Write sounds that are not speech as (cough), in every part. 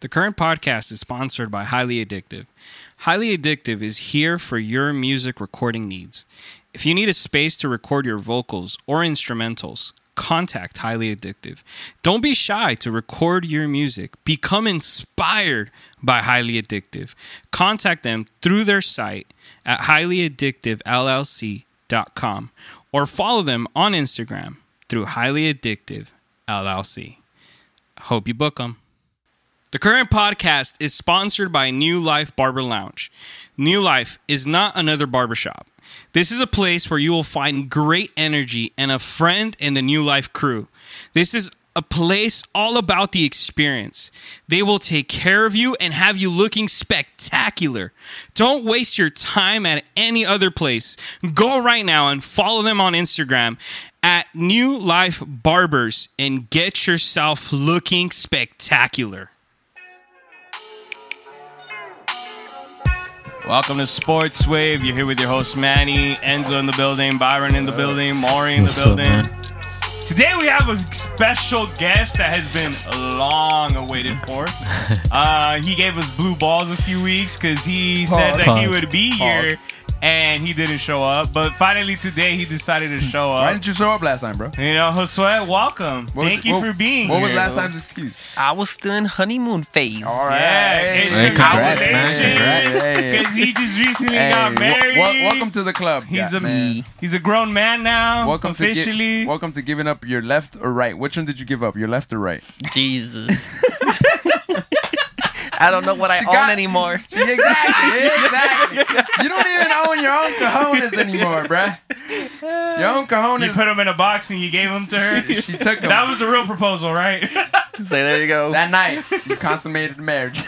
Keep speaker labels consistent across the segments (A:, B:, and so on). A: The current podcast is sponsored by Highly Addictive. Highly Addictive is here for your music recording needs. If you need a space to record your vocals or instrumentals, contact Highly Addictive. Don't be shy to record your music. Become inspired by Highly Addictive. Contact them through their site at highlyaddictivellc.com or follow them on Instagram through Highly Addictive LLC. Hope you book them. The current podcast is sponsored by New Life Barber Lounge. New Life is not another barbershop. This is a place where you will find great energy and a friend in the New Life crew. This is a place all about the experience. They will take care of you and have you looking spectacular. Don't waste your time at any other place. Go right now and follow them on Instagram at New Life Barbers and get yourself looking spectacular. Welcome to Sports Wave. You're here with your host Manny, Enzo in the building, Byron in the building, Maury in
B: What's
A: the
B: up,
A: building.
B: man?
A: Today we have a special guest that has been long awaited
B: (laughs)
A: for. Uh, he gave us blue balls a few weeks because he said that he
B: Pause.
A: would be here and he didn't show up. But finally today he decided to show
C: Why
A: up.
C: didn't you show up last time, bro?
A: You know, Josue, welcome.
C: What was
A: Thank
C: it-
A: you
C: what-
A: for being
C: What
A: here.
C: was last time's excuse?
D: I was still in honeymoon phase.
C: All right.
A: Yeah,
C: Hey,
A: it's
B: Hey,
A: been
B: congrats, man.
A: congratulations,
B: Congrats.
C: Hey.
A: Because he just recently
C: Hey,
A: got
C: wel-
A: married.
C: wel- welcome to the club.
A: He's
C: guy-
A: a
C: man.
A: he's a grown man now.
C: Welcome to
A: officially.
C: gi- welcome to giving up your left or right. Which one did you give up? Your left or right? (laughs)
D: Jesus. I don't know what I
C: She
D: own
C: got- (laughs)
D: anymore.
C: (laughs) exactly. Exactly. You don't even own your own cojones anymore, bro. Your own
A: you
C: cojones.
A: put him in a box and you gave him to
C: (laughs)
A: her.
C: she took them
A: that
C: that,
A: was the real proposal, right?
D: So there you go.
C: night. You consummated the marriage.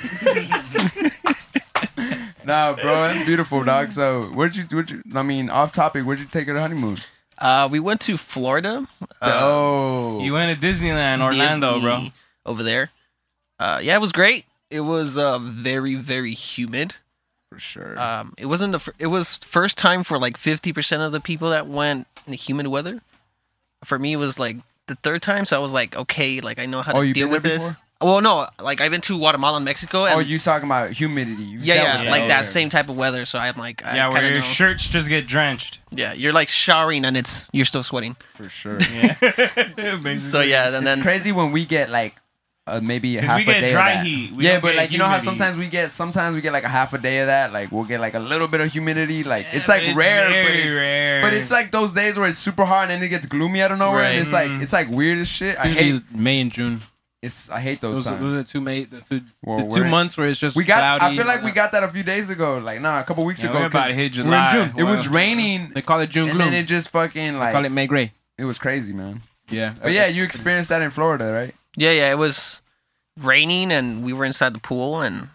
C: (laughs) nah, bro, that's beautiful, dog. So, where'd you? Where'd you? I mean, off topic. Where'd you take her honeymoon?
D: Uh, we went to Florida. Uh,
C: oh,
A: (laughs) You went to Disneyland, Orlando,
D: Disney
A: bro.
D: Over there. Uh, yeah, it was great. It was uh, very, very humid.
C: for sure.
D: Um, it wasn't the. Fir- it was first time for like fifty percent of the people that went in the humid weather. For me, it was like the third time, so I was like, okay, like I know how
C: Oh,
D: to
C: you've
D: deal
C: been
D: with
C: there
D: this.
C: before?
D: Well, no, like I've been to Guatemala and Mexico, and
C: oh, you talking about humidity? You
D: yeah,
C: dealt
D: yeah,
C: with
D: like
C: it.
D: that same type of weather. So I'm like, I
A: Yeah, where
D: kinda
A: your
D: know.
A: shirts just get drenched.
D: Yeah, you're like showering and it's you're still sweating.
C: for sure.
A: (laughs) Basically.
D: So yeah, and then
C: Crazy when we get like uh, maybe half
A: we get
C: a day
A: dry
C: of that.
A: heat, we
C: yeah,
A: don't
C: but
A: get
C: like you know how
A: humidity.
C: sometimes we get sometimes we get like a half a day of that. Like we'll get like a little bit of humidity. Like it's like
A: but it's
C: rare, but
A: very
C: it's,
A: rare.
C: but it's like those days where it's super hot and then it gets gloomy out of nowhere,
D: Right.
C: and it's like it's like weird as shit. I
B: Usually
C: hate
B: May and June.
C: it's I hate those
B: Those,
C: times.
B: those are the two May, the two,
C: Well,
B: the
C: we're-
B: two months where it's just
C: we got.
B: Cloudy
C: I feel like
B: and
C: we got that a few days ago. Like nah, a couple weeks
A: Yeah,
C: ago.
A: we're about
C: 'cause
A: to hit
C: we're in
A: July.
C: June. It was
A: Well,
C: raining,
B: They call it June
C: and
B: gloom.
C: then it just fucking
B: they call it
C: like
B: May Gray.
C: it was crazy, man.
B: Yeah,
C: But yeah, you experienced that in Florida, right?
D: yeah, yeah, it was raining and we were inside the pool and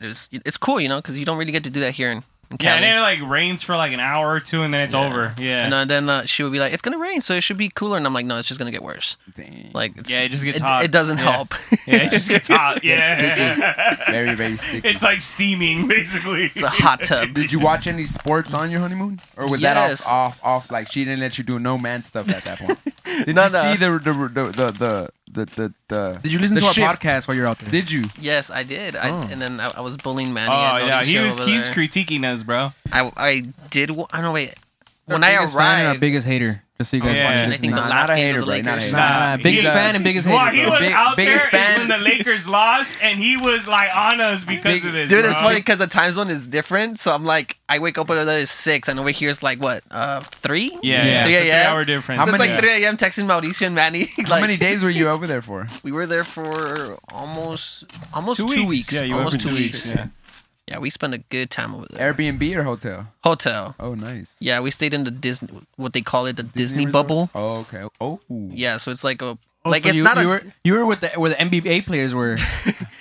D: it was, it's cool, you know, because you don't really get to do that here in, in
A: yeah,
D: Cali.
A: and then it like rains for like an hour or two, and then it's over. Yeah,
D: And uh, then uh, she would be like, "It's gonna rain, so it should be cooler," and I'm like, "No, it's just gonna get worse."
C: Dang.
D: Like, it's,
A: Yeah, it just gets
D: it,
A: hot.
D: It doesn't
A: Yeah.
D: help. (laughs)
A: yeah, (laughs) it just
C: (laughs)
A: gets hot. Yeah,
C: very,
B: (laughs)
C: very
A: (laughs)
C: sticky.
A: it's like steaming (laughs) basically.
D: it's a
A: (laughs)
D: hot tub.
C: Did you watch any sports on your honeymoon, or was
D: Yes.
C: that off, off, off? Like she didn't let you do no man stuff at that
D: (laughs)
C: point. Did
D: No,
C: you
D: no.
C: see the the the the the the? the
B: Did you listen
C: the
B: to our
C: shift?
B: podcast while you're out there?
C: Did you?
D: yes, I did.
B: Oh.
D: I, and then I, I was bullying Manny.
A: Oh
D: at
A: yeah,
D: Nodi's
A: he
D: show
A: was
D: over
A: he's
D: there.
A: critiquing us, bro.
D: I I did. wa- I don't know. Wait,
B: Our
D: when I
B: biggest fan and our
D: arrived,
B: biggest hater. Just so you guys
A: Yeah.
B: watch
A: I
B: this.
D: I think
C: Nah,
D: the
C: not
D: last
C: a
D: game
C: hater,
D: of the
C: bro, not a
D: Lakers.
C: hater.
B: Nah, nah, biggest
A: Uh, he-
B: fan and biggest
A: Well,
B: hater,
A: he
B: bro.
A: was
C: Big-
A: out there
C: biggest
A: is
C: fan.
A: when the Lakers lost, and he was like on us because
C: Big-
A: of this.
D: Dude,
A: bro.
D: it's funny because the time zone is different. So I'm like, I wake up over there at six, and over here it's like what, uh, three?
A: Yeah, yeah,
D: three
A: it's a
D: a.m.
A: three-hour difference.
D: So it's
C: many-
D: like three a.m. texting Mauricio and Manny. (laughs) like,
C: How many days were you over there for?
D: We were there for almost almost two, weeks.
A: Yeah, you
D: almost
A: went for
D: two weeks.
A: Yeah.
D: Yeah, we spent a good time over there.
C: Airbnb or hotel?
D: Hotel.
C: Oh, nice.
D: Yeah, we stayed in the Disney, what they call it, the Disney, bubble.
C: Oh, okay. Oh,
D: Yeah, so it's like a.
B: Oh,
D: like
B: so
D: it's
B: you,
D: not
B: you
D: a
B: were, you were with the where the NBA players were.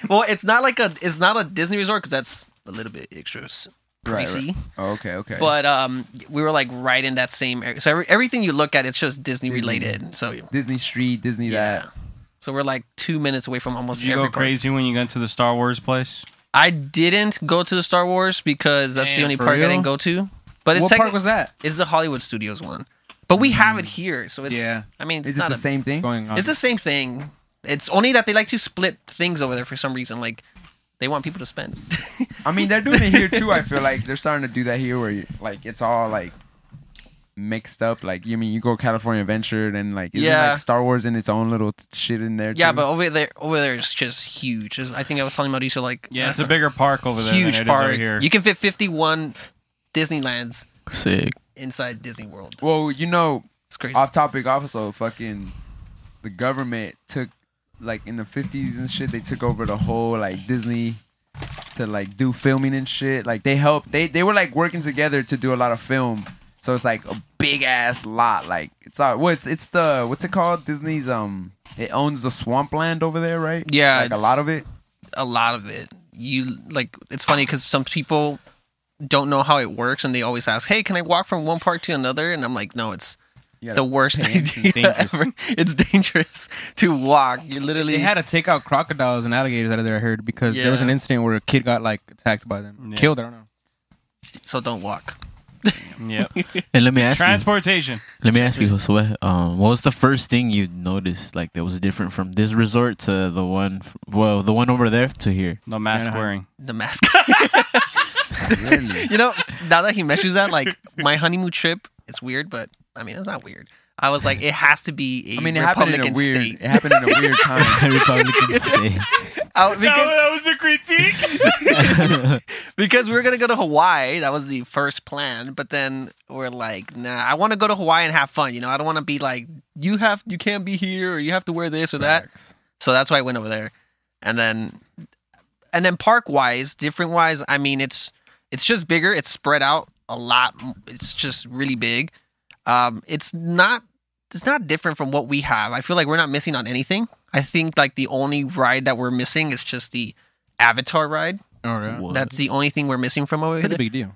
D: well, it's not like a it's not a Disney resort because that's a little bit extra s-
C: Right,
D: pricey.
C: right. Oh, okay, okay.
D: But um, we were like right in that same area. So every, everything you look at, it's just Disney related. So
C: Disney Street, Disney
D: yeah.
C: that.
D: So we're like two minutes away from almost
A: Did you
D: every
A: go
D: park.
A: crazy when you got to the Star Wars place?
D: I didn't go to the Star Wars because that's
A: Damn,
D: the only
B: for
D: park
B: real?
D: I didn't go to. But it's
B: what
D: techni-
B: park was that?
D: It's the Hollywood Studios one. But we have it here, so it's.
B: Yeah.
D: I mean, it's
C: Is it
D: not
C: the
D: a-
C: same thing?
B: Going on.
D: It's the same thing. It's only that they like to split things over there for some reason. Like they want people to spend. (laughs)
C: I mean, they're doing it here too. I feel like they're starting to do that here, where you, like it's all like mixed up. Like you mean you go California Adventure, and like isn't,
D: Yeah.
C: like Star Wars in its own little t- shit in there.
D: yeah,
C: too?
D: but over there, over there is just huge. It's- I think I was telling Mauricio like uh,
A: Yeah, it's a bigger park over there.
D: huge
A: than it is
D: park.
A: over here.
D: You can fit 51 Disneylands
B: Sick.
D: inside Disney World.
C: well, you know,
D: It's crazy.
C: off topic. Also, fucking the government took like in the fifties and shit. They took over the whole like Disney to like do filming and shit. Like they helped. They they were like working together to do a lot of film. So it's like a big ass lot. Like it's all well, it's it's the what's it called? Disney's um it owns the swampland over there, right?
D: Yeah,
C: like a
D: it's-
C: lot of it.
D: a lot of it. You like it's funny because some people don't know how it works and they always ask, "Hey, can I walk from one park to another?" And I'm like, "No, it's
C: Yeah,
D: the worst (laughs) idea
A: dangerous.
D: ever. It's dangerous (laughs) to walk. You literally
B: They had to take out crocodiles and alligators out of there. I heard because there was
D: Yeah.
B: an incident where a kid got like attacked by them, killed. I don't know.
D: so don't walk.
A: Yep.
E: And let me ask
A: Transportation.
E: you. Let me ask you, Josue. Um, what was the first thing you noticed? Like that was different from this resort to the one, f- well, the one over there to here. (laughs)
A: No mask wearing.
D: The mask. (laughs) you know, now that he mentions that, like my honeymoon trip, it's weird, but I mean, it's not weird. I was like, it has to be a
C: I mean, it happened
D: Republican
C: in a weird.
D: state.
C: (laughs) It happened in a
D: (laughs)
C: weird time.
E: Republican state.
D: I- because-
A: that was the critique.
D: because we were gonna go to Hawaii. That was the first plan, but then we're like, nah, I want to go to Hawaii and have fun. You know, I don't want to be like you have, you can't be here, or you have to wear this or that. So that's why I went over there, and then, and then park wise, different wise. I mean, it's it's just bigger. It's spread out a lot. m- It's just really big. Um, it's not it's not different from what we have. I feel like we're not missing on anything. I think like the only ride that we're missing is just the Avatar ride.
B: All right.
E: What?
D: That's the only thing we're missing from over
B: Pretty
D: here.
B: big deal.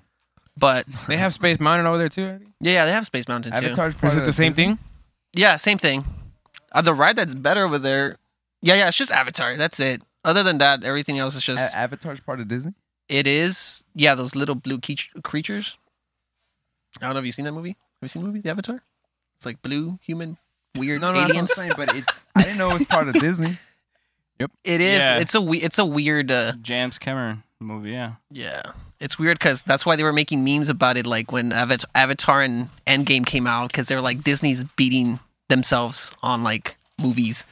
D: But
B: They have Space Mountain over there too.
D: yeah, yeah, they have Space Mountain too.
C: Avatar's part
B: Is it
C: of
B: the same
C: Disney.
B: thing?
D: Yeah, same thing. Uh, the ride that's better over there. Yeah, yeah, it's just Avatar. That's it. Other than that, everything else is just
C: A- Avatar's part of Disney.
D: it is. Yeah, those little blue keech- creatures. I don't know if you've seen that movie. Have you seen the movie The Avatar? It's like blue human weird
C: No, no, that's what I'm
D: aliens.
C: saying. But it's I didn't know it was part of Disney.
D: It is.
A: Yeah.
D: It's a we- it's a weird. Uh,
A: (laughs) James Cameron movie. Yeah.
D: yeah, it's weird because that's why they were making memes about it. Like when Avat- Avatar and Endgame came out, because they were like Disney's beating themselves on like movies,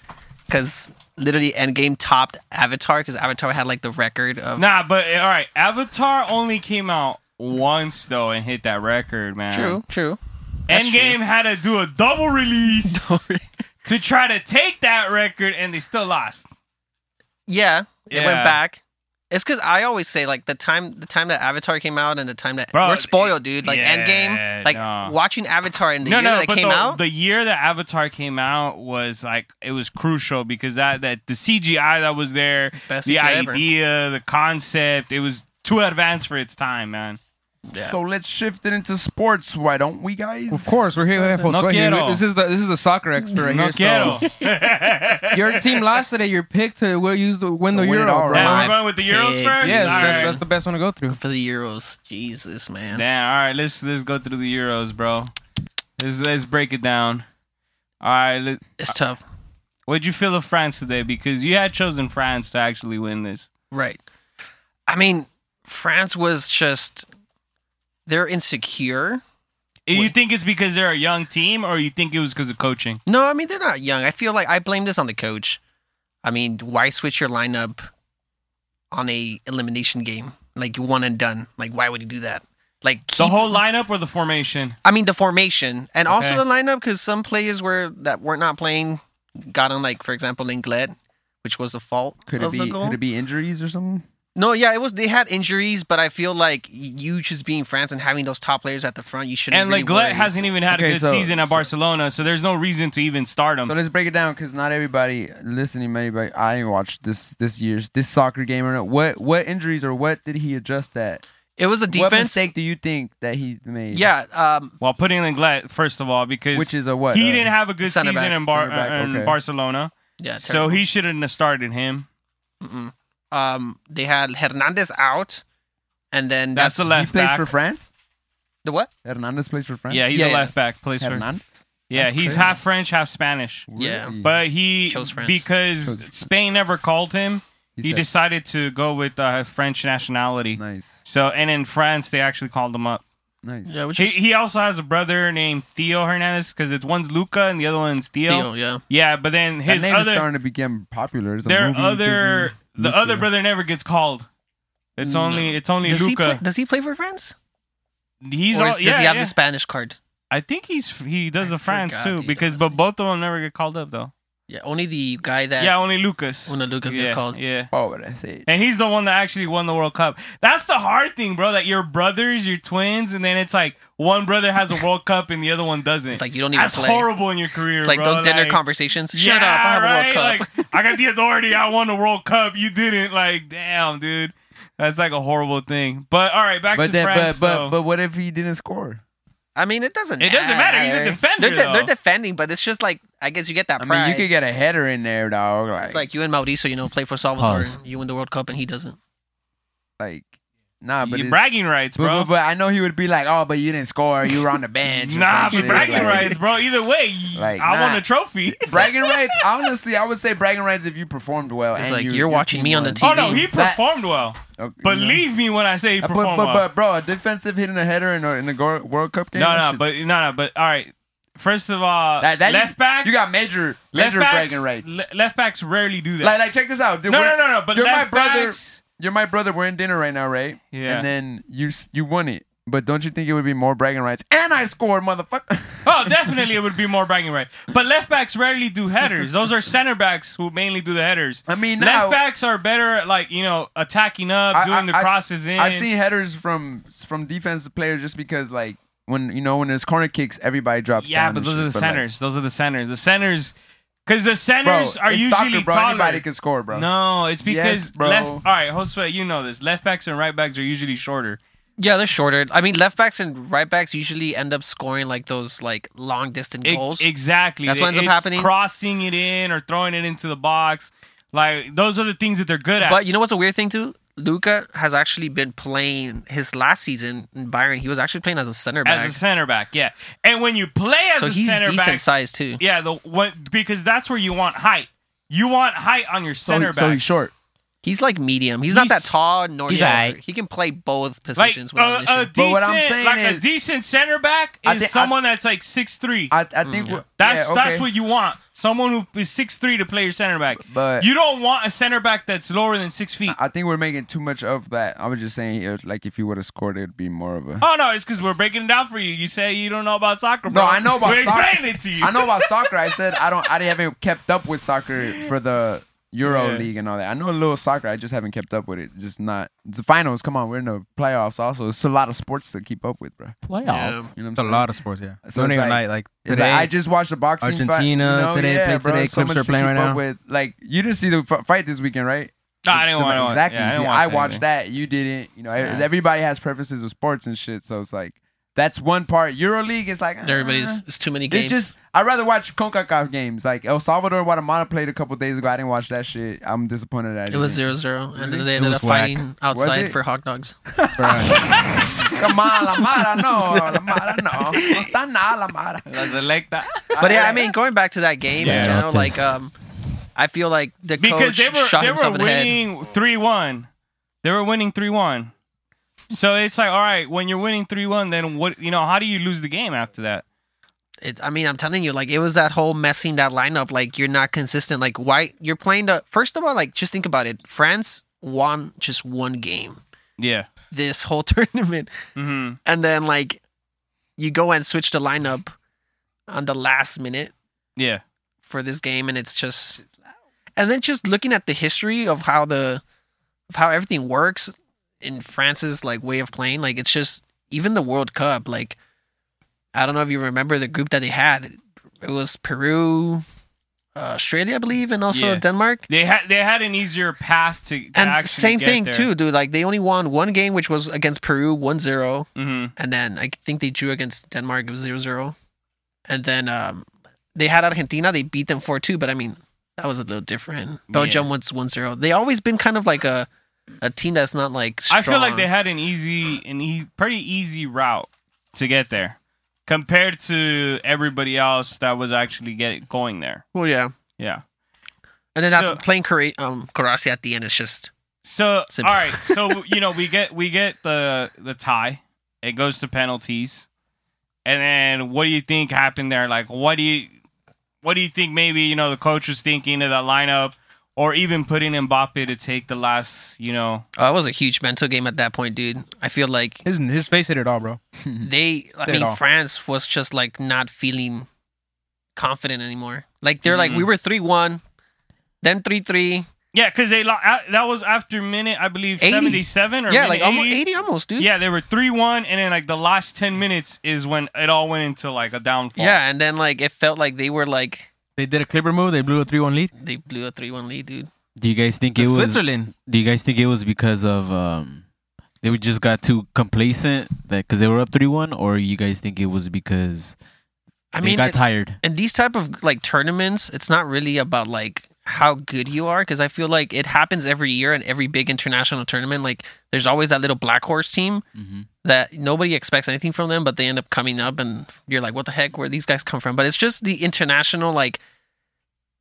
D: because literally Endgame topped Avatar because Avatar had like the record of.
A: Nah, but all right. Avatar only came out once though and hit that record, man.
D: True, true. That's
A: Endgame had to do a double release (laughs) to try to take that record, and they still lost.
D: Yeah, it
A: Yeah.
D: went back. It's because I always say like the time the time that Avatar came out and the time that
A: Bro,
D: we're spoiled, dude. Like
A: yeah,
D: Endgame, like
A: no.
D: watching Avatar in the
A: no,
D: year
A: no,
D: that it
A: but
D: came
A: the,
D: out.
A: the year that Avatar came out was like it was crucial because that that the CGI that was there,
D: Best
A: the
D: CGI ever.
A: idea, the concept, it was too advanced for its time, man.
C: So let's shift it into sports. Why don't we, guys?
B: Of course, we're here. we're here, folks,
A: No
B: we're here.
A: quiero.
B: This is the this is the soccer expert right
A: No
B: here. so-
A: quiero.
B: Your team lost today. Your pick to will use the win the
C: Win it
B: Euro.
C: all,
B: bro.
C: right?
A: Damn,
D: My
A: we're going with the Euros
D: pick.
A: first.
B: Yes,
A: all
B: that's,
A: right.
B: that's the best one to go through.
D: for the Euros, Jesus man.
A: Damn. All right, let's let's go through the Euros, bro. Let's let's break it down. All right, let,
D: It's tough.
A: what'd you feel of France today? Because you had chosen France to actually win this.
D: Right. I mean, France was just they're insecure.
A: You think it's because they're a young team, or you think it was because of coaching?
D: No, I mean they're not young. I feel like I blame this on the coach. I mean, why switch your lineup on a elimination game? Like one and done. Like why would he do that? Like
A: The
D: keep-
A: whole lineup or the formation?
D: I mean the formation and
A: Okay.
D: also the lineup because some players were that were not playing got on like for example Linglet, which was the fault
C: Could it
D: of the
C: be?
D: goal.
C: Could it be injuries or something?
D: No, yeah, it was. They had injuries, but I feel like you just being France and having those top players at the front, you shouldn't.
A: And
D: really
A: Leglet
D: worry.
A: hasn't even had a
C: Okay,
A: good
C: so-
A: season at Barcelona, so there's no reason to even start him.
C: So let's break it down because not everybody listening, maybe I didn't watch this this year's this soccer game or not. What what injuries or what did he adjust that?
D: It was a
C: What
D: defense.
C: mistake do you think that he made?
D: Yeah, um,
A: While putting Leglet, first of all, because
C: which is a what?
A: he
C: uh,
A: didn't have a good
D: Center
A: season
D: back,
A: in, Bar-
C: center back,
A: uh, in
C: okay.
A: Barcelona,
D: yeah.
A: so
D: Terrible.
A: he shouldn't have started him.
D: um, they had Hernandez out, and then
A: That's,
D: that's,
A: the
C: He
A: left
C: plays
A: back.
C: for France.
D: the what?
C: Hernandez plays for France.
A: yeah, he's
D: Yeah,
A: a
D: yeah.
A: left back. Plays for
C: Hernandez.
A: Yeah, he's half French, half Spanish.
D: Yeah.
C: Really?
A: But he
D: Chose France.
A: because
C: Chose-
A: Spain never called him,
C: He
A: he
C: said-
A: decided to go with uh, French nationality.
C: nice,
A: So and in France they actually called him up.
C: nice.
D: Yeah, which
A: He,
D: is
A: he also has a brother named Theo Hernandez because it's one's Luca and the other one's Theo.
D: deal, yeah.
A: Yeah, but then
C: That
A: his
C: name is
A: other
C: starting to become popular. There's a
A: their
C: movie,
A: other
C: Disney,
A: the
C: Luca.
A: other brother never gets called. It's
D: Mm, No.
A: only it's only
D: Does he, play,
A: Luca.
D: does he play for France?
A: He's
D: or
A: all,
D: is- does
A: yeah,
D: he have
A: yeah.
D: the Spanish card?
A: I think he's he does
D: I
A: the France
D: forgot
A: too
D: he
A: because
D: does.
A: but both of them never get called up though.
D: Yeah, only the guy that.
A: yeah, only Lucas.
D: Only Lucas
A: yeah,
D: gets called.
A: Yeah.
C: Oh, what I say?
A: And he's the one that actually won the World Cup. That's the hard thing, bro. That you're brothers, you're twins, and then it's like one brother has a World Cup and the other one doesn't.
D: It's like you don't even
A: That's
D: play.
A: horrible in your career,
D: It's like
A: bro.
D: those dinner
A: Like,
D: conversations. Shut
A: yeah,
D: up! I have
A: right?
D: a World Cup.
A: Like, I got the authority. I won the World Cup. You didn't. Like, damn, dude. That's like a horrible thing. But all right, back
C: But
A: to
C: then,
A: France.
C: but but
A: though.
C: but what if he didn't score?
D: I mean, it doesn't.
A: It doesn't matter. He's a defender,
D: They're, de- they're
A: though.
D: defending, but it's just like I guess you get that
C: I
D: pride.
C: mean, you could get a header in there, dog.
D: it's
C: Like, like,
D: like you and Mauricio, you know, play for Salvador.
E: Pause.
D: You win the World Cup, and he doesn't.
C: nah, but
A: Your
C: it's-
A: bragging rights,
C: but,
A: bro.
C: but, but I know he would be like, oh, but you didn't score. You were on
A: (laughs)
C: the bench. or
A: nah,
C: some
A: but
C: shit,
A: bragging
C: like-
A: rights, bro. Either way,
C: Like,
A: I won
C: nah.
A: a trophy.
C: bragging rights. Honestly, I would say bragging rights if you performed well.
D: It's
C: and
D: like,
C: you,
D: you're watching me on
A: (laughs)
D: the
A: oh
D: TV.
A: no, he
C: That-
A: performed well. Believe me when I say he
C: But,
A: performed
C: but,
A: well.
C: but bro, a defensive hitting a header in a, in a go- World Cup game.
A: No,
C: that
A: no,
C: shit's-
A: but no, no, but all right. First of all,
C: that, that you-
A: left backs.
C: You got major major
A: backs-
C: bragging rights.
A: le- left backs rarely do that.
C: like, like, check this out. Dude,
A: no, no,
C: we're-
A: no, no. But
C: you're my
A: left
C: brother.
A: backs-
C: You're my brother. We're in dinner right now, right?
A: Yeah.
C: And then you s- you won it, but don't you think it would be more bragging rights? And I scored, motherfucker.
A: Oh, definitely, it would be more bragging right. But left backs rarely do headers. Those are center backs who mainly do the headers.
C: (laughs) I mean,
A: left
C: now,
A: backs are better at like you know attacking up, doing the
C: I've-
A: crosses in.
C: I've seen headers from from defensive players just because like when you know when there's corner kicks, everybody drops.
A: Yeah,
C: down
A: but
C: and
A: those
C: shit,
A: are the
C: like,
A: centers. those are the centers. The centers, because the
C: bro,
A: centers are
C: it's
A: usually
C: soccer, bro.
A: taller.
C: Anybody can score, bro.
A: No, it's because
C: Yes, bro.
A: left. All right, Josue, you know this. Left backs and right backs are usually shorter.
D: Yeah, they're shorter. I mean, left backs and right backs usually end up scoring like those like long distance
A: E-
D: goals.
A: Exactly.
D: That's what ends up
A: It's
D: happening.
A: Crossing it in or throwing it into the box. Like those are the things that they're good at.
D: But you know what's a weird thing too? Luca has actually been playing his last season in Byron. He was actually playing as a center back,
A: as a center back, yeah. And when you play as
D: so
A: a
D: he's
A: center
D: decent
A: back,
D: size too.
A: yeah, the what because that's where you want height. You want height on your
C: so,
A: center
C: he-
A: back.
C: so he's short.
D: He's like medium. He's, not that
A: He's-
D: tall nor
B: he's
D: short.
B: aight.
D: He can play both
A: Like uh,
D: positions.
A: a, a
D: without an issue.
A: decent,
C: But what I'm saying
A: like a
C: is-
A: decent center back
C: I
A: is
C: thi- I-
A: someone that's like six three.
C: I, I think we're-
A: Mm-hmm. That's
C: yeah,
A: that's
C: okay.
A: what you want. Someone who is six three to play your center back.
C: But-
A: you don't want a center back that's lower than six feet.
C: I think we're making too much of that. I was just saying, if, like, if you would have scored, it'd be more of a.
A: Oh no, it's because we're breaking it down for you. You say you don't know about soccer, bro.
C: No, I know about
A: We're
C: soccer.
A: explaining it to you.
C: I know about soccer. I said I don't. I haven't kept up with soccer for the Euro
A: Yeah.
C: League and all that. I know a little soccer. I just haven't kept up with it. Just not the finals. Come on, we're in the playoffs. Also, it's a lot of sports to keep up with, bro. You
E: Playoffs.
C: know what
B: It's a
C: I'm saying?
B: lot of sports, yeah.
C: So
B: So Don't
C: it's
B: even
C: like-
B: like, like
C: It's
B: today,
C: like, I just watched the boxing fight.
B: Argentina today, play today,
C: So
B: clips
C: much
B: are
C: to
B: playing
C: keep
B: right
C: up
B: now.
C: With like, you didn't see the f- fight this weekend, right?
A: No, I didn't want to.
C: exactly.
A: Yeah, I,
C: See,
A: didn't
C: I,
A: watch
C: watched
A: anything.
C: that. You didn't. You know, everybody has preferences of sports and shit. So it's like that's one part. Euro League is like ah.
D: Everybody's it's too many
C: It's
D: games.
C: just I'd rather watch CONCACAF games. Like El Salvador, Guatemala played a couple days ago. I didn't watch that shit. I'm disappointed that I
D: it was
C: didn't.
D: zero zero, and then
B: Really?
D: they
B: It
D: ended
B: was
D: up
B: whack.
D: fighting outside
C: it?
D: for hot dogs.
B: bruh.
C: Come on, La Mara, no, La Mara, no. No está nada, La Mara.
A: Las Electas.
D: But yeah, I mean, going back to that game
E: Yeah.
D: in general,
E: Yeah.
D: like um, I feel like the
A: because
D: coach
A: they were
D: shot
A: they
D: himself
A: were
D: in the head.
A: winning three one. They were winning three one. So it's like, all right, when you're winning three one, then what? You know, how do you lose the game after that?
D: It, I mean, I'm telling you, like it was that whole messing that lineup. Like you're not consistent. Like why you're playing the first of all, like just think about it. France won just one game
A: Yeah.
D: this whole (laughs) tournament,
A: hmm
D: and then like you go and switch the lineup on the last minute
A: Yeah.
D: for this game, and it's just. And then just looking at the history of how the, of how everything works in France's like way of playing, like it's just even the World Cup, like I don't know if you remember the group that they had. It was Peru, uh, Australia, I believe, and also
A: Yeah.
D: Denmark.
A: They had they had an easier path to, to
D: And
A: actually
D: same
A: get
D: thing
A: there.
D: too, dude. Like they only won one game, which was against Peru, 1-0.
A: Mhm.
D: and then I think they drew against Denmark it was 0-0. And then um, they had Argentina, they beat them 4-2, but I mean, that was a little different. Belgium was 1-0. They always been kind of like a a team that's not like
A: I feel like
D: strong.
A: they had an easy an e- pretty easy route to get there. compared to everybody else that was actually get going there.
D: Well, yeah.
A: Yeah.
D: And then that's
A: So-
D: plain Kara- um, Karasi at the end. It's just
A: So
D: Simple.
A: all
D: (laughs)
A: right, so you know we get we get the the tie. It goes to penalties, and then what do you think happened there? Like, what do you what do you think? Maybe you know the coach was thinking of that lineup, or even putting Mbappe to take the last. You know,
D: oh, it was a huge mental game at that point, dude. I feel
A: (laughs)
D: like
B: His his face hit it all, bro.
D: they. I
B: Say it
D: mean,
B: all.
D: France was just like not feeling confident anymore. Like they're like we
A: Mm.
D: were three one, then three three.
A: yeah, because they lo- a- that was after minute I believe
D: 80.
A: seventy seven or
D: Yeah,
A: minute
D: like almost
A: 80.
D: eighty, almost, dude.
A: Yeah, they were three one, and then like the last ten minutes is when it all went into like a downfall.
D: Yeah, and then like it felt like they were like
B: They did a clipper move. They blew a three-one lead.
D: they blew a three one lead, dude.
E: Do you guys think it was?
B: Switzerland.
E: Do you guys think it was because of um, they were just got too complacent that because they were up three one, or you guys think it was because
D: I
E: they
D: mean,
E: got
D: it-
E: tired?
D: and these type of like tournaments it's not really about like how good you are because i feel like it happens every year in every big international tournament like there's always that little black horse team
E: Mm-hmm.
D: that nobody expects anything from them but they end up coming up and you're like what the heck where these guys come from but it's just the international like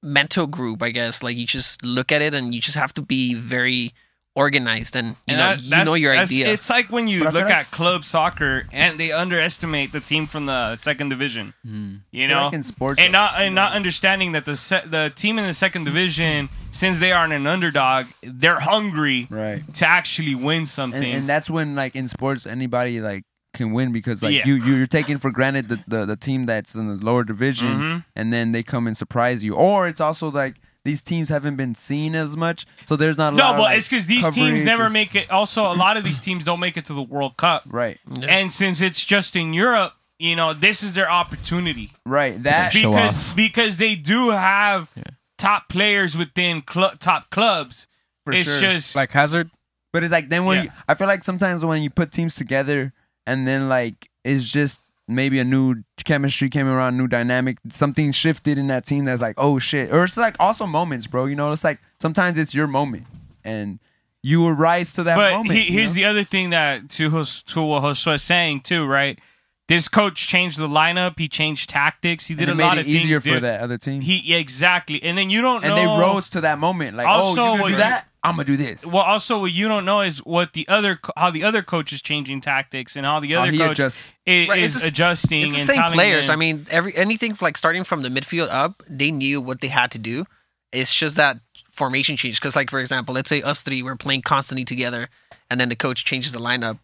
D: mental group i guess like you just look at it and you just have to be very organized and you
A: And
D: know
A: that-
D: you
A: that's-
D: know your
A: that's-
D: idea
A: It's like when you
C: But I feel
A: look
C: like-
A: at club soccer and they underestimate the team from the second division.
D: Hmm.
A: You know,
C: like in sports,
A: and not and not understanding that the se- the team in the second division, since they aren't an underdog, they're hungry
C: right?
A: to actually win
C: And,
A: something.
C: and that's when like in sports anybody like can win because like
A: Yeah.
C: you you- you're taking for granted the, the the team that's in the lower division
A: Mm-hmm.
C: and then they come and surprise you. Or it's also like these teams haven't been seen as much, so there's not a lot.
A: no,
C: of,
A: but
C: like,
A: it's because these
C: coverage
A: teams never
C: or-
A: make it. Also, a lot of these teams don't make it to the World Cup,
C: right,
A: and since it's just in Europe, you know, this is their opportunity.
C: right. That
E: show
A: because
E: off.
A: because they do have top players within cl- top clubs.
C: for
A: it's
C: sure.
A: just
B: Like Hazard.
C: But it's like then when
A: Yeah.
C: you, I feel like sometimes when you put teams together and then like it's just maybe a new chemistry came around, new dynamic, something shifted in that team that's like, oh shit. Or it's like also moments, bro. You know, it's like sometimes it's your moment and you will rise to that
A: but
C: moment.
A: he, here's the other thing that to Jos- to what Josue was saying too, right? This coach changed the lineup. He changed tactics. He did
C: it
A: a
C: made
A: lot
C: it
A: of
C: easier
A: things.
C: for
A: dude.
C: that other team.
A: He yeah, exactly, and then you don't know.
C: and they rose to that moment. Like,
A: Also,
C: oh, you're
A: what
C: gonna do
A: you-
C: that? I'm gonna do this.
A: Well, also what you don't know is what the other co- how the other coach is changing tactics and how the
C: Oh,
A: other
C: he
A: coach
C: adjusts.
A: is,
D: Right, it's
A: is
D: just-
A: adjusting.
D: It's the
A: and
D: same
A: telling
D: players.
A: them-
D: I mean, every anything like starting from the midfield up, they knew what they had to do. It's just that formation change. Because, like for example, let's say us three were playing constantly together, and then the coach changes the lineup.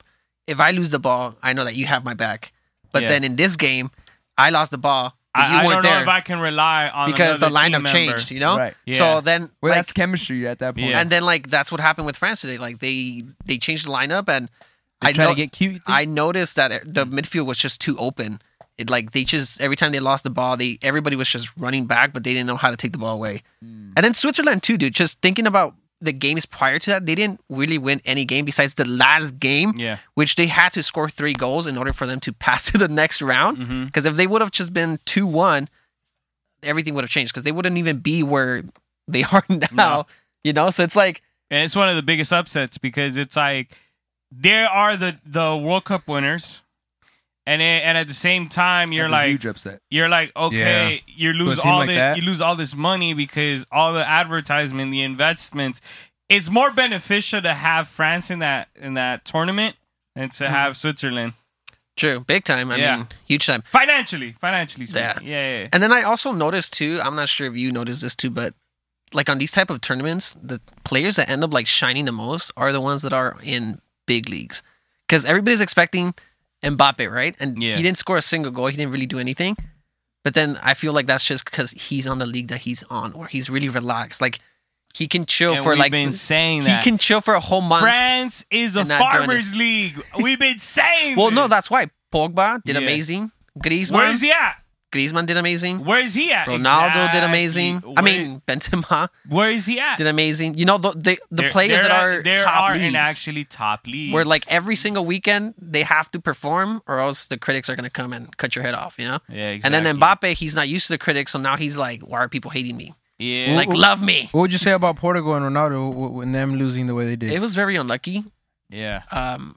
D: If I lose the ball, I know that you have my back. But
A: Yeah.
D: then in this game, I lost the ball. But you
A: I, I
D: weren't
A: don't
D: there
A: know if I can rely on
D: because the
A: another team
D: lineup
A: member.
D: changed. You know.
C: Right.
A: Yeah.
D: So then,
C: well,
D: like,
C: that's chemistry at that point.
A: Yeah.
D: and then like that's what happened with France today. Like they they changed the lineup and I
B: try
D: know-
B: to get cute. you think?
D: I noticed that the midfield was just too open. It like they just every time they lost the ball, they everybody was just running back, but they didn't know how to take the ball away. And then Switzerland too, dude. Just thinking about the games prior to that, they didn't really win any game besides the last game,
A: Yeah.
D: which they had to score three goals in order for them to (laughs) pass to the next round.
A: Mm-hmm.
D: Because if they would have just been two one, everything would have changed. Because they wouldn't even be where they (laughs) are now. You know, so it's like
A: and it's one of the biggest upsets because it's like there are the the World Cup winners, and it, and at the same time you're
C: That's a
A: like
C: huge upset.
A: you're like okay you lose
F: team
A: all
F: like
A: this
F: that?
A: you lose all this money because all the advertisement the investments it's more beneficial to have France in that in that tournament than to have Switzerland
D: true, big time. I
A: Yeah.
D: mean, huge time.
A: financially financially speaking.
D: Yeah.
A: yeah yeah, yeah.
D: And then I also noticed too, I'm not sure if you noticed this too, but like on these type of tournaments, the players that end up like shining the most are the ones that are in big leagues. Because everybody's expecting Mbappe, right? And
A: Yeah.
D: he didn't score a single goal. He didn't really do anything. But then I feel like that's just because he's on the league that he's on, where he's really relaxed. Like he can chill
A: And
D: for
A: we've
D: like
A: been saying
D: he
A: that.
D: can chill for a whole month.
A: France is a
D: And not doing
A: farmers league we've been
D: (laughs)
A: saying
D: well, no,
A: this.
D: that's why Pogba did
A: Yeah.
D: amazing. Griezmann,
A: where is he at
D: Griezmann did amazing.
A: where is he at
D: Ronaldo did
A: Exactly.
D: amazing. I
A: Where-
D: mean, Benzema.
A: where is he at
D: did amazing. You know the the, the players that are
A: there
D: top
A: are
D: leagues,
A: in actually top leagues.
D: where like every single weekend they have to perform, or else the critics are gonna come and cut your head off. You know.
A: Yeah,
D: And then
A: exactly.
D: Mbappe, he's not used to the critics, so now he's like, "Why are people hating me?
A: yeah,
D: Like, love me."
B: What would you say about Portugal and Ronaldo w- w- and them losing the way they did?
D: It was very unlucky.
A: yeah.
D: Um,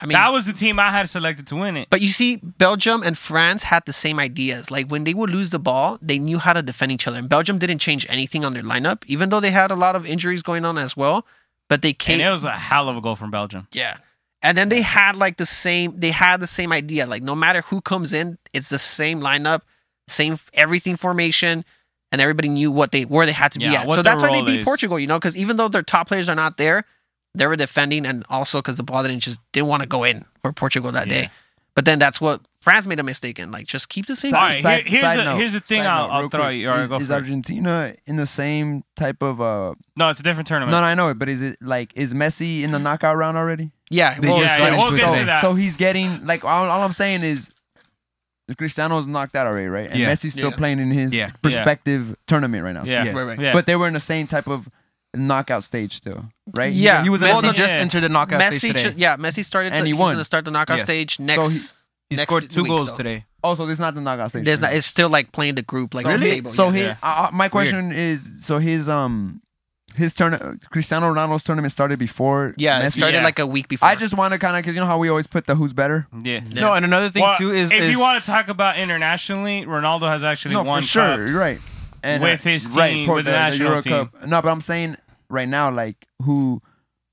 D: I mean,
A: that was the team I had selected to win it.
D: But you see, Belgium and France had the same ideas. Like when they would lose the ball, they knew how to defend each other. And Belgium didn't change anything on their lineup, even though they had a lot of injuries going on as well. But they came.
A: And it was a hell of a goal from Belgium.
D: yeah. And then they had like the same. They had the same idea. Like no matter who comes in, it's the same lineup, same f- everything formation, and everybody knew what they where they had to be
A: Yeah,
D: at.
A: what
D: So
A: their
D: that's why they
A: role
D: beat
A: is.
D: Portugal. You know, because even though their top players are not there, they were defending, and also because the ball didn't just didn't want to go in for Portugal that day. But then that's what France made a mistake in. Like just keep the same.
A: All right,
C: Side-
A: here- here's
C: side
A: a-
C: note,
A: here's a thing
C: side
A: I'll-
C: note,
A: I'll
C: real
A: throw
C: quick.
A: at you. All right,
C: is
A: go
C: is
A: for it.
C: Argentina in the same type of? uh
A: No, it's a different tournament.
C: No, no, I know it, but is it like is Messi in the knockout round already?
D: Yeah,
C: They
D: well,
A: just- yeah,
C: like,
A: we'll get
C: so,
D: Oh,
A: to that.
C: so he's getting like all, all I'm saying is Cristiano's knocked out already, right? And
G: Yeah.
C: Messi's still
D: Yeah.
C: playing in his
G: Yeah.
C: perspective tournament right now.
A: Yeah.
B: Yeah.
D: Right, right.
A: yeah.
C: But they were in the same type of knockout stage still, right? He-
D: Yeah.
C: He was in
D: Well,
C: the-
B: Messi
D: no,
B: just
A: yeah.
B: entered the knockout
D: Messi,
B: stage today.
D: should- yeah, Messi started,
C: And
D: the,
C: he
D: he's
C: won.
D: gonna start the knockout
B: Yeah.
D: stage
C: So he-
D: next.
B: he
D: next
B: scored two
D: weeks,
B: goals
D: though.
B: today.
C: Oh, so this is not the knockout stage.
D: There's not,
C: tournament.
D: it's still like playing the group, like
C: so
D: on the
C: really?
D: table.
C: so
D: yeah.
C: he, uh, uh, my question is, so his um, his turn, uh, Cristiano Ronaldo's tournament started before.
D: yeah, it
C: Messi?
D: started
A: Yeah.
D: like a week before.
C: I just want to kind of because you know how we always put the who's better.
A: Yeah.
D: Yeah.
B: No, and another thing
A: Well,
B: too is
A: if
B: is,
A: you want to talk about internationally, Ronaldo has actually
C: No,
A: won
C: for sure,
A: cups.
C: you're right. And
A: With
C: uh,
A: his team,
C: pro-
A: with the national
C: Euro
A: team.
C: Cup. No, but I'm saying right now, like who,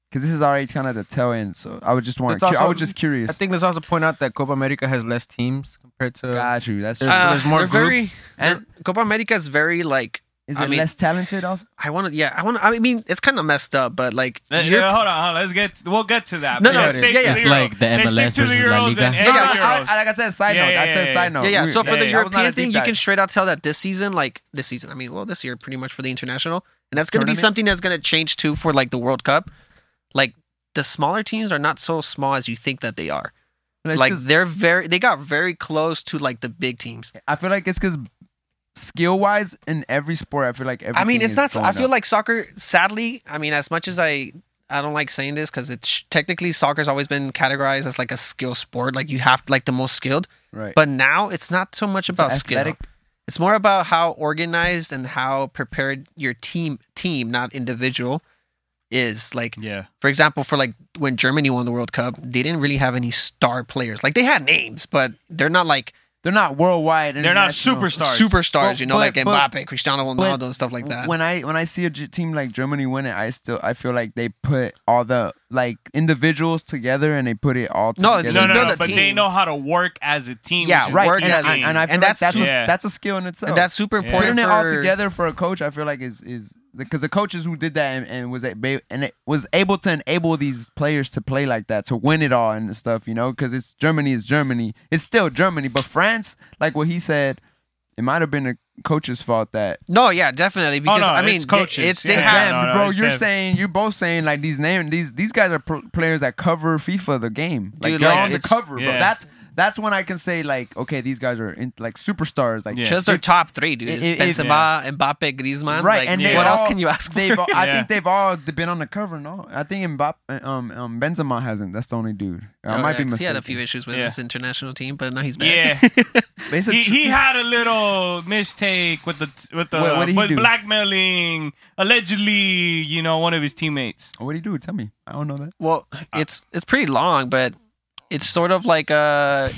C: because this is already kind of the tail end. So I would just want,
B: It's
C: to I
B: also-
C: was just curious.
B: I think let's also point out that Copa America has less teams compared to.
C: got you. That's
B: Uh, there's more
D: they're
B: group.
D: very and Copa America is very like
C: is it
D: I mean-
C: less talented also?
D: I want to yeah I want I mean it's kind of messed up but like
A: Uh,
D: Europe-
A: yeah, hold on, hold on. Let's get. We'll get to that.
D: No,
A: But
D: no,
A: let's
D: it
A: stick
D: is.
A: to
D: Yeah,
E: yeah.
A: the
E: It's like
A: Euros.
E: the
A: Let's
E: MLS
A: stick to the
E: versus La
A: Euros
E: Liga.
A: and, and
C: No,
A: the
C: no, I,
A: Euros.
C: I, like I said, side
A: Yeah,
C: note.
A: yeah,
C: I said
A: yeah, yeah.
C: side note.
D: yeah yeah
C: We-
D: so for the
C: that was not a
D: European
C: deep
D: thing you can
C: dive.
D: straight out tell that this season like this season I mean well this year pretty much for the international and that's gonna be
C: Tournament?
D: something that's gonna change too for like the World Cup like the smaller teams are not so small as you think that they are
C: It's
D: like
C: 'cause-
D: they're very they got very close to like the big teams
C: I feel like it's because skill wise in every sport, I feel like every.
D: i mean it's not i feel like soccer sadly i mean as much as i i don't like saying this because it's technically soccer's always been categorized as like a skill sport like you have like the most skilled
C: right.
D: but now it's not so much about skill
C: athletic.
D: it's more about how organized and how prepared your team team not individual is like
A: Yeah.
D: for example, for like when Germany won the World Cup, they didn't really have any star players. Like they had names, but they're not like
C: they're not worldwide.
A: They're not
C: international.
A: superstars.
D: superstars,
C: Well,
D: you know,
C: but-
D: like
C: but-
D: Mbappe, Cristiano Ronaldo,
C: but
D: and stuff like that.
C: When I when I see a G- team like Germany win it, I still I feel like they put all the like individuals together and they put it all
D: No,
C: together.
A: No, no,
D: build
A: no.
D: a
A: But
D: team.
A: they know how to work as a team.
D: Yeah,
A: which is
D: right,
A: working
C: And,
D: as a
A: as
C: I-
A: team.
C: and I feel
D: And
C: like
D: that's
C: that's
A: super-
C: a, that's a skill in itself.
D: And that's super
A: Yeah.
D: important.
C: putting it all
D: for-
C: together for a coach. I feel like is is because the coaches who did that and, and was a- ba- and it was able to enable these players to play like that to win it all and stuff. You know, because it's Germany is Germany. It's still Germany, but France, like what he said, it might have been a coach's fault that
D: No, yeah, definitely. Because
A: Oh, no,
D: I
A: it's
D: mean,
A: coaches.
D: they- it's they
A: Yeah.
D: have.
A: no, no,
C: bro,
A: it's
C: you're
A: def-
C: saying you're both saying like these name these these guys are pl- players that cover FIFA the game. Like
D: Dude,
C: they're
D: like,
C: on the
D: it's-
C: cover, bro.
A: yeah.
C: That's that's when I can say like, okay, these guys are in, like superstars. Like
A: Yeah.
D: Just their top three, dude. It's
C: If- if-
D: Benzema, Mbappe, Griezmann.
C: right,
D: Like,
C: and
A: they
C: they
D: what
C: all-
D: else can you ask for?
C: They've, all- I
D: (laughs)
A: Yeah.
C: think they've all been on the cover. No, I think Mbappe, um, um, Benzema hasn't. That's the only dude. I
D: Oh,
C: might
D: yeah,
C: be
D: 'cause
C: mistaken.
D: He had a few issues with
A: Yeah.
D: his international team, but now he's (laughs) back.
A: Yeah.
C: It's a
A: he,
C: tr-
A: he had a little mistake with the with the
C: What- what did he
A: with
C: do?
A: blackmailing allegedly, you know, one of his teammates.
C: what do you do? Tell me. I don't know that.
D: Well,
A: Uh,
D: it's it's pretty long, but it's sort of like uh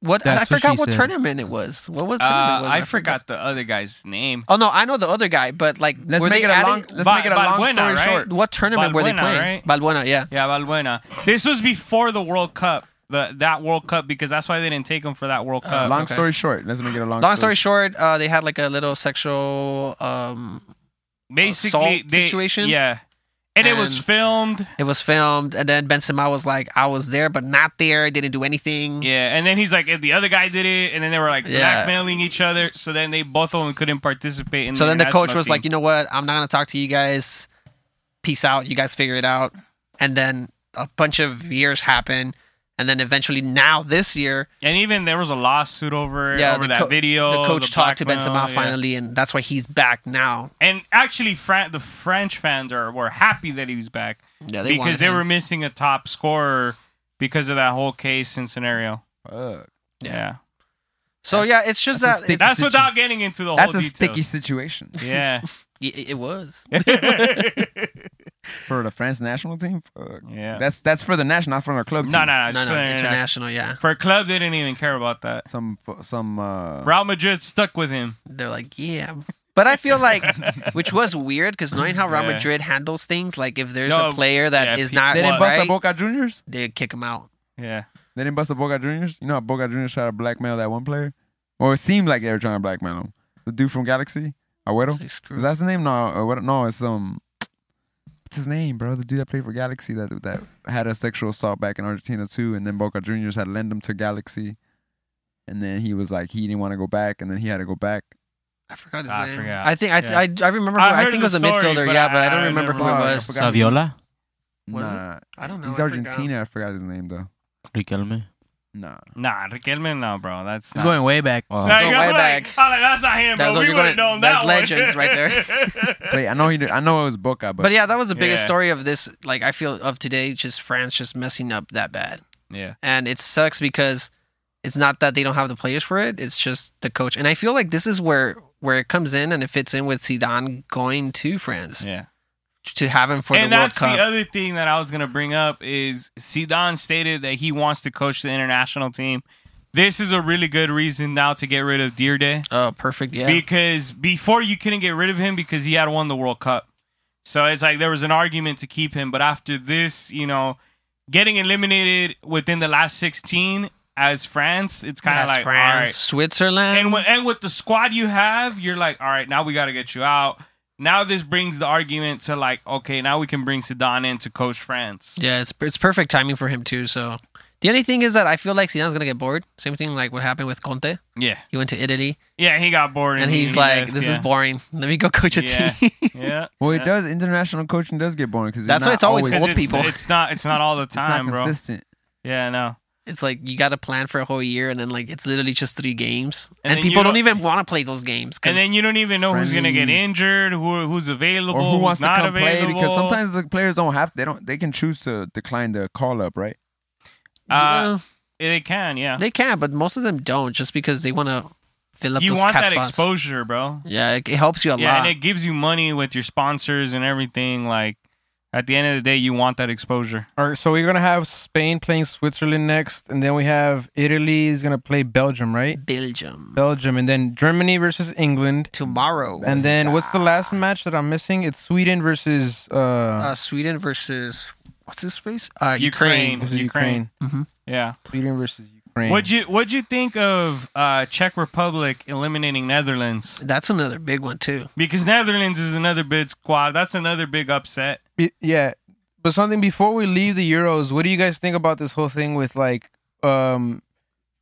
D: what I
B: That's what
D: forgot
B: she
D: what
B: said.
D: tournament it was. What was
A: Uh,
D: tournament it was?
A: I forgot the other guy's name.
D: Oh no, I know the other guy, but like
C: Let's
D: were
C: make
D: they
C: it a long.
D: adding-
C: Let's
A: Ba-
C: make it a long
A: Balbuena,
C: story
A: right?
C: short.
D: what tournament were they
A: Balbuena,
D: playing?
A: right?
D: Balbuena, yeah.
A: Yeah, Valbuena. This was before the World Cup. The that World Cup because that's why they didn't take him for that World Cup.
C: Long
D: okay.
C: story short. Let's make it a long.
D: Long story short, uh, they had like a little sexual um
A: Basically,
D: assault
A: they-
D: situation?
A: Yeah, and, it was
D: And-
A: filmed.
D: it was filmed and then Benzema was like, I was there but not there, I didn't do anything.
A: Yeah, and then he's like, "If the other guy did it, and then they were like
D: Yeah.
A: blackmailing each other. So then they both of them couldn't participate. In
D: So then the coach
A: international
D: was
A: team.
D: like, you know what? I'm not going to talk to you guys. Peace out. You guys figure it out. And then a bunch of years happen. And then eventually now this year,
A: and even there was a lawsuit over
D: yeah,
A: over
D: the
A: that
D: co-
A: video.
D: the coach talked to
A: blackmail,
D: Benzema
A: yeah.
D: finally, and that's why he's back now.
A: And actually, Fran- the French fans are were happy that he was back
D: Yeah, they
A: because
D: wanted
A: they
D: him.
A: were missing a top scorer because of that whole case and scenario.
C: Fuck.
D: Yeah.
A: Yeah,
D: So yeah, it's just
C: That's a
D: that
C: stick-
D: it's,
A: that's
C: It's-
A: without getting into the
C: That's
A: whole
C: a
D: (laughs)
A: details.
C: sticky situation.
A: Yeah.
D: it, it was.
C: for the France national team. Fuck.
A: Yeah.
C: That's that's for the national, not for our club.
A: no, no,
C: team.
A: no,
D: No,
A: just
D: no,
A: for international.
D: international. Yeah,
A: For a club, they didn't even care about that.
C: Some some. Uh,
A: Real Madrid stuck with him.
D: they're like, yeah. But I
A: (laughs)
D: feel like, which was weird, because knowing how Real
A: Yeah.
D: Madrid handles things, like if there's
A: No,
D: a player that is
A: yeah, pe-
D: not
C: they didn't bust
D: right,
C: the Boca Juniors.
D: they kick him out.
A: Yeah.
C: They didn't bust the Boca Juniors. You know how Boca Juniors tried to blackmail that one player, or it seemed like they were trying to blackmail him. The dude from Galaxy, Agüero.
D: Like, screw
C: Is that his name? No, Agüero. No, it's um, what's his name, bro? The dude that played for Galaxy that that had a sexual assault back in Argentina too, and then Boca Juniors had lend him to Galaxy, and then he was like he didn't want to go back, and then he had to go back.
D: I forgot his
A: I
D: name.
A: forgot.
D: I think I,
A: Yeah.
D: I I remember. Who,
A: I
D: I,
A: heard
D: think it was
A: the
D: a
A: story,
D: midfielder.
A: but
D: yeah, but I
A: I
D: don't remember who it
C: never-
D: was.
C: I forgot.
E: Saviola,
D: What-
C: Nah,
D: I don't know.
C: he's
D: I forgot.
C: Argentina. I forgot his name though.
D: (laughs)
E: Riquelme.
C: Nah,
A: Nah, Riquelme, no, bro. That's
E: He's
A: not.
E: going way back.
A: Nah,
E: Wow.
A: you're
D: Go way
A: like-
D: back.
A: I'm like, that's not him,
D: That's
A: bro.
D: what
A: We
D: you're
A: would have
D: gonna-
A: known
D: that's
A: that one.
D: legends right
A: there. (laughs)
C: But I know he. Did, I know it was Boca, but,
D: But yeah, that was the biggest
A: Yeah.
D: story of this. Like I feel of today, just France just messing up that bad,
A: yeah.
D: and it sucks because it's not that they don't have the players for it. It's just the coach, and I feel like this is where where it comes in and it fits in with Zidane going to France
A: Yeah.
D: to have him for
A: and
D: the World
A: that's
D: Cup.
A: the other thing that I was gonna bring up is Zidane stated that he wants to coach the international team. This is a really good reason now to get rid of Deirde
D: oh, perfect. Yeah,
A: because before you couldn't get rid of him because he had won the World Cup. So it's like there was an argument to keep him, but after this, you know, getting eliminated within the last 16 as France, it's kind of
D: That's
A: like
D: France,
A: all right.
D: Switzerland.
A: And, when, and with the squad you have, you're like, all right, now we got to get you out. Now this brings the argument to like, okay, now we can bring Sedan in to coach France.
D: Yeah, it's it's perfect timing for him too. So the only thing is that I feel like Zidane's gonna get bored. Same thing like what happened with Conte.
A: Yeah,
D: He went to Italy
A: yeah, he got bored,
D: and,
A: he-
D: he's
A: he
D: like,
A: left,
D: "This is
A: yeah.
D: boring. Let me go (laughs) coach a
A: Yeah.
D: team."
A: (laughs) Yeah,
C: well, it
A: yeah.
C: does. International coaching does get boring because
D: That's why it's always
C: always
A: 'Cause
D: old
A: it's,
D: people.
A: It's not. It's not all the
C: It's not
A: time, bro.
C: consistent.
A: Yeah, no.
D: it's like you got to plan for a whole year, and then like it's literally just three games,
A: And
D: and,
A: then you
D: people don't,
A: don't-
D: even want to play those games. 'cause-
A: And then you don't even know who's gonna get
C: friendlies.
A: injured, who who's available,
C: or who
A: who's
C: wants to
A: not
C: come
A: available.
C: play because sometimes the players don't have they don't they can choose to decline the call up right
A: uh, they can, yeah.
D: Yeah, they can, but most of them don't, just because they want to fill up.
A: you
D: those
A: want
D: cap
A: that
D: spots.
A: exposure, bro.
D: Yeah, it, it helps you a
A: yeah,
D: lot.
A: and it gives you money with your sponsors and everything. Like at the end of the day, you want that exposure.
B: All right, so we're gonna have Spain playing Switzerland next, and then we have Italy is gonna play Belgium, right?
D: Belgium
B: Belgium, and then Germany versus England,
D: tomorrow,
B: and then what's the last match that I'm missing? It's Sweden versus uh,
D: uh, Sweden versus what's his face? Uh,
A: Ukraine.
B: versus Ukraine.
A: Yeah.
B: Sweden versus Ukraine.
A: What'd you What'd you think of uh, Czech Republic eliminating Netherlands?
D: That's another big one too.
A: Because Netherlands is another big squad. That's another big upset.
B: Be- yeah, but something before we leave the Euros, what do you guys think about this whole thing with like, um,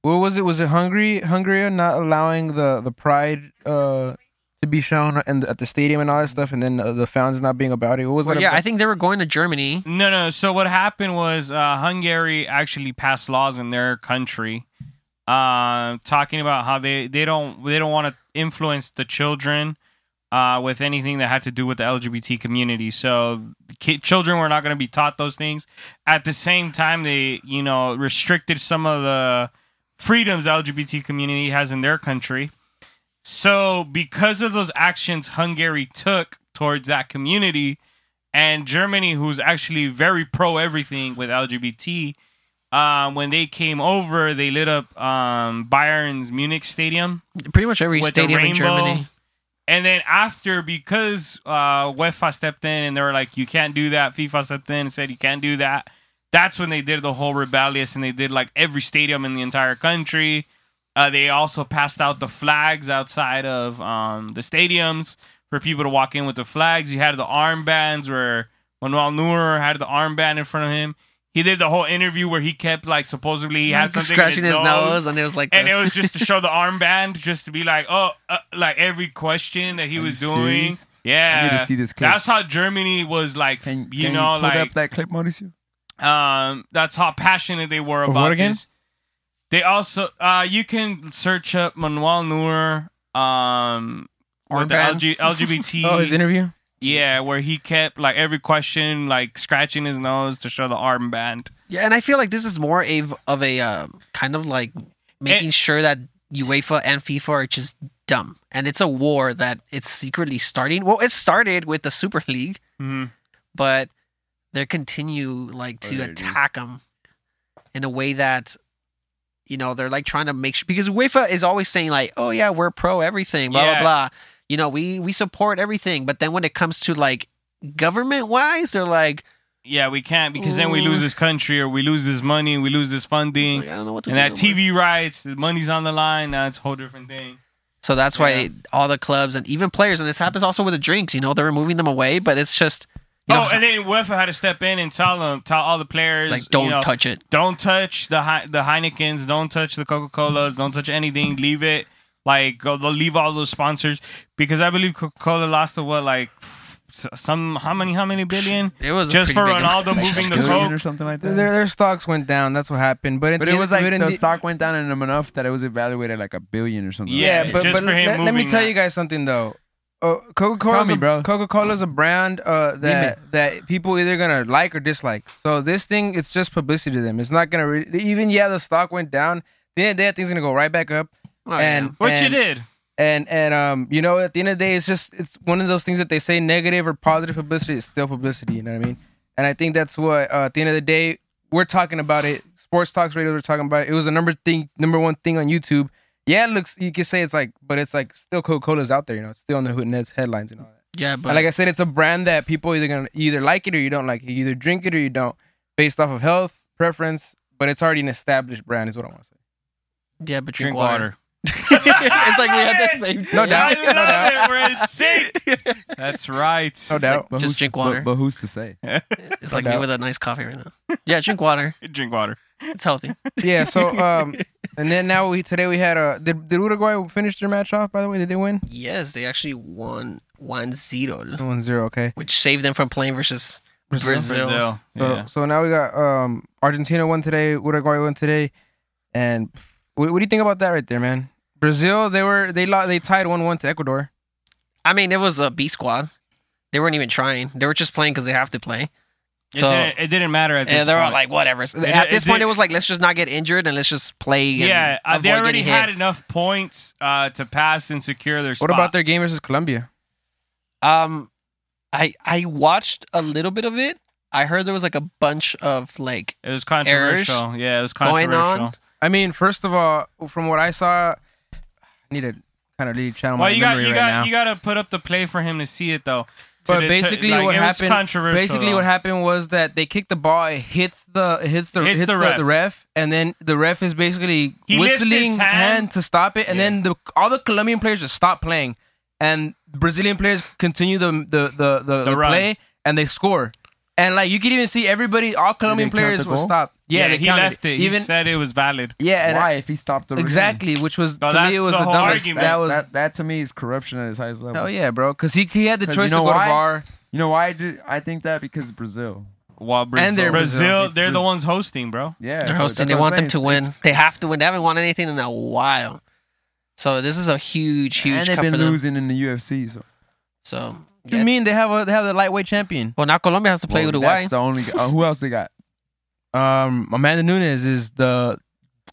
B: what was it? Was it Hungary? Hungary not allowing the the pride uh to be shown and at the stadium and all that stuff, and then uh, the fans not being about it. What was
D: Well,
B: that?
D: yeah,
B: about?
D: I think they were going to Germany.
A: No, no. So what happened was uh, Hungary actually passed laws in their country, uh, talking about how they, they don't they don't want to influence the children uh, with anything that had to do with the LGBT community. So ki- children were not going to be taught those things. At the same time, they you know restricted some of the freedoms the LGBT community has in their country. So because of those actions Hungary took towards that community and Germany, who's actually very pro everything with LGBT, um, when they came over, they lit up um, Bayern's Munich Stadium
D: Pretty much every
A: with the
D: stadium
A: rainbow.
D: in Germany.
A: And then after, because uh, UEFA stepped in and they were like, "You can't do that," FIFA stepped in and said, "You can't do that." That's when they did the whole rebellious and they did like every stadium in the entire country. Uh, they also passed out the flags outside of um, the stadiums for people to walk in with the flags. You had the armbands where Manuel Neuer had the armband in front of him. He did the whole interview where he kept like supposedly he had something in
D: scratching his nose, and it was like,
A: and
D: the-
A: it was just to show the armband, just to be like, oh, uh, like every question that he
C: Are
A: was
C: you
A: doing.
C: serious?
A: Yeah,
C: I need to see this clip.
A: That's how Germany was like,
C: can
A: you
C: can
A: know,
C: you pull
A: like
C: up that clip Mauricio
A: um, that's how passionate they were
B: Of
A: about
B: what again?
A: this. They also, uh, you can search up Manuel Neuer, um, with the LG,
C: (laughs)
D: Armband?
A: LGBT.
B: Oh, his interview.
A: yeah, where he kept like every question, like scratching his nose to show the armband.
D: yeah, and I feel like this is more a, of a uh, kind of like making sure that UEFA and FIFA are just dumb, and it's a
C: Mm-hmm.
D: war that it's secretly starting. Well, it started with the Super League,
A: Mhm.
D: but they continue like
A: Oh,
D: to
C: there it is.
D: attack him in a way that you know they're like trying to make sure because UEFA is always saying like, oh yeah, we're pro everything, blah
A: Yeah.
D: blah blah. You know, we we support everything, but then when it comes to like government wise, they're like,
A: Yeah, we can't because then we
C: Oh.
A: lose this country or we lose this money, we lose this funding,
D: like, I don't know what to
A: and
D: do
A: that
D: no more."
A: TV rights, the money's on the line. That's a whole different thing.
D: So that's why
A: Yeah.
D: all the clubs and even players, and this happens also with the drinks. You know, they're removing them away, but it's just you know, (laughs)
A: oh, and then UEFA had to step in and tell them, tell all the players,
D: it's like don't
A: you know,
D: touch it.
A: don't touch the Hei- the Heinekens, don't touch the Coca Colas, don't touch anything. Leave it like go, they'll leave all those sponsors because I believe Coca Cola lost to what like s- some how many how many billion
D: It was a
A: just
D: pretty
A: for
D: big amount.
A: Ronaldo
D: Like,
A: moving the
C: Billion
A: coke.
C: or something like that.
B: Their, their stocks went down. That's what happened. But, at
C: but
B: the
C: it
B: end-
C: was like
B: but in
C: the
B: the-
C: stock went down and enough that it was evaluated like a billion or something.
A: Yeah,
B: Yeah, but,
A: just
B: but
A: for him
B: let, let me
A: moving
B: tell
A: that.
B: you guys something though. Uh, Coca Cola's
C: Tell me, bro.
B: a, Coca Cola's a brand uh, that that people either gonna like or dislike. So this thing, it's just publicity to them. It's not gonna re- even yeah, the stock went down. The end of the day, that thing's gonna go right back up.
D: Oh,
B: and
D: yeah.
A: What you
B: and-
A: did?
B: and and um, you know, at the end of the day, it's just it's one of those things that they say negative or positive publicity is still publicity. You know what I mean? And I think that's what uh, at the end of the day we're talking about it. Sports Talks Radio, we're talking about it. It was a number thing, number one thing on YouTube. Yeah, it looks you could say it's like, but it's like still Coca Cola's out there. You know, it's still on the Hootenets headlines and all that.
D: yeah,
B: and
D: but
B: like I said, it's a brand that people either gonna either like it or you don't like it. You either drink it or you don't, based off of health preference. But it's already an established brand, is what I want to say.
D: yeah, but
A: Drink water.
D: (laughs) it's like we had that
A: (laughs)
D: same.
B: No doubt.
A: I love it. We're
D: (laughs)
A: in sync. That's right.
B: No doubt.
C: But
D: Just
C: who's-
D: drink water.
C: But, but who's to say?
D: It's like
B: No
D: me
B: doubt.
D: with a nice coffee right now. Yeah, drink water.
A: Drink water.
D: It's healthy.
A: (laughs)
B: yeah. So um, and then now we today we had a did, did Uruguay finish their match off? By the way, did they win?
D: (laughs) yes, they actually won 1-0,
B: One zero. Okay.
D: which saved them from playing versus Brazil.
A: Brazil.
B: So
A: Yeah.
B: so now we got um Argentina won today, Uruguay won today, and what, what do you think about that right there, man? Brazil they were they lo- they tied one one to Ecuador.
D: I mean, it was a B squad. They weren't even trying. They were just playing because they have to play.
A: It,
D: So-
A: didn't, it didn't matter at this
D: and they're all
A: point.
D: like, whatever. At
A: It- it
D: this point,
A: did-
D: it was like, let's just not get injured and let's just play. And
A: yeah, uh, they
D: avoid
A: already
D: getting
A: had
D: hit.
A: enough points uh, to pass and secure their spot.
B: What about their game versus Colombia?
D: Um, I I watched a little bit of it. I heard there was like a bunch of like
A: It was controversial. yeah, it was
D: going
A: controversial.
D: on.
B: I mean, first of all, from what I saw, I need to kind of really channel
A: Well,
B: my
A: you got
B: memory
A: you
B: right
A: got
B: now.
A: you got to put up the play for him to see it though. To the-
B: But
A: to-
B: basically,
A: like,
B: what
A: it was
B: happened?
A: controversial.
B: basically,
A: though.
B: what happened was that they kicked the ball. It hits the it hits the
A: Hits
B: hits,
A: the
B: the, the
A: ref.
B: ref. and then the ref is basically
A: He lifts his
B: whistling hand.
A: hand.
B: to stop it, and then the all the Colombian players just stop playing, and Brazilian players continue the the the the, the
A: run.
B: play, and they score. And like you could even see everybody, all Colombian
C: count
B: players
C: the
B: were
C: goal?
B: stopped. Yeah,
A: Yeah,
B: they
A: he
B: counted
A: left it.
B: Even
A: he said it was valid.
B: yeah, and
C: Why if he stopped the
B: exactly, which was
A: No,
B: to
A: that's
B: me it was
A: the
B: the,
A: whole
B: dumbest.
A: argument.
B: That was
C: that, that to me is corruption at its highest level.
B: hell yeah, bro, because he he had the
C: 'Cause
B: choice
C: you
B: to
C: know
B: go
C: why?
B: to VAR.
C: You know why I do? I think that because Brazil.
A: While Brazil,
B: they're
A: Brazil,
B: Brazil.
A: they're the ones hosting, bro.
C: Yeah,
D: They're
C: so
D: hosting.
C: that's
D: They
C: what
D: want
C: I'm
D: them to
C: saying.
D: win. They have to win. They haven't won anything in a while. So this is a huge, huge
C: and
D: cup
C: they've
D: for
C: been
D: them.
C: losing in the UFC. So
D: So
B: You
D: yeah.
B: mean they have a they have the lightweight champion?
D: Well, now Colombia has to play
C: Well,
D: Uruguay.
C: That's the only. Uh, who else they
A: (laughs)
C: got?
B: Um, Amanda Nunes is the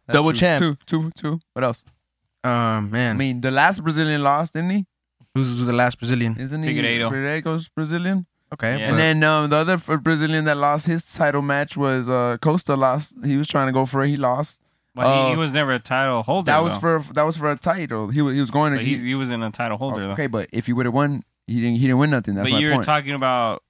C: That's
B: Double
C: two,
B: champ.
C: Two, two, two. What else?
B: um
C: I
B: man
C: mean, the last Brazilian lost, didn't he?
B: who's, who's the last Brazilian.
C: Isn't he?
A: Figueiredo.
C: Figueiredo's Brazilian.
B: Okay,
A: Yeah.
B: but-
C: And then um, the other f- Brazilian that lost his title match was uh, Costa. Lost. He was trying to go for it. He lost.
A: But
C: Uh,
A: he, he was never a title holder.
C: That was
A: though.
C: for that was for a title. He was he was going to.
A: But he,
C: He,
A: he wasn't a title holder though.
C: okay, but if he would have won, he didn't. He didn't win nothing. That's
A: but
C: my
A: you were
C: point.
A: talking about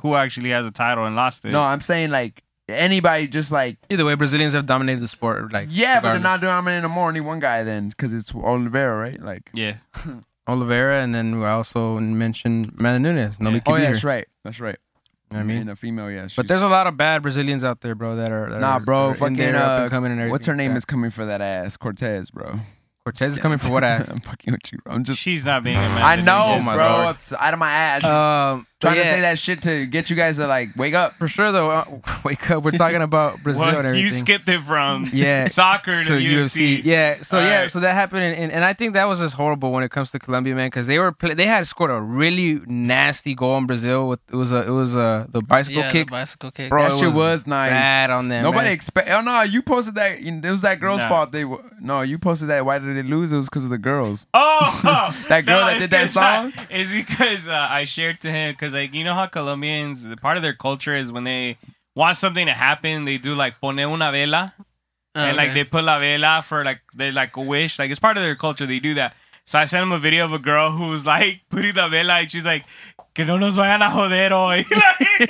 A: who actually has a title and lost it.
C: no, I'm saying like anybody just like
B: either way, Brazilians have dominated the sport. Like
C: yeah, but they're
B: regardless.
C: not dominating no more. Only one guy then because it's Oliveira, right? Like
A: yeah,
B: Oliveira, and then we also mentioned Amanda Nunes. Nobody could
C: oh yeah,
B: beat
C: that's
B: her.
C: right. That's right.
B: You know what I mean,
C: and a female, yeah. she's-
B: but there's a lot of bad Brazilians out there, bro. That are that
C: nah,
B: are-
C: bro.
B: are in
C: Fucking
B: there, up and
C: uh,
B: coming and everything.
C: what's her name
B: Yeah.
C: is coming for that ass Cortez, bro.
B: Cortez is coming for what (laughs) ass?
C: I'm (laughs) fucking with you. Bro. I'm just.
A: she's not being. a man.
C: I know,
B: Oh, my
C: bro.
B: Lord.
C: Up to- out of my ass.
B: um, but
C: trying to
B: yeah,
C: say that shit to get you guys to like wake up.
B: for sure though. Uh, (laughs) wake up, we're talking about Brazil
A: Well,
B: and everything.
A: you skipped it
C: (laughs)
A: from
B: Yeah.
A: soccer to,
B: to UFC.
A: UFC.
B: Yeah. So
A: All
B: yeah.
A: right.
B: So that happened, and, and and I think that was just horrible when it comes to Colombia, man, because they were play- they had scored a really nasty goal in Brazil with it was a it was a the bicycle
D: yeah,
B: kick.
D: the bicycle kick.
B: Bro,
C: that
B: it
C: shit was,
B: was
C: nice.
B: bad on them,
C: Nobody
B: man.
C: expect. Oh no, you posted that. you know, It was that girl's
A: Nah.
C: fault. They were no. You posted that. Why did they lose? It was because of the girls. (laughs)
A: Oh, (laughs)
C: That girl that
A: it's
C: did that
A: 'cause I- It's because uh, I shared to him because because like you know how Colombians, the part of their culture is when they want something to happen, they do like pone una vela,
C: Oh,
A: and like they put la vela for like they like a wish. Like it's part of their culture. They do that. So I sent him a video of a girl who was like (laughs) putting la vela, and she's like, "Que no nos vayan a joder hoy." (laughs) like,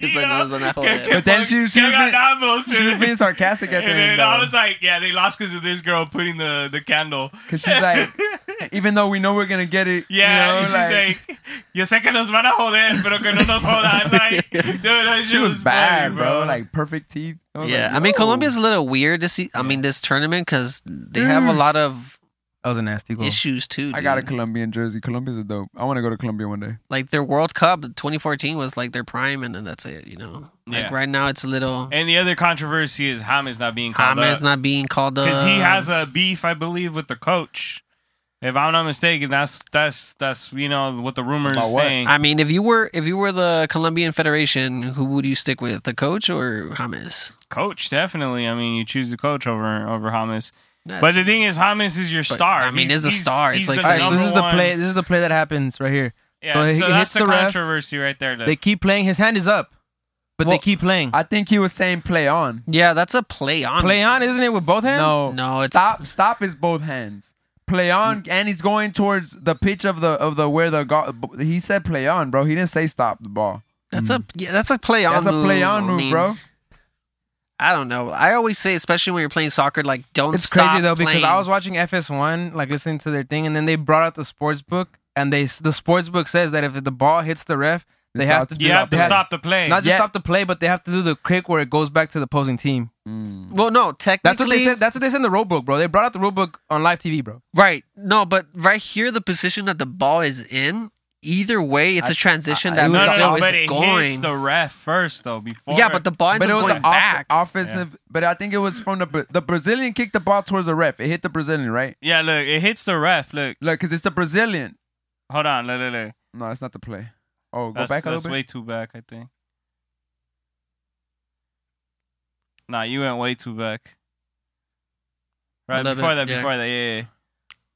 D: It's
A: you
D: like, "No
A: know,
D: nos van a
A: "Que-
D: joder."
A: que
C: But then
A: fuck-
C: she- she
A: que
C: was being-
A: ganamos.
C: She was being
B: (laughs)
C: sarcastic at the
A: And then
C: end.
A: I
C: though.
A: was like, "Yeah, they lost because of this girl putting the the candle."
C: Cause
B: (laughs)
C: she's like, even though we know we're gonna get it,
A: Yeah,
C: you know, like,
A: and she's like, yo sé que nos van a joder, pero que no nos jodan. Like, dude, that shit
C: she was, bad,
A: funny,
C: bro. Like perfect teeth. was
D: yeah,
C: like,
D: I mean
C: "Yo."
D: Colombia's a little weird this. se- I mean this tournament because they have a lot of
B: That was a nasty goal.
D: issues too.
C: I got a
D: dude.
C: Colombian jersey. Colombia's a dope. I want to go to Colombia one day.
D: like their World Cup 2014 was like their prime, and then that's it. You know, like
A: Yeah.
D: right now it's a little
A: and the other controversy is James not being called
D: James
A: up
D: not uh, being called up
A: because he has a beef, I believe, with the coach. If I'm not mistaken, that's that's that's you know what the rumors
C: About what?
A: saying.
D: I mean, if you were if you were the Colombian Federation, who would you stick with, the coach or James?
A: coach, definitely. I mean, you choose the coach over over James.
D: That's-
A: But the thing is, James is your
D: But,
A: star.
D: I mean,
A: He's-
D: he's a star. It's
A: He's,
D: like-
A: he's
B: All
A: the
B: right, so
A: number
B: this is the
A: one.
B: play. This is the play that happens right here.
A: Yeah,
B: so
A: so,
B: he- he hits
A: that's the,
B: the ref.
A: controversy right there. that-
B: They keep playing. His hand is up, but
C: Well,
B: they keep playing.
C: I think he was saying play on.
D: yeah, that's a play on.
B: play on, isn't it? With both hands.
C: No,
D: No, it's-
C: stop. Stop is both hands. Play on, and he's going towards the pitch of the of the where the go- he said play on, bro. He didn't say stop the ball.
D: That's a yeah, that's a play on.
C: That's a play
D: move.
C: on
D: I
C: move,
D: mean,
C: bro.
D: I don't know. I always say, especially when you're playing soccer, like don't.
B: It's
D: stop
B: crazy though because
D: playing.
B: I was watching FS1, like listening to their thing, and then they brought out the sports book, and they the sports book says that if the ball hits the ref, they
C: It's
B: have
C: out
B: to
C: to
B: do
A: you have to
B: they
A: stop the play.
B: Not just
C: Yeah.
B: stop the play, but they have to do the kick where it goes back to the opposing team.
D: Well, no, technically
B: That's what they said. That's what they said in the rule book, bro. They brought out the rule book on live TV, bro.
D: Right. No, but right here, the position that the ball is in. Either way, it's a transition
C: I-
D: that
C: it was
A: no, no,
D: Brazil
A: no,
D: is
A: but it hits
D: going.
A: the ref first though. Before
D: yeah, but the ball ends
C: But
D: up
C: it was
D: going
C: an off-
D: back.
C: offensive. But I think it was from the Bra- the Brazilian kicked the ball towards the ref. It hit the Brazilian, right?
A: Yeah, look, it hits the ref. Look,
C: Look, cause it's the Brazilian.
A: hold on, look, look, look.
C: No, it's not the play. Oh, go
A: That's,
C: back a
A: that's
C: little bit.
A: way too back, I think. Nah, you went way too back. Right
D: little
A: before
D: bit,
A: that,
D: yeah.
A: before that, yeah, yeah.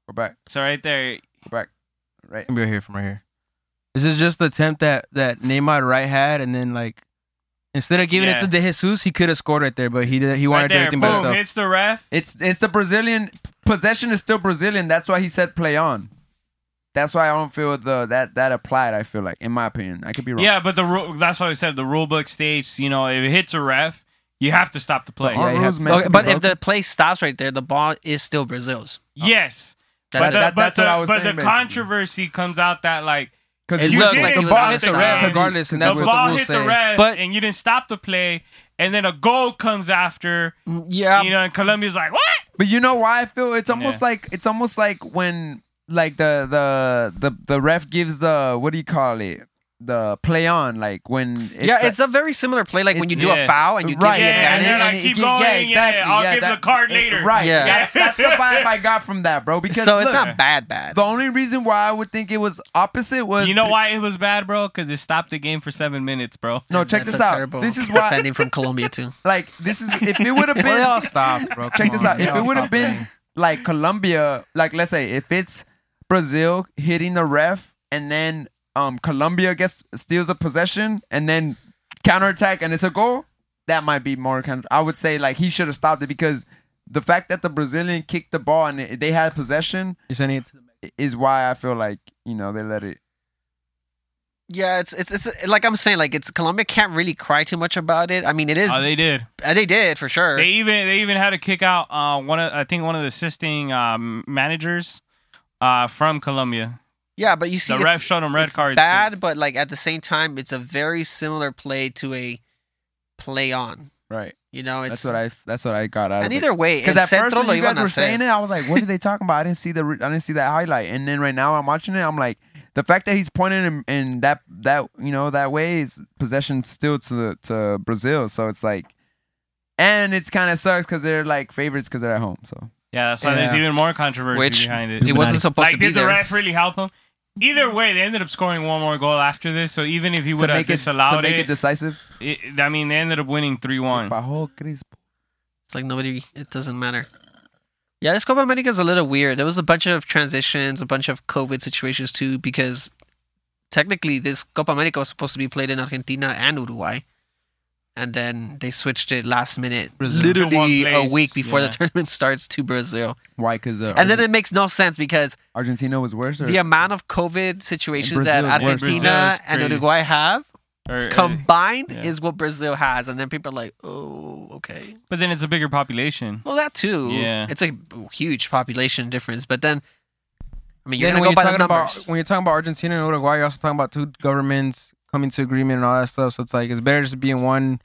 C: Go back.
A: So right there,
C: Go back. Right.
B: From right here, from right here. This is just the attempt that that Neymar right had, and then like instead of giving
A: Yeah.
B: it to De Jesus, he could have scored right there, but he did, he wanted
A: right
B: to do
A: there,
B: everything by
A: boom,
B: himself.
A: hits the ref.
C: It's it's the Brazilian possession is still Brazilian. That's why he said play on. That's why I don't feel the that that applied. I feel like, in my opinion, I could be wrong.
A: Yeah, but the rule, that's why we said the rule book states, you know, if it hits a ref, you have to stop the play.
B: Uh-huh.
C: Yeah, Aren't you have rules to-
D: Okay,
C: meant to be
D: but if
C: broken?
D: the play stops right there, the ball is still Brazil's.
A: Yes.
D: That's
A: but
D: it.
A: the,
C: that-
A: but
C: that's
A: the,
C: what I was
A: but
C: saying,
A: the
C: basically.
A: controversy comes out that, like,
C: because
D: It
C: you
D: looked
C: did-
D: like it
C: the
D: was
C: ball hit the
A: outside.
C: ref
B: Regardless, and
A: the
B: that's what the
A: ball
B: rules
A: hit the
B: say.
A: ref
D: But-
A: and you didn't stop the play, and then a goal comes after,
D: Yeah,
A: you know, and Colombia's like, what?
C: But you know why I feel it's almost
A: Yeah.
C: like it's almost like when like the the the the ref gives the what do you call it the play on like when it's
D: yeah,
C: the-
D: it's a very similar play. Like when you
C: It's-
D: do
A: yeah.
D: a foul and you
C: Right.
D: give the
A: Yeah, and
D: advantage.
A: they're like,
C: it
A: keep
C: gi-
A: going, yeah, I'll give the card
C: it-
A: later.
C: right.
D: Yeah.
C: That's, that's the vibe I got from
A: (laughs)
C: that, bro. Because
D: so it's
C: look,
D: not bad, bad.
C: the only reason why I would think it was opposite was
A: You know why it was bad, bro? Because it stopped the game for seven minutes, bro.
C: No, check
D: That's
C: this
D: a
C: out.
D: terrible
C: This is why
D: (laughs) defending from Colombia too.
C: like this is if it would
B: (laughs)
C: have
B: Well, they all
C: been
B: stopped, bro.
C: check
B: Come
C: this
B: on,
C: out.
B: they
C: If
B: all
C: it would have
B: stopped
C: been
B: playing.
C: like Colombia, like let's say if it's Brazil hitting the ref and then um Colombia gets steals the possession and then counterattack and it's a goal, that might be more counter. I would say like he should have stopped it because the fact that the Brazilian kicked the ball and it- they had possession
B: You're sending it to the
C: is why I feel like you know they let it.
D: (laughs) Yeah, it's it's it's like I'm saying, like it's Colombia can't really cry too much about it. I mean, it is
A: Oh,
D: uh,
A: they did.
D: they, did for sure.
A: They even they even had to kick out uh, one of I think one of the assisting um, managers uh, from Colombia.
D: yeah, but you see,
A: The
D: it's-
A: ref showed them red
D: it's
A: cards.
D: Bad,
A: too.
D: but like at the same time, it's a very similar play to a play on.
C: Right.
D: You know, it's
C: That's what I. That's what I got out
D: and
C: of it.
D: either way,
C: Because
D: el
C: at first
D: centro
C: when
D: lo
C: you
D: iban
C: guys
D: a
C: were
D: hacer.
C: saying it, I was like, "What are they talking about?" I didn't see the re- I didn't see that highlight. And then right now I'm watching it. I'm like, the fact that he's pointing in, in that that you know that way is possession still to to Brazil. So it's like, and it's kind of sucks because they're like favorites because they're at home. So
A: yeah, that's why there's
B: Yeah.
A: even more controversy
D: Which-
A: behind it.
D: it wasn't supposed
A: like,
D: to be
A: did the
D: there.
A: ref really help him? Either way, they ended up scoring one more goal after this. So even if he
C: to
A: would have
C: make it to
A: disallowed
C: make it,
A: it,
C: decisive.
A: it- I mean, they ended up winning three one.
C: Pajol Crispo.
D: It's like nobody. It doesn't matter. Yeah, this Copa America is a little weird. There was a bunch of transitions, a bunch of COVID situations too, because technically this Copa America was supposed to be played in Argentina and Uruguay, and then they switched it last minute,
A: Brazil. To one
D: literally a
A: place,
D: week before
A: yeah.
D: the tournament (laughs) starts to Brazil.
C: Why? Because uh,
D: And then it makes no sense because
C: Argentina was worse. Or?
D: the amount of COVID situations
C: Brazil is
D: that
C: worse.
A: Brazil is
D: Argentina and
A: crazy.
D: Uruguay have
A: Or, uh,
D: combined
A: yeah.
D: is what Brazil has, and then people are like, "Oh, okay."
A: but then it's a bigger population.
D: Well, that too.
A: Yeah.
D: it's a huge population difference. But then, I mean, you're
B: Then
D: gonna go by the
B: talking about
D: numbers.
B: when you're talking about Argentina and Uruguay, you're also talking about two governments coming to agreement and all that stuff. So it's like it's better just being one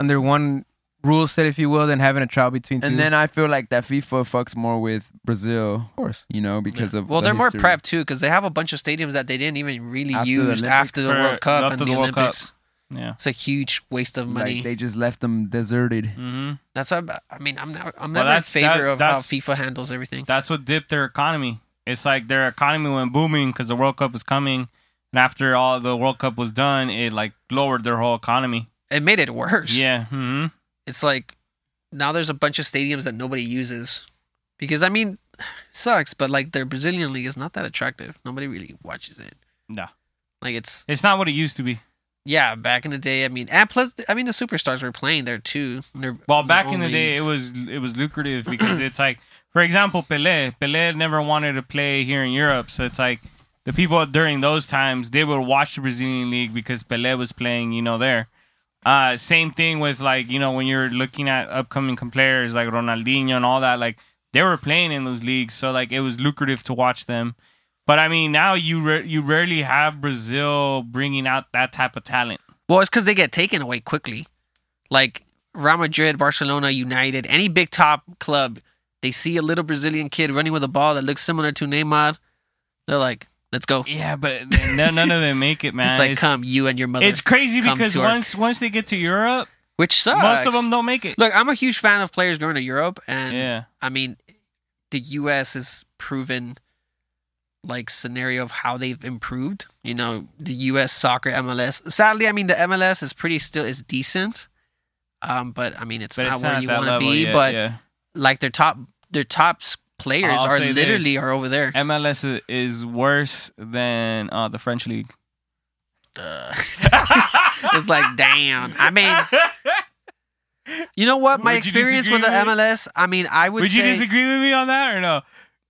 B: under one rule set, if you will, than having a trial between two.
C: And then I feel like that FIFA fucks more with Brazil,
B: of course,
C: you know, because of
D: well,
C: the
D: they're more
C: history.
D: prepped too because they have a bunch of stadiums that they didn't even really
C: After the
D: use
C: Olympics.
D: after the
A: For-
D: World Cup
A: after
D: and
A: the
D: the,
A: World Cup.
D: Olympics.
A: Yeah.
D: It's a huge waste of money.
C: Like they just left them deserted.
A: hmm
D: that's why I'm- I mean, I'm never, I'm
A: Well,
D: never in
A: that's- that-
D: favor of how
A: that's-
D: FIFA handles everything.
A: That's what dipped their economy. It's like their economy went booming because the World Cup was coming, and after all the World Cup was done, it like lowered their whole economy.
D: It made it worse.
A: Yeah. hmm
D: it's like now there's a bunch of stadiums that nobody uses because I mean, (sighs) it sucks, but like their Brazilian league is not that attractive. Nobody really watches it.
A: No.
D: Like it's
A: It's not what it used to be.
D: Yeah, back in the day, I mean, and plus, I mean, the superstars were playing there too. They're-
A: Well,
D: they're
A: back
D: own
A: in the day, it
D: leagues.
A: was it was lucrative because it's like, for example, Pele. Pele never wanted to play here in Europe, so it's like the people during those times they would watch the Brazilian league because Pele was playing, you know, there. Uh, same thing with like you know when you're looking at upcoming com- players like Ronaldinho and all that, like they were playing in those leagues, so like it was lucrative to watch them. But I mean, now you ra- you rarely have Brazil bringing out that type of talent.
D: well, it's because they get taken away quickly. Like Real Madrid, Barcelona, United, any big top club, they see a little Brazilian kid running with a ball that looks similar to Neymar. They're like, "Let's go!"
A: Yeah, but no, none of them make it, man.
D: it's like,
A: It's-
D: "Come, you and your mother."
A: It's crazy
D: come
A: because
D: to our- Ah,
A: once once they get to Europe,
D: which sucks.
A: most of them don't make it.
D: Look, I'm a huge fan of players going to Europe, and
A: Yeah,
D: I mean, the U.S. has proven like scenario of how they've improved. You know, the U.S. soccer MLS. Sadly, I mean, the MLS is pretty still is decent, um, but I mean, it's
A: but
D: not
A: it's
D: where
A: not
D: you
A: that
D: want to
A: level
D: be.
A: yet,
D: but
A: yeah.
D: like their top, their top s- players
A: I'll
D: are
A: say
D: literally
A: this.
D: are
A: (laughs)
D: over there.
A: MLS i- is worse than uh, the French
D: (laughs)
A: league.
D: it's like, damn.
A: (laughs)
D: I mean. You know what?
A: Would
D: My
A: you
D: experience with the
A: disagree with
D: MLS, I mean, I would,
A: Would you
D: say
A: disagree with me on that or no?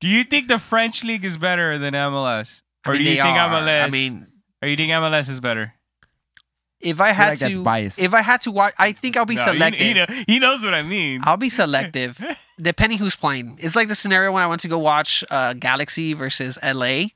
A: Do you think the French league is better than MLS,
D: I
A: or
D: mean,
A: do you
D: they
A: think
D: are.
A: MLS?
D: I mean,
A: or you think MLS is better?
D: if I
C: I
D: had
C: feel like
D: to,
C: that's biased.
D: if I had to watch, I think I'll be
A: No, he-
D: selective.
A: He, know- he knows what I mean.
D: I'll be selective,
A: (laughs)
D: depending who's playing. It's like the scenario when I went to go watch uh, Galaxy versus LA.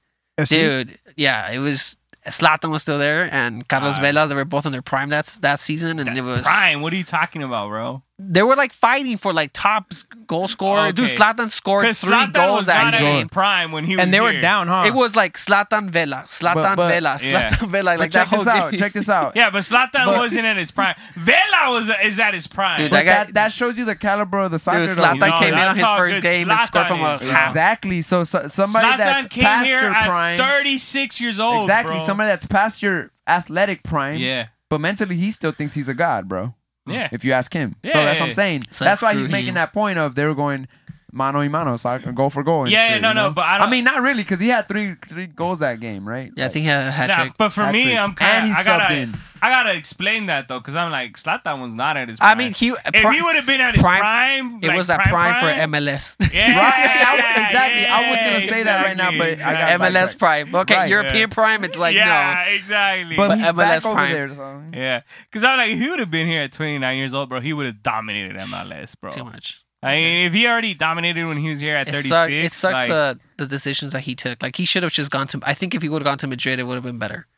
D: Dude, yeah, it was Slatan was still there and Carlos
A: Ah.
D: Vela. They were both in their prime that's that season, and
A: That
D: it was
A: Prime. What are you talking about, bro?
D: they were like fighting for like top s- goal scorer. Dude,
A: Okay.
D: Slatan scored
A: Because
D: three
A: Slatan
D: goals
A: was not
D: that
A: at his
D: game.
A: prime when he was
B: and they were
A: here.
B: down, huh?
D: It was like Slatan Vela, Slatan
B: but-
D: Vela,
A: yeah.
D: Slatan Vela,
C: But
D: like that
C: check
D: whole
C: this out.
D: game.
C: Check
A: (laughs)
C: this out.
A: Yeah, but Slatan wasn't at his prime. Vela was is at his prime.
D: Dude,
C: But
D: That guy-
C: that, that shows you the caliber of the soccer.
D: Dude,
C: though.
D: Slatan
A: No,
D: came in on
A: that's
D: his
A: how
D: first
A: good
D: game and scored
A: Zlatan
D: from a
A: is, bro.
D: half.
C: Exactly. So, so somebody
A: Zlatan
C: that's
A: came
C: past
A: here
C: your
A: at
C: prime.
A: 36 years old.
C: exactly.
A: bro.
C: Somebody that's past your athletic prime.
A: Yeah.
C: But mentally, he still thinks he's a god, bro.
A: Yeah.
C: If you ask him. So
A: Yeah.
C: that's what I'm saying.
D: So
C: that's why
D: screw
C: he's
D: him.
C: making that point of they were going mano y mano, so I can go for goal. and
A: Yeah,
C: shit,
A: no,
C: you
A: no,
C: know?
A: but I don't-
C: mean, not really, because he had three three goals that game, right?
D: Yeah, I
C: Like,
D: think he had a hat
A: Nah,
D: trick.
A: but for me,
C: Patrick.
A: I'm kind
C: And
A: of.
C: he
A: I gotta.
C: subbed in.
A: I gotta explain that though, because I'm like Slatan was not at his.
D: I
A: prime.
D: mean,
C: uh,
D: he-
A: If
D: pri-
A: he would have been at his
D: prime-
A: prime,
D: It
A: like,
D: was that prime, for (laughs) MLS.
A: Yeah,
C: Right? I was- exactly. I was gonna say that right now,
A: exactly,
C: but I got
A: exactly.
D: MLS prime. Okay,
C: Right.
D: European
A: Yeah.
D: prime. It's like
A: yeah, exactly.
C: but,
D: but
C: he's
D: MLS
C: back over
D: prime.
C: there. So.
A: yeah, because I'm like, if he would have been here at 29 years old, bro, he would have dominated MLS, bro.
D: no, too much.
A: I mean, if he already dominated when he was here at
D: It,
A: 36,
D: suck, it sucks
A: like,
D: the the decisions that he took. Like he should have just gone to. I think if he would have gone to Madrid, it would have been better.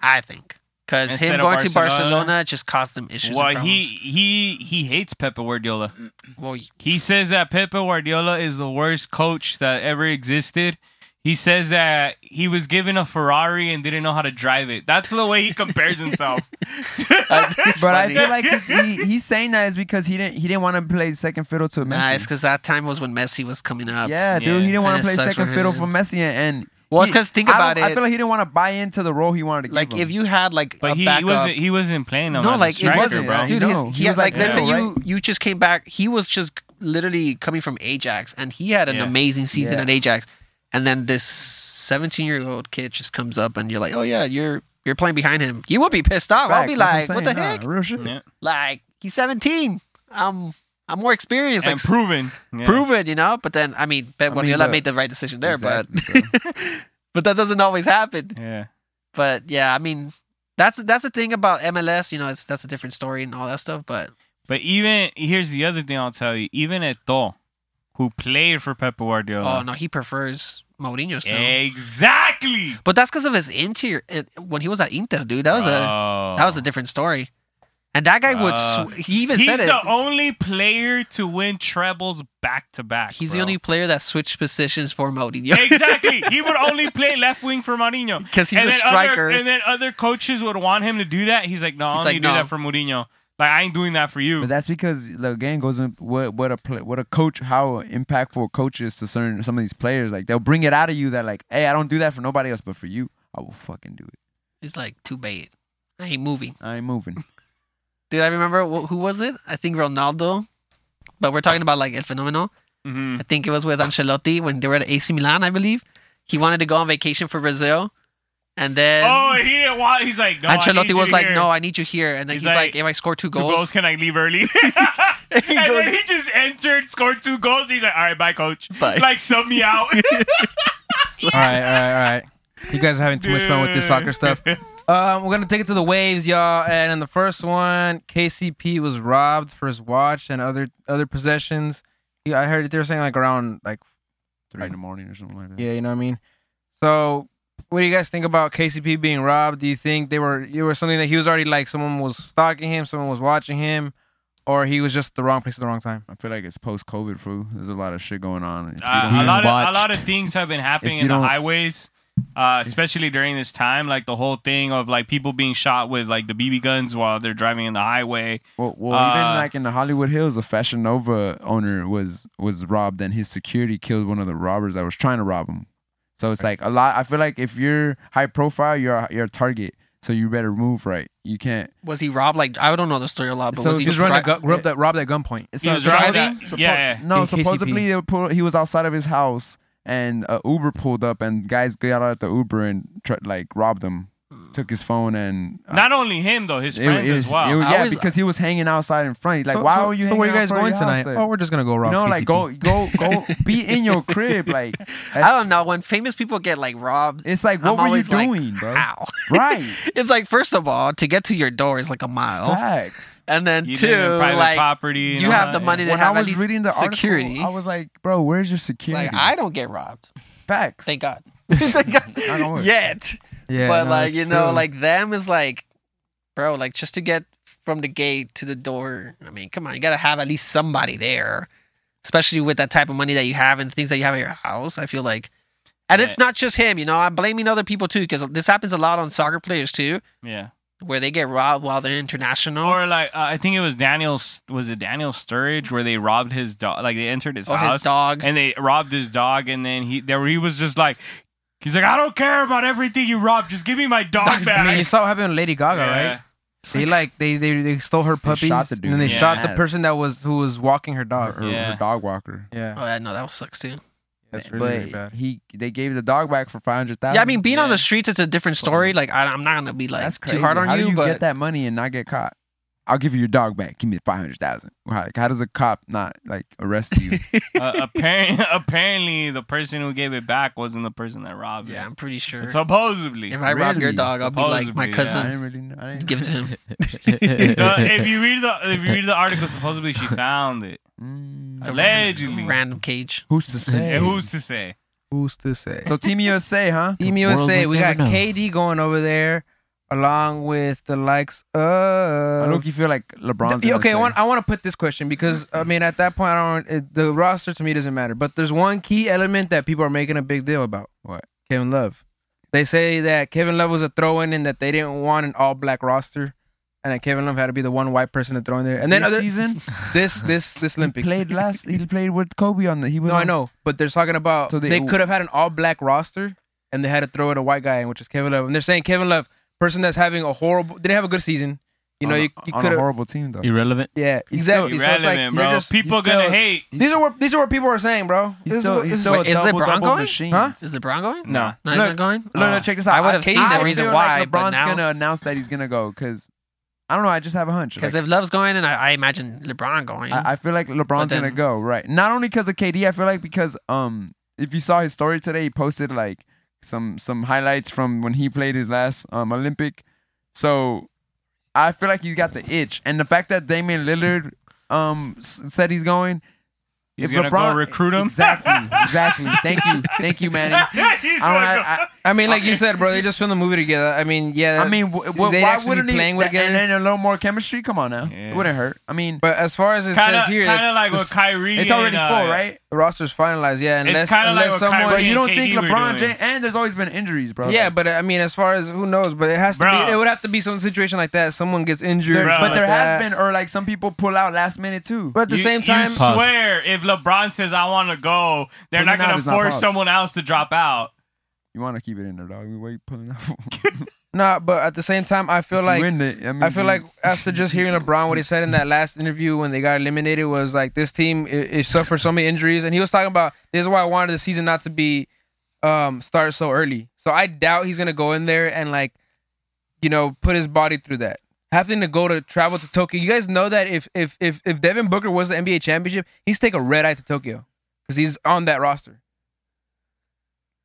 D: I think because
A: Instead
D: him
A: of
D: going to
A: Barcelona?
D: Barcelona just caused him issues. and
A: Well, he
D: problems.
A: he he hates Pepe Guardiola. (laughs)
D: well,
A: He says that Pepe Guardiola is the worst coach that ever existed. He says that he was given a Ferrari and didn't know how to drive it. That's the way he compares himself.
D: (laughs)
A: (laughs)
D: it's
C: But I
D: funny.
C: feel like
D: (laughs)
C: he, he, he's saying that is because he didn't he didn't want to play second fiddle to Messi.
D: nice because that time was when Messi was coming up.
C: Yeah,
A: Yeah.
C: dude, he didn't want
D: it
C: to play
D: sucks
C: second
D: for (laughs)
C: fiddle
D: him.
C: for Messi, and, and
D: Well, it's
C: he-
D: 'cause think
C: I don't-
D: about
C: I
D: it.
C: feel like he didn't want to buy into the role he wanted to
D: Like
C: give him.
D: if you had like
A: But
D: a
A: he, he
D: backup,
A: wasn't he wasn't playing him
D: no,
A: as
D: like
A: a
D: it
A: striker,
D: wasn't,
A: bro.
D: dude.
C: No,
D: his,
C: he
D: he had
C: was
D: like,
A: like
D: let's
A: that,
D: say you you just came back. He was just literally coming from Ajax, and he had an
A: Yeah.
D: amazing season
C: Yeah.
D: at Ajax, and then this seventeen year old kid just comes up and you're like, oh yeah, you're you're playing behind him, you would be pissed off. I'll be like,
C: Facts, that's
D: what,
C: I'm
D: the
C: saying,
D: heck?
C: nah, real shit.
A: Yeah.
D: Like he's seventeen. I'm I'm more experienced.
A: and
D: Like
A: proven. Yeah.
D: proven, you know. But then, I mean, Bet
C: I
D: one
C: mean,
D: that
C: look.
D: made the right decision there,
C: Exactly,
D: but (laughs) but that doesn't always happen.
A: Yeah.
D: But yeah, I mean, that's that's the thing about MLS. You know, it's that's a different story and all that stuff. But
A: But even here's the other thing I'll tell you. Even Eto, who played for Pep Guardiola,
D: oh no, he prefers Mourinho still.
A: exactly.
D: But that's because of his interior. It, when he was at Inter, dude, that was a that was a different story. And that guy
A: Oh. Uh,
D: would. Sw- he even
A: He's
D: said it.
A: the only player to win trebles back to back.
D: He's
A: bro.
D: the only (laughs) player that switched positions for Mourinho.
A: exactly. He would only play left wing for Mourinho
D: (laughs) 'Cause he's
A: and
D: a
A: then
D: striker.
A: Other, and then other coaches would want him to do that. He's like, no, I
D: He's
A: only
D: like,
A: do
D: no.
A: that for Mourinho. Like I ain't doing that for you.
C: But that's because the game goes in what what a play, what a coach how impactful a coach is to certain some of these players. Like they'll bring it out of you that like, hey, I don't do that for nobody else, but for you, I will fucking do it.
D: He's like too bad. I ain't moving.
C: I ain't moving.
D: (laughs) Dude, I remember wh- who was it? I think Ronaldo. But we're talking about like El Fenomeno.
A: Mhm.
D: I think it was with Ancelotti when they were at AC Milan, I believe. He wanted to go on vacation for Brazil, and then
A: Oh, he didn't want. He's like, no. I need
D: Ancelotti
A: you
D: was like,
A: here.
D: "No, I need you here." And then
A: He's
D: he's, like,
A: like,
D: "If I score two
A: two
D: goals,
A: goals.
D: (laughs)
A: Can I leave early? (laughs) and (laughs)
D: goes-
A: then he just entered, scored two goals. He's like, all right, bye, coach.
D: Bye.
A: Like, sub me out.
B: All
D: (laughs)
B: right, all right, all right. You guys are having too much fun with this soccer stuff. Um, we're gonna take it to the waves, y'all. And in the first one, KCP was robbed for his watch and other other possessions. Yeah, I heard they were saying like around like
C: Three in the morning or something like that.
B: yeah, you know what I mean. So, what do you guys think about KCP being robbed? Do you think they were it was something that he was already like someone was stalking him, someone was watching him, or he was just the wrong place at the wrong time?
C: I feel like it's post COVID, fool. There's a lot of shit going on.
D: Ah,
C: If you
A: Uh, a
C: don't-
A: lot of a
E: watched.
A: lot of things have been happening
C: If
A: in
C: you
A: the
C: don't-
A: highways, uh, especially during this time. Like the whole thing of like people being shot with like the BB guns while they're driving in the highway.
C: well, well even
A: uh,
C: like in the Hollywood Hills, a Fashion Nova owner was was robbed, and his security killed one of the robbers that was trying to rob him. So it's like a lot. I feel like if you're high profile, you're a, you're a target. So you better move right. You can't.
D: was he robbed?" Like I don't know the story a lot, but
C: So
D: was he
B: He was running
D: robbed?
B: a gu- robbed that robbed at gunpoint.
A: He was driving? Yeah, yeah.
C: No,
B: In KCP.
C: supposedly they pull, he was outside of his house and uh, Uber pulled up and guys got out of the Uber and tr- like robbed him, took his phone and uh,
A: Not only him though, his friends
C: was-
A: as well.
C: it was-
D: I
C: yeah,
D: always-
C: because he was hanging outside in front. He's like, why
B: So-
C: are
B: So
C: you? hanging
B: where you
C: out
B: guys
C: front of
B: going
C: your
B: tonight?
C: house?
B: Oh, we're just gonna go rob.
C: no,
B: KCP.
C: like go, go, (laughs) go, be in your crib. (laughs) Like,
D: I don't know. When famous people get like robbed,
C: It's like,
D: I'm
C: what were you
D: always like,
C: doing, bro?
D: How?
C: (laughs)
D: (laughs)
C: Right,
D: It's like first of all, to get to your door is like a mile,
C: facts.
D: and then
A: You
D: two,
A: live in private
D: like
A: property. and
D: you
A: all
D: have
A: that,
D: the money to
C: When I
D: have at
C: was
D: least
C: reading the
D: security.
C: article, I was like, bro, where's your
D: It's
C: security?
D: like I don't get robbed.
C: facts.
D: Thank God. (laughs) Thank God.
C: I don't work.
D: Yet.
B: Yeah,
D: but
B: no,
D: like
B: that's
D: you know,
B: true.
D: like them is like bro, like just to get from the gate to the door, I mean, come on, you gotta have at least somebody there. Especially with that type of money that you have and things that you have at your house. I feel like and it's not just him, you know, I'm blaming other people too, because this happens a lot on soccer players too,
A: Yeah. yeah.
D: where they get robbed while they're international.
A: Or like uh, I think it was Daniel. Was it Daniel Sturridge where they robbed his dog? Like they entered his
D: or
A: house
D: Oh, his dog.
A: and they robbed his dog, and then he there he was just like, he's like, I don't care about everything you robbed, just give me my dog
B: I mean, you
A: back.
B: saw what happened with Lady Gaga,
A: Yeah.
B: right? They like they they, they stole her puppies
C: shot the
B: and then they
C: dude.
A: Yeah.
B: shot the
C: Yes.
B: person that was who was walking her
C: Uh, Her,
B: dog.
C: her- her
A: Yeah.
C: dog walker.
B: Yeah,
D: oh yeah, no, that sucks too.
B: that's
C: but he they gave the dog back for five hundred thousand.
D: Yeah, I mean, being on
A: Yeah.
D: the streets it's a different story. Like I, I'm not gonna be like
C: that's crazy.
D: too hard on
C: how
D: you,
C: do you
D: but
C: get that money and not get caught? I'll give you your dog back. Give me five hundred thousand. How, how does a cop not like arrest (laughs) you?
A: uh, apparently, (laughs) apparently, the person who gave it back wasn't the person that robbed
D: yeah,
A: it.
D: I'm pretty sure.
A: Supposedly,
D: If I rob your
C: Really?
D: dog, I'll be like my
A: Supposedly,
C: I
D: cousin.
C: didn't really know. I didn't,
D: Give it to him.
A: Uh,
E: (laughs)
A: if you read the if you read the article, supposedly she found it
C: Mm,
A: allegedly.
D: Random cage.
C: who's (laughs) to say?
A: And who's to say?
B: Who's to say?
C: so Team USA, huh?
B: Team
E: The world
B: USA,
E: would
B: we got
E: never know.
B: KD going over there, along with the likes of.
C: I look, you feel like LeBron's.
B: Uh, The- okay, uh, I
C: USA.
B: want, I want to put this question because I mean at that point I don't it, the roster to me doesn't matter, but there's one key element that people are making a big deal about.
C: What?
B: Kevin Love. They say that Kevin Love was a throw-in and that they didn't want an all-black roster, and that Kevin Love had to be the one white person to throw in there. And then
C: this
B: other
C: season
B: (laughs) this this this
C: he
B: Olympic.
C: played last. He played with Kobe on the. He was.
B: No, I
C: on-
B: know, but they're talking about
C: So
B: they,
C: they-
B: could have had an all-black roster and they had to throw in a white guy, in, which is Kevin Love. And they're saying Kevin Love, person that's having a horrible, didn't have a good season. You You know,
C: on
B: you,
C: a,
B: you
C: on a
B: could have.
C: horrible team though.
E: Irrelevant.
B: Yeah,
C: He's
B: exactly.
C: still-
B: so it's like
A: Irrelevant,
B: you're
A: bro.
B: just-
A: People
C: he's still-
A: gonna hate.
B: these are what these are what people are saying, bro.
C: He's
B: this
C: still,
B: is what,
C: he's
B: this
C: still
B: is
C: a
D: Wait, is
C: double,
D: LeBron
C: double
D: going?
C: machine.
B: Huh?
D: Is LeBron going?
A: No.
D: no, he's not going.
C: No, no,
D: Oh.
C: check this out.
D: I would have
C: feel-
D: seen
C: I
D: the reason
C: feel
D: why,
C: like
D: but
C: LeBron's
D: now,
C: gonna announce that he's gonna go because I don't know. I just have a hunch.
D: because
C: Like,
D: if Love's going, and I, I imagine LeBron going.
C: I, I feel like LeBron's
D: then-
C: gonna go right. Not only because of KD, I feel like because um, if you saw his story today, he posted like some some highlights from when he played his last um Olympic. So I feel like he's got the itch, and the fact that Damian Lillard um s- said he's going.
A: He's
C: if
A: gonna
C: LeBron,
A: go recruit him.
C: Exactly, exactly. Thank you, thank you, Manny. I don't.
A: (laughs) He's gonna go-
C: I,
B: I mean, like you said, bro, they just filmed the movie together. I mean, yeah.
C: I, I mean, w-
B: They'd
C: w- why
B: actually be
C: wouldn't he?
B: playing with
C: th- and
B: again?
C: then a little more chemistry. Come on now,
A: Yeah.
C: it wouldn't hurt. I mean,
B: but as far as it
A: Kind
B: says
A: of,
B: here,
A: kind of
B: it's,
A: like
B: the
A: what Kyrie.
C: it's already
A: and, uh,
C: full, right?
B: the roster's finalized. Yeah, unless
A: kinda like
B: unless
A: what
B: someone.
A: Kyrie
C: But you don't
A: and
C: think
A: KD were doing.
C: LeBron James and there's always been injuries, bro.
B: Yeah, but I mean, as far as who knows, but it has
A: Bruh.
B: to be. It would have to be some situation like that. Someone gets injured,
A: Bruh.
B: something
C: but
B: like
C: there
B: that.
C: has been, or like some people pull out last minute too.
B: But at the
A: You-
B: same time,
A: you
E: Pause.
A: swear if LeBron says I want to go, they're
C: Putting
A: not
C: it out
A: gonna
C: is not
A: force
C: pause.
A: someone else to drop out.
C: you want to keep it in there, dog. Why you pulling out? (laughs)
B: nah. But at the same time, I feel like I feel like after just hearing LeBron, what he said in that last interview when they got eliminated was like this team it, it suffered so many injuries, and he was talking about this is why I wanted the season not to be um start so early. So I doubt he's gonna go in there and like you know put his body through that. Having to go to travel to Tokyo, you guys know that if if if if Devin Booker was the NBA championship, he's take a red eye to Tokyo because he's on that roster.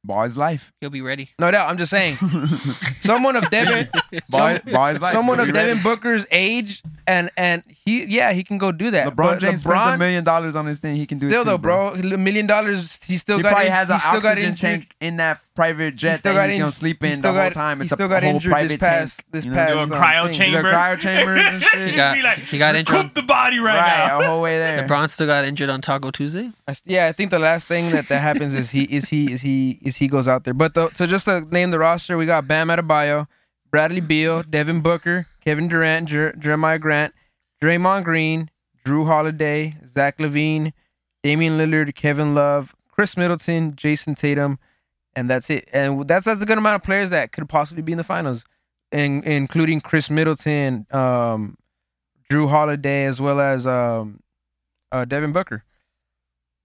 C: boy's
B: (laughs)
C: life.
D: He'll be ready.
B: No doubt. I'm just saying, someone of Devin,
C: Boy, boy's life.
B: someone
C: You
B: of
C: ready?
B: Devin Booker's age, and and he, yeah, he can go do that.
C: LeBron
B: But
C: James spends a
B: LeBron,
C: million dollars on his thing. He can do
B: still
C: it too,
B: though, bro, a million dollars, he still
C: He
B: got,
C: probably
B: in-
C: has
B: he
C: an
B: still got
C: oxygen
B: injured.
C: tank in that
B: He
C: private jet
B: still
C: that
B: got
C: he's
B: in-
C: gonna sleep
B: he
C: in the
B: still
C: whole
B: got-
C: time.
B: he
C: It's
B: still
C: a
B: got
C: whole
B: injured this
C: private
B: past-
C: tank.
B: this
C: You know what
B: past,
C: I'm
A: Do a
C: saying?
B: uh,
A: cryo
B: thing.
A: chamber.
C: The cryo chambers
A: (laughs)
C: and shit.
A: Just
D: got-
A: be like,
D: he got injured.
A: recoup the body right,
C: Right,
B: oh.
A: now.
C: a whole way
B: (laughs)
C: there.
D: LeBron still got injured on Taco Tuesday.
B: I st- Yeah, I think the last thing that that happens is he is he is he is he goes out there. But the, so just to name the roster, we got Bam Adebayo, Bradley Beal, Devin Booker, Kevin Durant, Jer- Jeremiah Grant, Draymond Green, Drew Holiday, Zach Levine, Damian Lillard, Kevin Love, Chris Middleton, Jason Tatum, and that's it. And that's that's a good amount of players that could possibly be in the finals, in, including Chris Middleton, um, Drew Holiday, as well as um, uh, Devin Booker.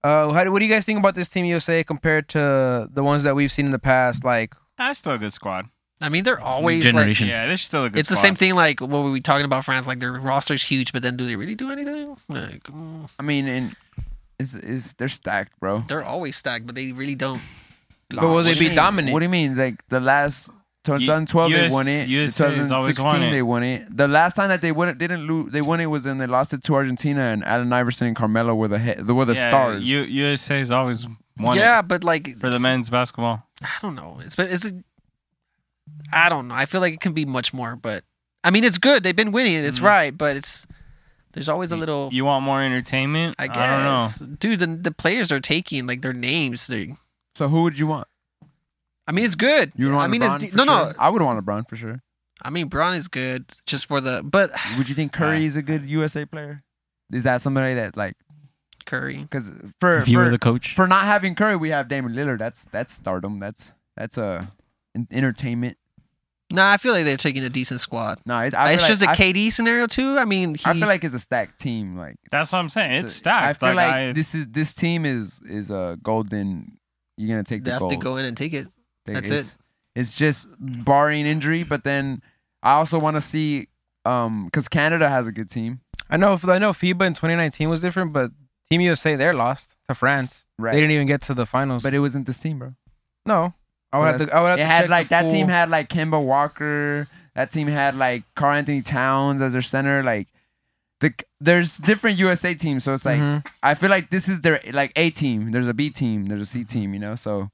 B: Uh, how do, what do you guys think about this team USA compared to the ones that we've seen in the past? Like,
A: That's still a good squad.
D: I mean, they're always like
E: Generation.
A: Yeah, they're still a good.
D: Mm. it's the
A: squad.
D: same thing like what were we talking about france like their roster's huge but then do they really do anything like mm,
C: I mean, and it's, it's they're stacked, bro.
D: they're always stacked but they really don't
B: but will
D: What
B: they
D: do
B: be
D: you mean?
B: dominant?
C: What do you mean? Like the last
A: U-
C: 2012
A: US
C: they won it.
A: USA has always
C: 2016
A: won it.
C: they won it. The last time that they won it didn't lose. They won it was when they lost it to Argentina and Allen Iverson and Carmelo were the he- were the
A: yeah,
C: stars.
A: U- USA's always won.
D: yeah
A: it
D: but like
A: for the
D: it's-
A: men's basketball.
D: i don't know it's but it's a, i don't know i feel like it can be much more but i mean it's good they've been winning it's
C: Mm-hmm.
D: right but it's there's always a little
A: You want more entertainment?
D: i guess
A: I don't know.
D: dude the, the players are taking like their names they
C: so who would you want?
D: I mean, it's good.
C: You would
D: I
C: want
D: mean,
C: LeBron
D: it's
C: for
D: no, no.
C: sure? I would want LeBron for sure.
D: I mean, Braun is good just for the, but
C: Would you think Curry is a good USA player? Is that somebody that like
D: Curry.
C: because for
E: If you were
C: for,
E: the coach,
C: for not having Curry we have Damian Lillard. That's that's stardom. That's that's a entertainment.
D: Nah, I feel like they're taking a decent squad.
C: No, it, I
D: it's
C: feel
D: just a
C: like, I-
D: KD scenario too. I mean, he,
C: I feel like it's a stacked team. Like
A: That's what I'm saying. It's
C: So,
A: stacked.
C: I feel like,
A: I-
C: this is this team is is a golden. You're gonna take
D: they
C: the
D: have
C: gold.
D: to go in and take it.
C: They-
D: that's
C: it's, It's just barring injury, but then I also want to see um because Canada has a good team,
B: I know, I know FIBA in 2019 was different, but Team USA they're lost to France.
C: right?
B: They didn't even get to the finals.
C: but it wasn't this team, bro.
B: no, I
C: So
B: would have
C: that's-
B: to. I would have
C: It
B: to
C: had
B: check
C: like
B: the
C: that
B: full-
C: team had like Kemba Walker. That team had like Carl Anthony Towns as their center. Like the there's different USA teams, so it's like
B: Mhm.
C: I feel like this is their like A team. There's a B team. There's a C team. You know, so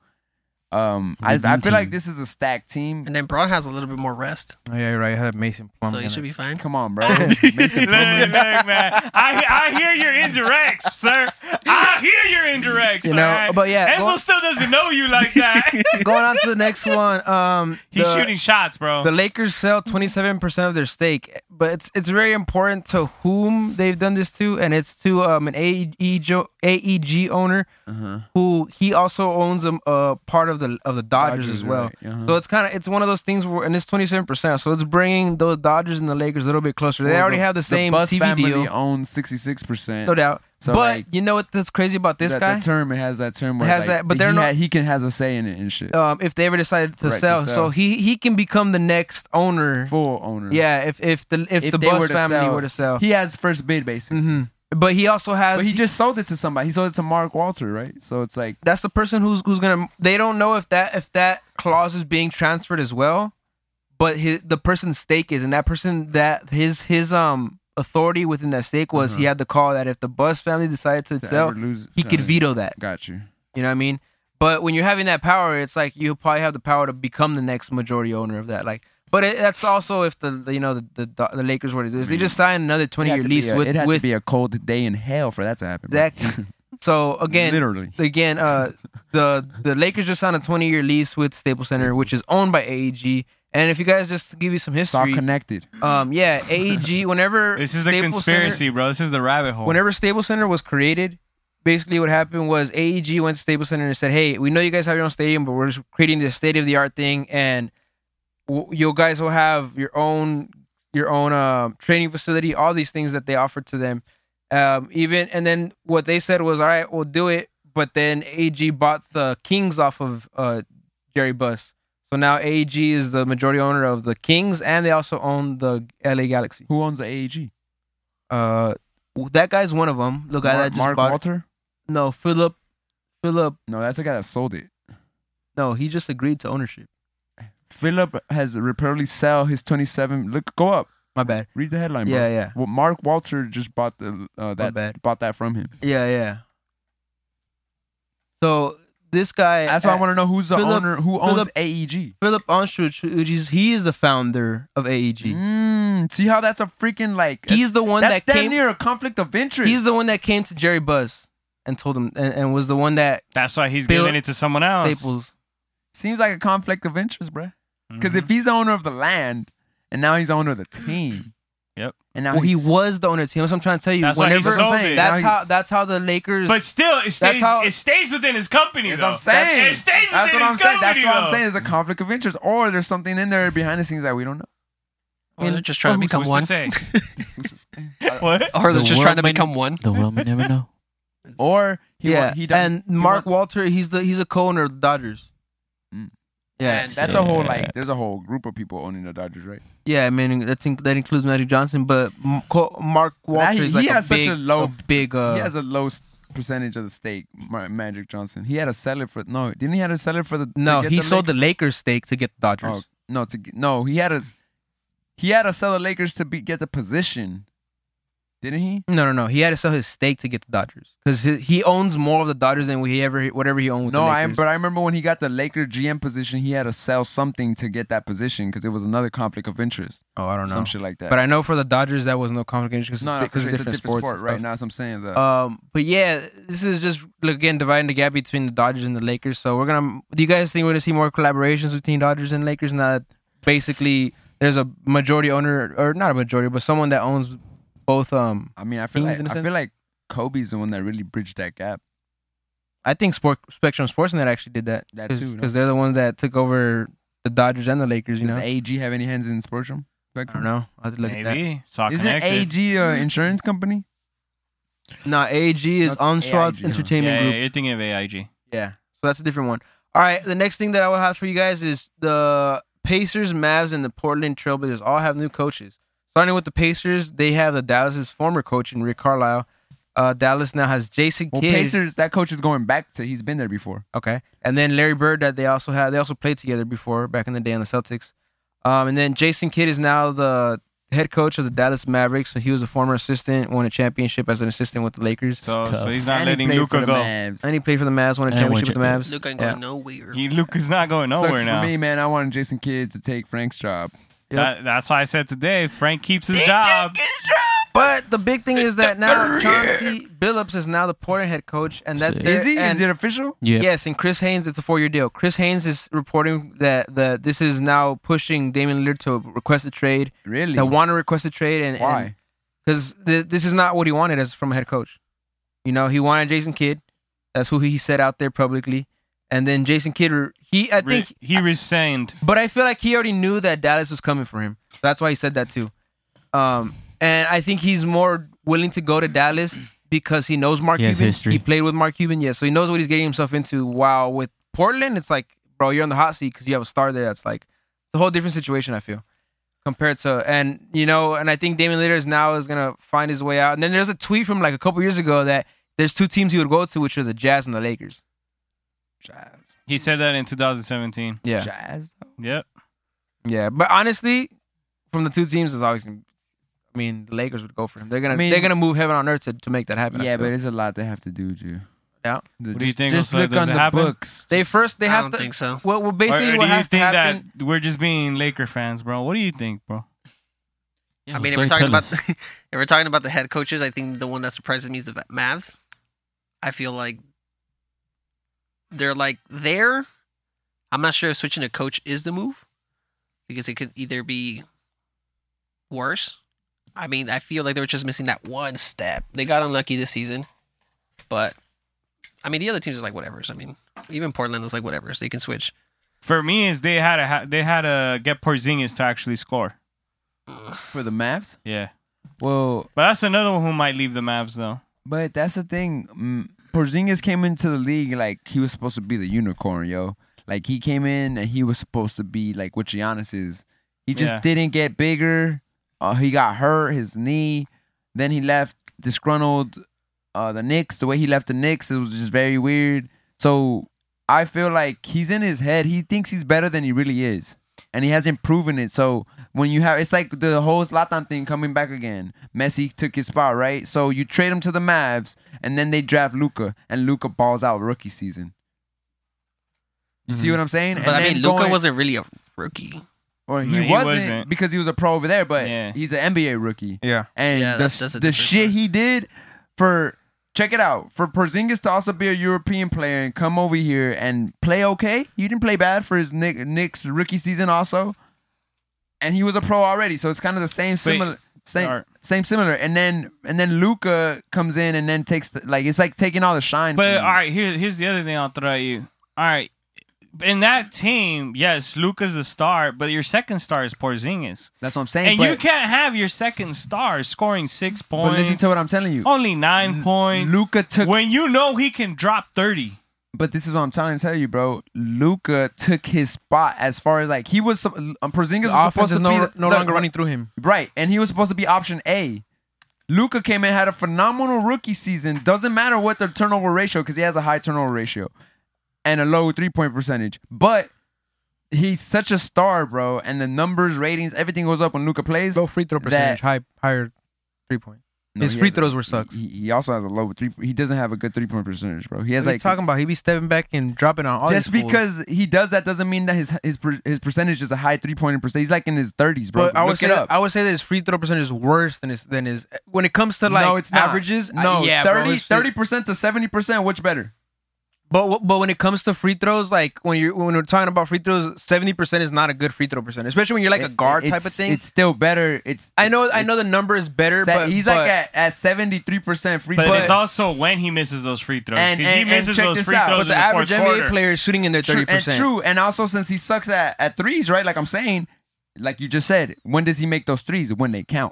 C: um, I, I
E: The B
C: feel like
E: team.
C: this is a stacked team.
D: And then Braun has a little bit more rest,
B: Oh, yeah, you're right. I had Mason Plum.
D: so he should be fine.
C: Come on,
B: (laughs)
C: bro.
A: look,
C: Mason
A: look,
C: Plumlee.
A: man. I I hear your indirects, sir. I hear your indirects.
B: You know,
A: alright?
B: but yeah,
A: Enzo
B: go-
A: still doesn't know you like that.
B: Going on to the next one. Um,
A: He's
B: the,
A: shooting shots, bro.
B: The Lakers sell 27% of their stake, but it's it's very important to whom they've done this to, and it's to um an AEG jo- AEG E owner
C: Uh-huh.
B: who he also owns a, a part of the of the Dodgers, as
C: Dodgers,
B: well.
C: right, uh-huh.
B: So it's kind of it's one of those things where and it's twenty seven percent, so it's bringing those Dodgers and the Lakers a little bit closer. They
C: Well,
B: already have the same
C: Bus
B: TV
C: family
B: deal,
C: owns sixty six percent.
B: no doubt.
C: So,
B: but
C: like,
B: you know what? That's crazy about this
C: that,
B: guy.
C: That term it has that term. Where
B: It has
C: like,
B: that, but
C: he
B: they're not-
C: ha- he can has a say in it and shit.
B: um, if they ever decided to,
C: Right, to
B: sell. so
C: sell.
B: he he can become the next owner.
C: Full owner.
B: Yeah, if if the if, the
C: they
B: Bus
C: to
B: family
C: sell,
B: were to sell,
C: he has first bid basically.
B: hmm but he also has.
C: But he just sold it to somebody. He sold it to Mark Walter, right? So it's like
B: that's the person who's who's gonna. They don't know if that if that clause is being transferred as well, but his, the person's stake is, and that person that his his um authority within that stake was he had the call that if the Bus family decided to
C: Uh-huh. to
B: sell,
C: ever lose,
B: he could
C: uh,
B: veto that.
C: Got you.
B: You know what I mean? But when you're having that power, it's like you probably have the power to become the next majority owner of that. Like, but it, that's also if the the, you know the the, the Lakers were to do this, they just signed another 20
C: It had
B: year
C: to be
B: lease
C: a-
B: with
C: it had
B: with
C: to be a cold day in hell for that to happen. (laughs) bro.
B: Exactly. so again,
C: Literally.
B: again, uh, the the Lakers just signed a 20 year lease with Staples Center, which is owned by AEG. And if you guys just to give you some
C: It's all
B: history,
C: connected.
B: um, yeah, AEG. Whenever
A: This is the
B: Staples Center-
A: conspiracy, bro. This is the rabbit hole.
B: whenever Stable Center was created, basically what happened was AEG went to Stable Center and said, "Hey, we know you guys have your own stadium, but we're just creating this state of the art thing, and w- you guys will have your own your own um training facility, all these things that they offered to them. Um, even and then what they said was, "All right, we'll do it," but then AEG bought the Kings off of uh, Jerry Buss. So now AEG is the majority owner of the Kings, and they also own the LA Galaxy.
C: Who owns the AEG?
B: Uh, that guy's one of them. The guy
C: Mark,
B: that just
C: Mark
B: bought.
C: Walter?
B: No, Philip. Philip.
C: No, that's the guy that sold it.
B: No, he just agreed to ownership.
C: Philip has reportedly sell his 27. Look, go up.
B: My bad.
C: Read the headline.
B: Yeah,
C: bro.
B: yeah.
C: Well, Mark Walter just bought the uh, that
B: bad.
C: bought that from him.
B: Yeah, yeah. So this guy.
C: That's why I want to know who's the
B: Philip-
C: owner. Who owns E
B: Philip-
C: AEG?
B: Philip Anschutz, who- he's- he is the founder of AEG.
C: Mm, see how that's a freaking like.
B: He's the one
C: that's
B: that
C: damn
B: came.
C: near a conflict of interest.
B: He's the one that came to Jerry Buzz and told him, and, and was the one that
A: That's why he's
B: Bill-
A: giving it to someone else.
B: Staples.
C: Seems like a conflict of interest, bro. Because if he's the owner of the land and now he's the owner of the
B: (laughs)
C: team.
A: Yep.
C: And now
B: Well, he
C: he's,
B: was the owner of the team. That's what I'm trying to tell you.
A: Mm-hmm. That's why he
B: Whenever
A: sold it.
C: Now
B: that's
C: he-
B: how that's how the Lakers.
A: But still, it stays.
B: how-
A: it stays within his company,
C: That's
A: though.
C: what I'm saying.
A: It stays within
C: That's what
A: his
C: I'm saying. That's
A: company,
C: what I'm
A: though.
C: saying. There's a conflict of interest, or there's something in there behind the scenes that we don't know.
D: Or they're just trying to become
A: Who's
D: one.
A: to say? what?
D: (laughs) Or they're
E: The
D: just
E: world
D: trying to
E: may-
D: become one.
E: The world may
D: (laughs)
E: never know.
C: Or he
B: yeah,
C: wa- he
B: and
C: doesn't. he
B: Mark
C: wa-
B: Walter, he's the he's a co-owner of the Dodgers.
C: Mm.
B: Yeah,
D: And
C: that's a whole like. There's a whole group of people owning the Dodgers, right?
B: Yeah, I mean that think that includes Magic Johnson, but M- Co- Mark Walter
C: he-
B: is like
C: he
B: a
C: has such
B: big,
C: a low-
B: big. Uh,
C: he has a low s- percentage of the stake. Ma- Magic Johnson. He had to sell it for no. Didn't he had to sell it for the? to
B: no,
C: get
B: he
C: the
B: sold
C: Lakers?
B: the Lakers stake to get the Dodgers.
C: Oh, no, to get- no, he had a. He had to sell the Lakers to be, get the position, didn't he?
B: No, no, no. He had to sell his stake to get the Dodgers because he, he owns more of the Dodgers than he ever whatever he owned. With
C: No,
B: the
C: I
B: Lakers.
C: but I remember when he got the Laker GM position, he had to sell something to get that position because it was another conflict of interest,
B: oh, I don't know.
C: some shit like that.
B: But I know for the Dodgers that was no conflict because
C: no, no,
B: because of
C: it's a
B: different sports
C: sport,
B: and
C: right?
B: stuff.
C: Now, that's what I'm saying. The,
B: Um, but yeah, this is just again dividing the gap between the Dodgers and the Lakers. So we're gonna. Do you guys think we're gonna see more collaborations between Dodgers and Lakers? Now that basically there's a majority owner, or not a majority, but someone that owns both. Um,
C: I mean, I feel
B: teams
C: like
B: in a
C: I
B: sense?
C: feel like Kobe's the one that really bridged that gap.
B: I think Sport Spectrum Sportsnet actually did that.
C: That
B: because
C: too, no?
B: they're the ones that took over the Dodgers and the Lakers. You
C: Does
B: know,
C: AG have any hands in Sportrum?
B: I don't know. I have to look at that.
A: Maybe it's all
C: Isn't
A: connected.
C: AG an insurance company?
B: No, AG is
C: That's
B: on Schwartz
C: AIG, huh?
A: Yeah,
B: Entertainment
A: yeah,
B: Group.
A: you're thinking of AIG.
B: Yeah. So that's a different one. All right. The next thing that I will have for you guys is the Pacers, Mavs, and the Portland Trailblazers all have new coaches. Starting with the Pacers, they have the Dallas's former coach in Rick Carlisle. Uh, Dallas now has Jason
C: Well,
B: Kidd.
C: Pacers. That coach is going back to. He's been there before.
B: Okay. And then Larry Bird that they also had they also played together before back in the day on the Celtics. Um, and then Jason Kidd is now the head coach of the Dallas Mavericks. So he was a former assistant, won a championship as an assistant with the Lakers.
A: So, so he's not
C: And he
A: letting
C: played for
A: Luca
C: the
A: go.
C: Mavs.
B: and he played for the Mavs, won a
E: And won
B: championship with the
E: champion-
B: Mavs.
D: Luke ain't
B: Yeah.
D: going nowhere.
A: He Luca's not going nowhere
C: Sucks
A: now.
C: for me, man. I wanted Jason Kidd to take Frank's job.
A: That, that's why I said today, Frank keeps his job.
B: But the big thing is that
C: (laughs)
B: now Chauncey Billups is now the Portland head coach, and that's
E: Sick.
B: their-
C: Is he?
B: and-
C: Is it official?
E: Yeah.
B: Yes, and Chris Haynes, it's a four-year deal. Chris Haynes is reporting that that this is now pushing Damian Lillard to request a trade.
C: Really?
B: That want to request a trade, and
C: Why?
B: Because th- this is not what he wanted as from a head coach. You know, he wanted Jason Kidd. That's who he said out there publicly, and then Jason Kidd. re- He, I
A: Re-
B: think,
A: he resigned.
B: but I feel like he already knew that Dallas was coming for him. So that's why he said that too. Um, and I think he's more willing to go to Dallas because he knows Mark
E: He has
B: Cuban.
E: history.
B: He played with Mark Cuban, yeah, so he knows what he's getting himself into. While with Portland, it's like, bro, you're on the hot seat because you have a star there. That's like it's a whole different situation. I feel compared to and you know, and I think Damian Lillard is now is gonna find his way out. And then there's a tweet from like a couple years ago that there's two teams he would go to, which are the Jazz and the Lakers.
C: Jazz.
A: He said that in 2017.
B: Yeah,
C: Jazz.
A: Yep.
B: Yeah, but honestly, from the two teams, it's always. gonna be- I mean, the Lakers would go for him. They're gonna
C: I mean-
B: they're gonna move heaven on earth to, to make that happen. I
C: Yeah,
B: feel.
C: but it's a lot they have to do, Drew.
B: Yeah.
A: What do you think,
C: Just
A: Jose?
C: look
A: Does
C: on
A: it
C: the
A: happen?
C: books.
B: they first they
D: I
B: have
D: don't
B: to.
D: think so.
B: Well, well,
A: Or,
B: basically,
A: or do
B: what
A: you
B: has to
A: think that
B: happen?
A: we're just being Laker fans, bro? What do you think, bro?
E: Yeah,
D: I mean, if
E: Jose,
D: we're talking (laughs)
E: tell
D: about
E: us.
D: if we're talking about the head coaches, I think the one that surprises me is the Mavs. I feel like they're like there. I'm not sure if switching a coach is the move because it could either be worse. I mean, I feel like they were just missing that one step. They got unlucky this season, but I mean, the other teams are like whatever's. I mean, even Portland is like whatever's. They can switch.
A: For me, is they had a ha- they had to get Porzingis to actually score.
C: for the Mavs.
A: Yeah,
C: Well,
A: but that's another one who might leave the Mavs though.
C: But that's the thing. Mm, Porzingis came into the league like he was supposed to be the unicorn, yo. Like he came in and he was supposed to be like what Giannis is. He just
A: Yeah.
C: didn't get bigger. Uh, he got hurt, his knee. Then he left disgruntled. Uh, the Knicks, the way he left the Knicks, it was just very weird. So I feel like he's in his head. He thinks he's better than he really is, and he hasn't proven it. So when you have, it's like the whole Zlatan thing coming back again. Messi took his spot, right? So you trade him to the Mavs, and then they draft Luca, and Luca balls out rookie season. You see what I'm saying?
D: Mm-hmm. But
C: And
D: I
C: then
D: mean, Luca
C: going-
D: wasn't really a rookie.
C: or he,
A: No, he
C: wasn't,
A: wasn't.
C: because he was a pro over there, but
A: Yeah.
C: he's an NBA rookie.
B: Yeah.
C: And
D: Yeah,
C: the,
D: that's- that's a
C: the
D: different
C: shit
D: part.
C: he did for check it out for Porzingis to also be a European player and come over here and play okay. He didn't play bad for his Knick, Knicks rookie season also, and he was a pro already. So it's kind of the same similar. Same,
A: alright.
C: same similar, and then and then Luca comes in and then takes the, like it's like taking all the shine.
A: But
C: from
A: all right, here, here's the other thing I'll throw at you. All right, in that team, yes, Luca's the star, but your second star is Porzingis,
C: that's what I'm saying.
A: and
C: but,
A: you can't have your second star scoring six
C: but
A: points.
C: listen to what I'm telling you.
A: only nine points.
C: Luca took
A: when you know he can drop thirty.
C: But this is what I'm trying to tell you, bro. Luca took his spot as far as like he was. Um, Porzingis
B: The
C: was
B: offense
C: supposed
B: is
C: to
B: no,
C: be
B: no
C: the-
B: longer running through him.
C: Right, and he was supposed to be option A. Luca came in, had a phenomenal rookie season. Doesn't matter what the turnover ratio, because he has a high turnover ratio and a low three point percentage. But he's such a star, bro. And the numbers, ratings, everything goes up when Luca plays.
B: Low free throw percentage, high higher three point.
C: No,
B: His
C: he
B: free
C: has a-
B: throws were sucks.
C: He, he also has a low three. He doesn't have a good three point percentage, bro. He has
B: What are you
C: like
B: talking about? He be stepping back and dropping on all
C: just
B: these fools.
C: because he does that doesn't mean that his his per- his percentage is a high three pointer percentage. He's like in his thirties, bro.
B: But I would
C: Look
B: say
C: it up.
B: I would say that his free throw percentage is worse than his than his when it comes to like
C: no, it's not.
B: averages. I-
C: No,
B: yeah, bro,
C: thirty
B: it's just-
C: thirty percent to seventy percent. Which better?
B: But but when it comes to free throws, like when you're when we're talking about free throws, seventy percent is not a good free throw percent, especially when you're like a
C: It-
B: guard
C: it's-
B: type of thing.
C: It's still better. It's
B: I know I know the number is better,
C: se-
B: but
C: he's
B: but,
C: like at at seventy three percent free.
A: But,
C: throw.
A: it's also when he misses those free throws.
C: And-
A: 'Cause he
C: and- and
A: misses
C: check
A: those
C: this
A: free
C: out,
A: throws in
C: but
B: but
A: the
B: the average
A: fourth
B: NBA
A: quarter.
B: player is shooting in their
C: true,
B: thirty
C: and
B: percent.
C: true. And also since he sucks at at threes, right? Like I'm saying, like you just said, when does he make those threes? When they count.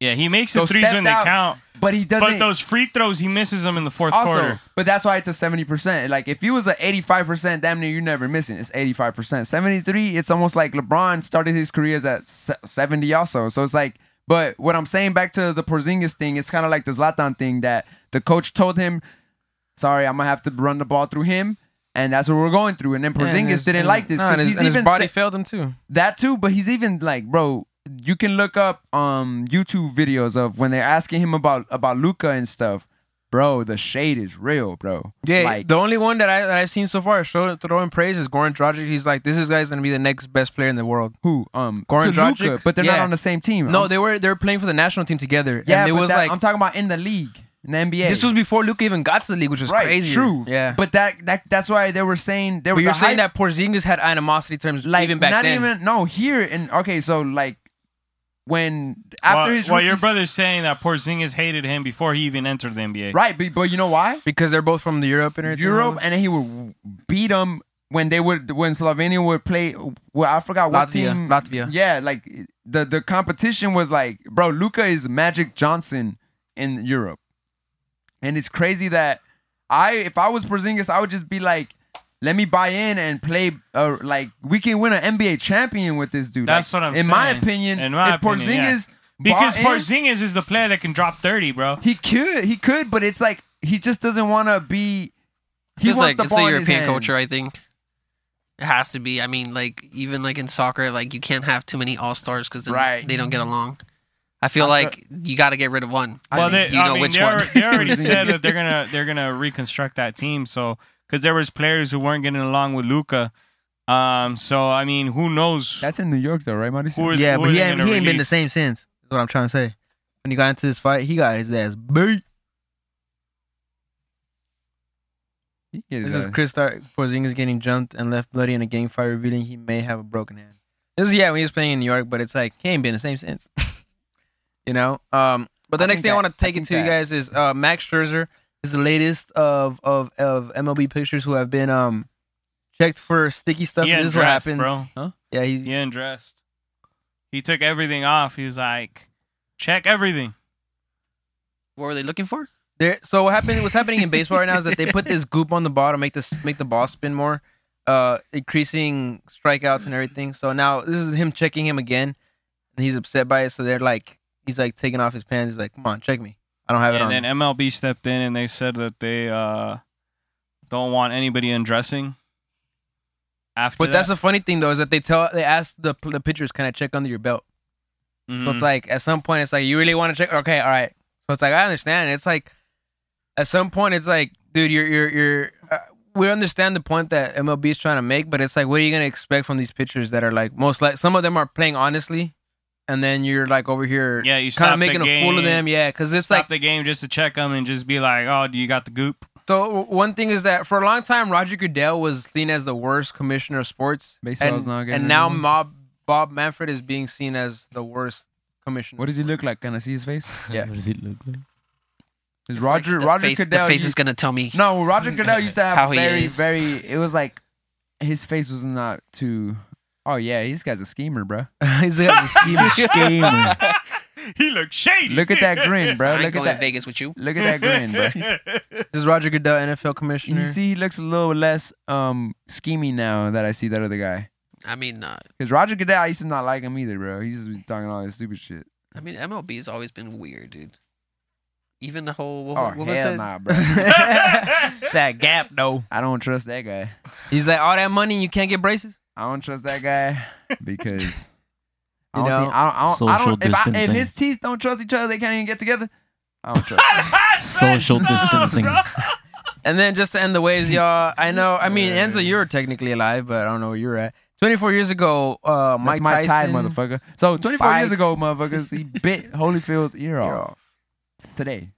A: Yeah, he makes
C: So
A: the threes
C: stepped
A: when they
C: out,
A: count.
C: But he doesn't.
A: But those free throws, he misses them in the fourth
C: also,
A: quarter.
C: but that's why it's a seventy percent. Like if he was a eighty-five percent, damn near you never missing. It's eighty-five percent. Seventy-three. It's almost like LeBron started his career as at se- seventy also. So it's like, but what I'm saying back to the Porzingis thing, it's kind of like the Zlatan thing that the coach told him, "Sorry, I'm gonna have to run the ball through him." And that's what we're going through. And then Porzingis didn't like this
B: and
C: because
B: his,
C: he's
B: and his
C: even
B: body
C: sa-
B: failed him too.
C: that too, but he's even like, bro, you can look up um YouTube videos of when they're asking him about about Luca and stuff. bro, the shade is real, bro.
B: Yeah,
C: like
B: the only one that, I, that I've seen so far show, throwing praise is Goran Dragic. He's like, this is guy's gonna be the next best player in the world.
C: who? Um,
B: Goran
C: to Luka,
B: Dragic?
C: but they're
B: Yeah.
C: not on the same team.
B: No,
C: I'm-
B: they were they were playing for the national team together.
C: yeah,
B: and it
C: but
B: was
C: that-
B: like
C: I'm talking about in the league, in the NBA.
B: this was before Luca even got to the league, which was
C: right,
B: crazy.
C: true.
B: yeah.
C: but that that that's why they were saying they were
B: But you're
C: the
B: saying
C: hype-
B: that Porzingis had animosity terms
C: like
B: even back
C: not
B: then.
C: even no here and okay, so like when
A: After
C: after his
A: well, your
C: rookie-
A: brother's saying that Porzingis hated him before he even entered the NBA.
C: right, but, but you know why?
B: because they're both from the Europe and everything.
C: Europe, and then he would beat them when they would when Slovenia would play. Well, I forgot what
B: Latvia,
C: team.
B: Latvia.
C: Yeah, like the the competition was like, bro, Luca is Magic Johnson in Europe, and it's crazy that I if I was Porzingis, I would just be like. Let me buy in and play. Uh, like we can win an NBA champion with this dude.
A: That's
C: Like,
A: what I'm
C: in
A: saying.
C: my opinion,
A: In my
C: if
A: opinion, yeah.
C: Porzingis
A: Because
C: bought in-
A: Porzingis is the player that can drop 30, bro.
C: he could, he could, but it's like he just doesn't want to be. He
D: Just
C: wants
D: like
C: the
D: it's
C: ball in
D: a
C: his
D: European
C: hands.
D: culture, I think. It has to be. I mean, like even like in soccer, like you can't have too many all stars because
C: Right.
D: they don't get along. I feel like you got to get rid of one.
A: well,
D: think
A: they,
D: you
A: I
D: know
A: mean,
D: which
A: they,
D: one.
A: alre- they already said
C: Porzingis.
A: that they're gonna they're gonna reconstruct that team. So because there was players who weren't getting along with Luca. Um. So I mean, who knows?
C: That's in New York, though, right, Mauricio?
A: Who are-
B: yeah,
A: who
B: but
A: are
B: he
A: they
B: ain't,
A: gonna
B: he ain't been the
A: release?
B: same since. Is what I'm trying to say. When he got into this fight, he got his ass beat.
C: He is,
B: This
C: uh,
B: is Chris Star- Porzingis getting jumped and left bloody in a gang fight, revealing he may have a broken hand. This is yeah when he was playing in New York, but it's like he ain't been the same since. (laughs) you know. Um, but the
C: I
B: next
C: think
B: thing I
C: that-
B: want to
C: I
B: take it
C: think
B: to you
C: that-
B: guys is uh, Max Scherzer is the latest of of of MLB pictures who have been um checked for sticky stuff.
A: He
B: and this is what
A: undressed,
B: happens,
A: bro.
B: Yeah, he's
A: He undressed. He took everything off. He was like, check everything.
D: What were they looking for?
B: There, so what happened? What's happening in baseball right now is that they put this goop on the ball to make this make the ball spin more, uh, increasing strikeouts and everything. So now this is him checking him again, and he's upset by it. So they're like, he's like taking off his pants. He's like, "Come on, check me. I don't have it
A: And
B: on."
A: then MLB stepped in and they said that they uh, don't want anybody undressing. After
B: but
A: that.
B: that's the funny thing though is that they tell they ask the the pitchers, "Can I check under your belt?" So
A: Mhm.
B: it's like at some point it's like you really want to check. Okay, all right. So it's like I understand. It's like at some point it's like, dude, you're you're you're. Uh, we understand the point that MLB is trying to make, but it's like, what are you gonna expect from these pitchers that are like most like some of them are playing honestly, and then you're like over here,
A: Yeah, you
B: kind
A: stop
B: of
A: the
B: making a fool of
A: game.
B: them, yeah, because it's
A: stop
B: like
A: the game just to check them and just be like, oh, do you got the goop?
B: so. w- One thing is that for a long time, Roger Goodell was seen as the worst commissioner of sports,
C: Baseball's
B: and,
C: not getting
B: and now
C: along.
B: Bob Bob Manfred is being seen as the worst commissioner.
C: What does he look like? Can I see his face?
B: Yeah.
E: What does it look
D: (laughs)
E: like?
C: Is
D: It's
C: Roger
D: like the
C: Roger
D: face,
C: Goodell?
D: The face is
C: used-
D: gonna tell me.
C: no,
D: (laughs)
C: Roger Goodell used to have
D: How he
C: very
D: is.
C: very. It was like his face was not too. Oh yeah, this guy's a schemer,
D: (laughs)
C: bro.
B: he's got this
C: (laughs)
B: evil scheme.
A: (laughs) He looks shady.
C: Look at
A: (laughs)
C: that grin, bro.
D: I ain't
C: Look
D: going
C: at
D: to
C: that.
D: Vegas with you.
C: Look at that grin,
D: (laughs)
C: bro.
B: This is Roger Goodell, NFL commissioner.
C: You see, he looks a little less um schemy now that I see that other guy.
D: I mean, uh,
C: Cause Roger Goodell, I used to not like him either, bro. He's just been talking all this stupid shit.
D: I mean, MLB has always been weird, dude. Even the whole what,
C: Oh
D: what was
C: hell (laughs)
D: it?
C: nah, bro.
B: (laughs) that gap though.
C: I don't trust that guy.
B: He's like, all that money, you can't get braces.
C: I don't trust that (laughs) guy because I
B: You
C: don't,
B: know,
C: think, I don't, I
E: social
C: don't, I don't if, I, if
E: distancing.
C: his teeth don't trust each other, they can't even get together. I don't (laughs) trust. him.
E: Social distancing.
D: (laughs)
B: And then just to end the waves, y'all. I know. I mean, Enzo, you're technically alive, but I don't know where you're at. 24 years ago, uh, Mike
C: That's my
B: Tyson,
C: tie, motherfucker. So 24 years
B: bites-
C: ago, motherfuckers, (laughs) he bit Holyfield's ear off today.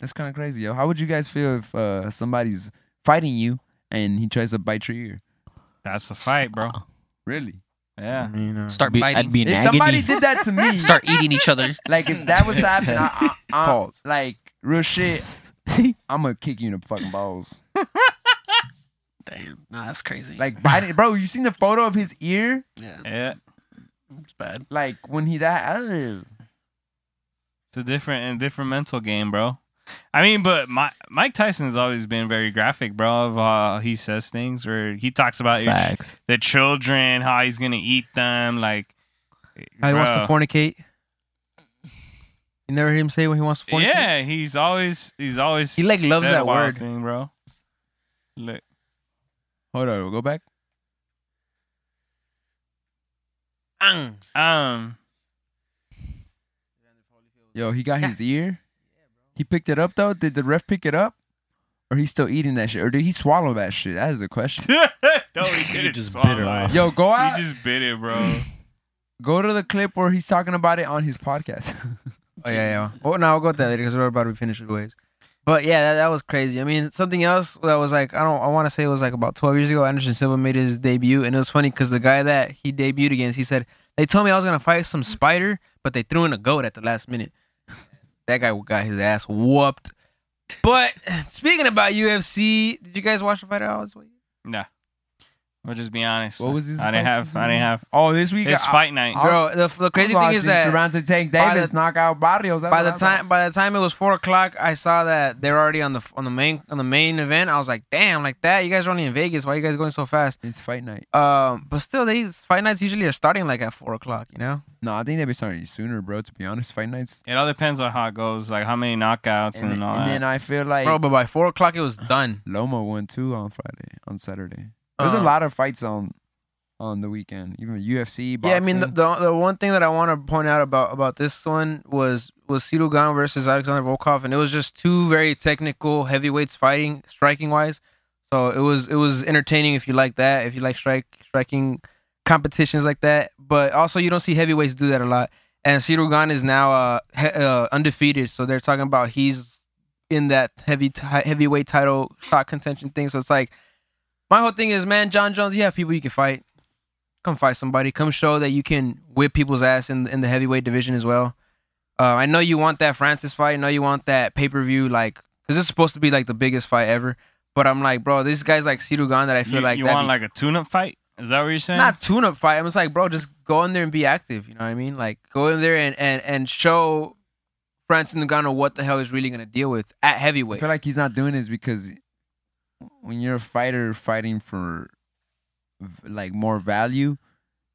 C: That's kind of crazy, yo. How would you guys feel if uh, somebody's fighting you and he tries to bite your ear?
A: That's the fight, bro.
C: Really?
A: Yeah.
D: Start
E: Be- I'd
D: biting.
E: be in
C: If somebody
E: agony.
C: did that (laughs) to me,
D: Start eating each other. (laughs)
C: like if that was to happen, (laughs) I, I, I, like real (laughs) shit, I'm gonna kick you in the fucking balls.
D: Damn, nah, that's crazy.
C: Like biting, bro. You seen the photo of his ear?
D: yeah,
A: Yeah.
D: it's bad.
C: Like when he that. ugh.
A: It's a different and different mental game, bro. I mean, but my, Mike Tyson's always been very graphic, bro. Of how he says things where he talks about your,
E: Facts.
A: the children, how he's gonna eat them, like.
B: How he wants to
C: Uh.
A: bro.
B: fornicate. You never heard him say when he wants to fornicate.
A: Yeah, he's always he's always
B: He, like, loves
A: said a
B: that
A: wild
B: word.
A: thing, bro. Look,
C: Hold on, we'll go back.
B: Ang.
A: um, (laughs)
C: Yo, he got his ear. He picked it up though. Did the ref pick it up, or he's still eating that shit, or did he swallow that shit? That is the question.
A: (laughs) no, he didn't.
E: just
A: swallow
E: bit it off.
C: Yo, go out.
A: He just bit it, (laughs) bro.
C: Go to the clip where he's talking about it on his podcast. (laughs)
B: Oh yeah, yeah. Well, no, I'll go with that later because we're about to be finished with waves. But yeah, that, that was crazy. I mean, something else that was like I don't I want to say it was like about 12 years ago. Anderson Silva made his debut, and it was funny because the guy that he debuted against, he said they told me I was gonna fight some spider, but they threw in a goat at the last minute. (laughs) That guy got his ass whooped. But speaking about UFC, did you guys watch the fight at all this week?
A: nah. We'll just be honest.
C: What was his
A: I didn't
C: fight
A: have.
C: season?
A: I didn't have.
C: oh, this week
A: It's
C: I-
A: fight night.
C: I-
B: Bro, the, the crazy thing is that
C: Durante Tank
B: by
C: Davis
B: the-
C: knock out Barrios. That's
B: by
C: what
B: the
C: I
B: time
C: thought.
B: by the time it was four o'clock, I saw that they're already on the on the main on the main event. I was like, damn, like that. You guys are only in Vegas. Why are you guys going so fast?
C: it's fight night.
B: Um, but still, these fight nights usually are starting like at four o'clock. You know,
C: No, I think they'd be starting sooner, bro. To be honest, fight nights.
A: It all depends on how it goes, like how many knockouts and,
C: And,
A: all
C: and
A: that.
C: then I feel like
B: bro. But by four o'clock, it was done.
C: Loma won too on Friday, on Saturday. There's
B: Uh,
C: a lot of fights on on the weekend. Even UFC. Boxing.
B: Yeah, I mean the, the the one thing that I want to point out about about this one was was Gan versus Alexander Volkov, and it was just two very technical heavyweights fighting striking wise. So it was it was entertaining if you like that, if you like strike striking competitions like that. But also you don't see heavyweights do that a lot. And Gan is now uh, he, uh undefeated, so they're talking about he's in that heavy ti heavyweight title shot contention thing. So it's like my whole thing is, man, John Jones, you have people you can fight come fight somebody. Come show that you can whip people's ass in in the heavyweight division as well. Uh, I know you want that Francis fight. I know you want that pay per view, like because it's supposed to be like the biggest fight ever. But I'm like, bro, this guy's like Sirugan that I feel
A: you
B: like
A: you
B: that'd
A: want
B: be-
A: like eh. a tune-up fight? Is that what you're saying?
B: not tune up fight. I'm just like, bro, just go in there and be active. You know what I mean? Like go in there and and and show Francis Ngannou what the hell he's really gonna deal with at
C: I
B: heavyweight.
C: feel like he's not doing this because when you're a fighter fighting for v- like more value,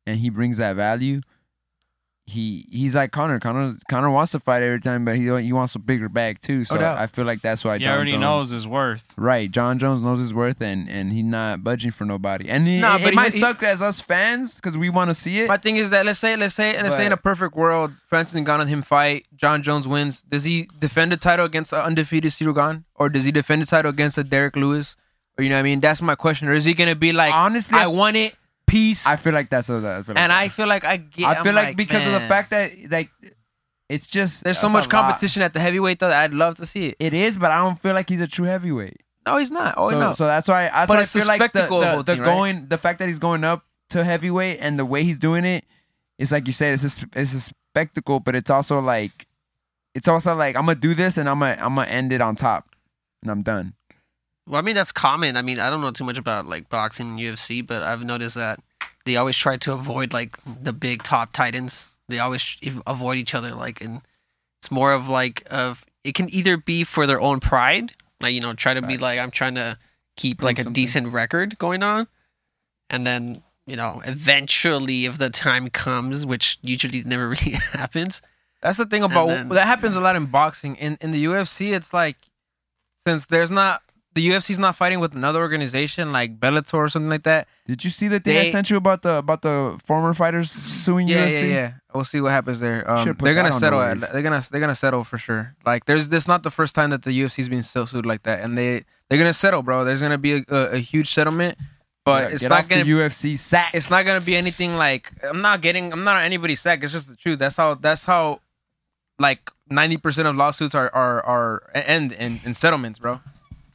C: and he brings that value, he he's like Connor. Connor Connor wants to fight every time, but he he wants a bigger bag too. So
B: doubt.
C: I feel like that's why
A: he
C: John
A: already
C: Jones,
A: knows his worth.
C: Right, John Jones knows his worth, and and he's not budging for nobody. And it,
B: Nah,
C: it
B: but he-
C: might
B: he-
C: suck as us fans because we want to see it.
B: My thing is that let's say let's say let's say in a perfect world, Francis Ngannou and him fight, John Jones wins. Does he defend the title against an undefeated Cirugan, or does he defend the title against a Derek Lewis? Or you know what I mean? That's my question. Or is he gonna be like,
C: Honestly,
B: I won it, peace,
C: I feel like that's what that. I feel like
B: and
C: that.
B: I feel like I get.
C: I feel
B: I'm
C: like, because of the
B: man,
C: fact that like it's just
B: there's so
C: that's
B: much
C: a lot.
B: competition at the heavyweight though. That I'd love to see it.
C: It is, but I don't feel like he's a true heavyweight.
B: No, he's not. Oh
C: so,
B: no.
C: so that's why that's
B: But
C: why I
B: it's the
C: feel like the,
B: spectacle of the
C: the,
B: whole
C: the
B: thing, right?
C: going the fact that he's going up to heavyweight and the way he's doing it, it's like you said, it's a, sp- it's a spectacle, but it's also like it's also like I'm gonna do this and I'm gonna I'm gonna end it on top and I'm done.
D: Well, I mean that's common. I mean I don't know too much about like boxing and UFC, but I've noticed that they always try to avoid like the big top titans. They always sh- ev- avoid each other. Like, and it's more of like of it can either be for their own pride, like you know, try to be like I'm trying to keep like a
C: something.
D: decent record going on, and then you know eventually if the time comes, which usually never (laughs) really happens,
B: That's the thing about
D: then-
B: that happens a lot in boxing. In in the UFC, it's like since there's not the UFC's not fighting with another organization like Bellator or something like that.
C: Did you see the thing I
B: They-
C: sent you about the about the former fighters suing
B: Yeah,
C: UFC?
B: yeah, yeah. We'll see what happens there. Um,
C: Should put
B: they're
C: that
B: gonna
C: on
B: settle.
C: the
B: At,
C: wave.
B: they're gonna they're gonna settle for sure. Like there's this not the first time that the UFC's been so sued like that, and they they're gonna settle, bro. There's gonna be a, a, a huge settlement, but
C: Yeah,
B: it's
C: get
B: not
C: off the
B: gonna
C: UFC sack.
B: it's not gonna be anything like I'm not getting I'm not on anybody's sack. It's just the truth. That's how that's how like ninety percent of lawsuits are are are e, end in, in settlements, bro.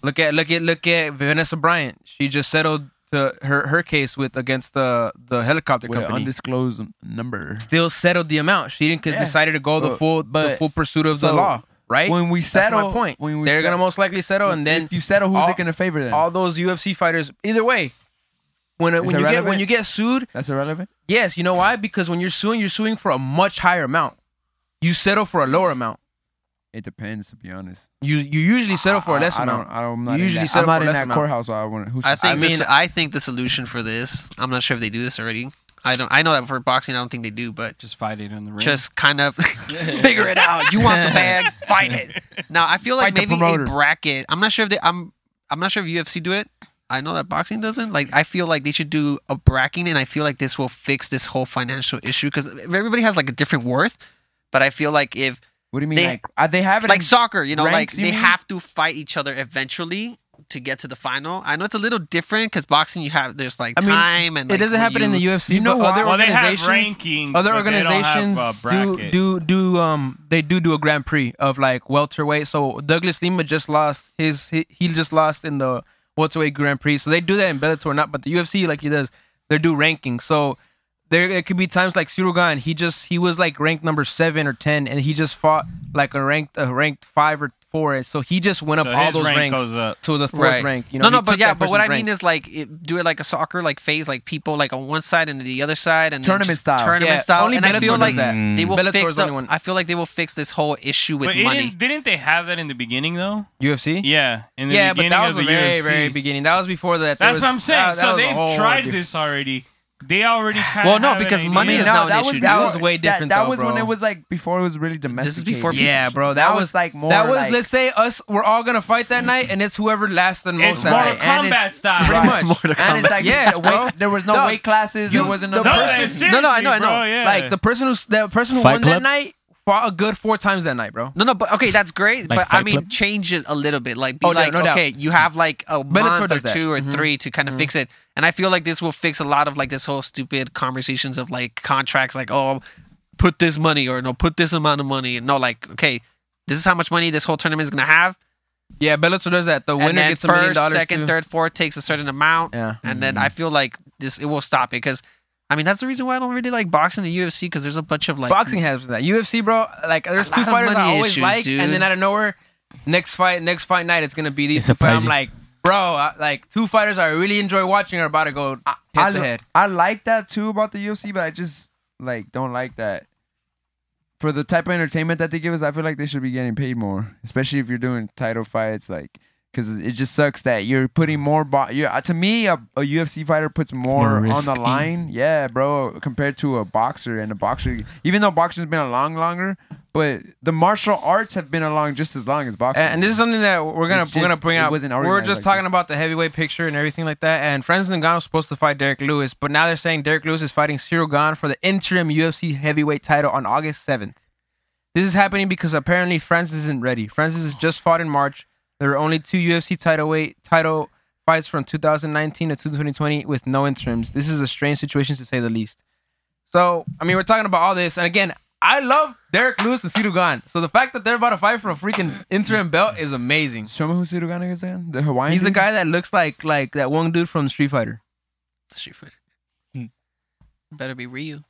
B: Look at look at look at Vanessa Bryant. She just settled to her her case with against the the helicopter
C: with an
B: company.
C: undisclosed number.
B: Still settled the amount. She didn't 'cause
C: Yeah.
B: decided to go the
C: But-
B: full the
C: but-
B: full pursuit of the
C: so,
B: law. Right
C: When we
B: That's
C: settle,
B: my point.
C: When we
B: They're
C: settle,
B: gonna most likely settle, and then
C: if you settle, who's
B: all-
C: it gonna favor then?
B: all those UFC fighters. Either way, when when
C: it
B: you get when
C: relevant?
B: you get sued,
C: That's irrelevant.
B: Yes, you know why? Because when you're suing, you're suing for a much higher amount. You settle for a lower amount.
C: It depends, to be honest.
B: You you usually settle for a less
C: I, I
B: amount.
C: Don't, I don't, I'm not
B: You usually
C: in that,
B: settle
C: I'm not
B: for
C: in
B: less
C: that
B: amount.
C: courthouse. I want who's
D: I think
B: I
D: this,
B: mean-
D: I think the solution for this. I'm not sure if they do this already. I don't. I know that for boxing, I don't think they do, but
A: Just fight it in the ring.
D: just kind of (laughs) figure it out.
B: (laughs)
D: You want the bag, fight it. Now I feel like
C: Fight the
D: maybe a
C: promoter.
D: bracket. I'm not sure if they. I'm. I'm not sure if UFC do it. I know that boxing doesn't. Like I feel like they should do a bracking, and I feel like this will fix this whole financial issue because everybody has like a different worth. But I feel like if
C: What do you mean?
D: They-
C: like uh, they have it
D: like
C: in-
D: soccer, you know,
C: ranks,
D: like
C: you
D: they
C: mean?
D: have to fight each other eventually to get to the final. I know it's a little different because boxing, you have there's like
B: I mean,
D: time and
B: it
D: like,
B: doesn't
D: where
B: happen in
D: you-
B: the UFC.
C: You know
B: but other
A: Well, they have
B: organizations,
A: rankings.
B: Other
A: but they don't have
B: organizations
A: a
B: do
A: bracket.
B: do do um they do do a Grand Prix of like welterweight. So Douglas Lima just lost his he, he just lost in the welterweight Grand Prix. So they do that in Bellator, not but the UFC like he does. They do rankings. So there it could be times like Surugan, he just he was like ranked number seven or ten, and he just fought like a ranked a ranked five or four. And so he just went
A: So
B: up all
A: his
B: those
A: rank
B: ranks
A: goes up.
B: to the fourth rank. You know,
D: no, no, but yeah, but what I mean is like it, do it like a soccer like phase, like people like on one side and the other side, and then
C: Tournament
D: just
C: style.
D: tournament
B: Yeah,
D: style.
B: only
D: and I
B: Bellator
D: feel
B: does
D: like
B: that.
D: they will
B: Bellator's
D: fix.
B: the
D: The,
B: only one.
D: I feel like they will fix this whole issue with
A: But
D: money.
A: Didn't, didn't they have that in the beginning though?
B: UFC.
A: Yeah, in the
B: yeah, but
A: beginning
B: that was
A: of the
B: the very,
A: UFC.
B: very beginning. That was before that. There
A: That's
B: was-
A: what I'm saying.
B: that- that
A: so
B: was a
A: they've
B: whole
A: tried
B: different-
A: this already. They already kind
D: Well, no, because money is
C: No,
D: now an
C: that was
D: issue.
B: That
C: before-
B: was way different
C: That, that
B: though,
C: was when
B: bro.
C: it was like before it was really domestic.
D: is before people-
B: Yeah, bro. That,
C: That
B: was,
C: was, like, more
B: That was
C: like-
B: let's say us. We're all gonna fight that night, and it's whoever lasts the most.
A: It's
B: that
A: Mortal
B: night.
C: and it's-
A: Kombat style.
B: Pretty much.
C: and it's like
B: Yes,
C: yeah,
B: bro.
C: there was no,
B: No,
C: weight classes.
B: you-
C: there wasn't
B: the
C: no
A: No,
B: person-
A: that's seriously,
D: No, no, I know, I
A: bro,
D: know.
A: Yeah.
B: Like the person who the person who
E: Fight
B: won that
E: Club?
B: night fought a good four times that night, bro.
D: No, no, but okay, that's great.
E: Like
D: but I
E: Fight
D: mean,
E: Club?
D: change it a little bit. Like, be
B: Oh, yeah,
D: like,
B: no doubt.
D: okay, you have like a month or
B: does that. Mm-hmm.
D: two or three to kind of fix it. And I feel like this will fix a lot of like this whole stupid conversations of like contracts, like oh, put this money or no, put this amount of money. No, like okay, this is how much money this whole tournament is gonna have.
B: Yeah, Bellator does that. The
D: And
B: winner
D: then
B: gets a million
D: first,
B: dollars.
D: second,
B: too.
D: third, fourth takes a certain amount.
B: Yeah. Mm-hmm.
D: And then I feel like this it will stop it because I mean that's the reason why I don't really like boxing the UFC because there's a bunch of like
B: Boxing has that. UFC, bro. Like there's
D: A
B: two
D: lot of
B: fighters I
D: money
B: always
D: issues,
B: like,
D: dude.
B: and then out of nowhere, next fight, next fight night, it's gonna be these.
E: It's
B: Two fighters. I'm
E: surprising.
B: like, bro, I, like two fighters I really enjoy watching are about to go
C: I,
B: head to head.
C: I like that too about the UFC, but I just like don't like that. For the type of entertainment that they give us, I feel like they should be getting paid more, especially if you're doing title fights. Like, because it just sucks that you're putting more. Bo- you're, uh, to me, a, a UFC fighter puts more, on the
E: risky.
C: line. Yeah, bro, compared to a boxer, and a boxer, even though boxing's been along longer, but the martial arts have been along just as long as boxing.
B: And, and this is something that we're gonna
C: It's
B: we're gonna
C: just-
B: bring
C: it
B: out.
C: wasn't
B: We're
C: organized
B: just
C: like
B: talking
C: this.
B: about the heavyweight picture and everything like that. And Francis Ngannou was supposed to fight Derek Lewis, but now they're saying Derek Lewis is fighting Cyril Gahn for the interim UFC heavyweight title on August seventh. This is happening because apparently Francis isn't ready. Francis has just fought in March. There are only two UFC title weight title fights from 2019 to 2020 with no interims. This is a strange situation to say the least. So, I mean, we're talking about all this, and again, I love Derek Lewis and Cyril Gahn. So the fact that they're about to fight for a freaking interim belt is amazing.
C: show me who Surugana is again. The Hawaiian.
B: He's the
C: dude?
B: guy that looks like like that one dude from Street Fighter.
D: Street Fighter.
B: Hmm.
D: Better be Ryu.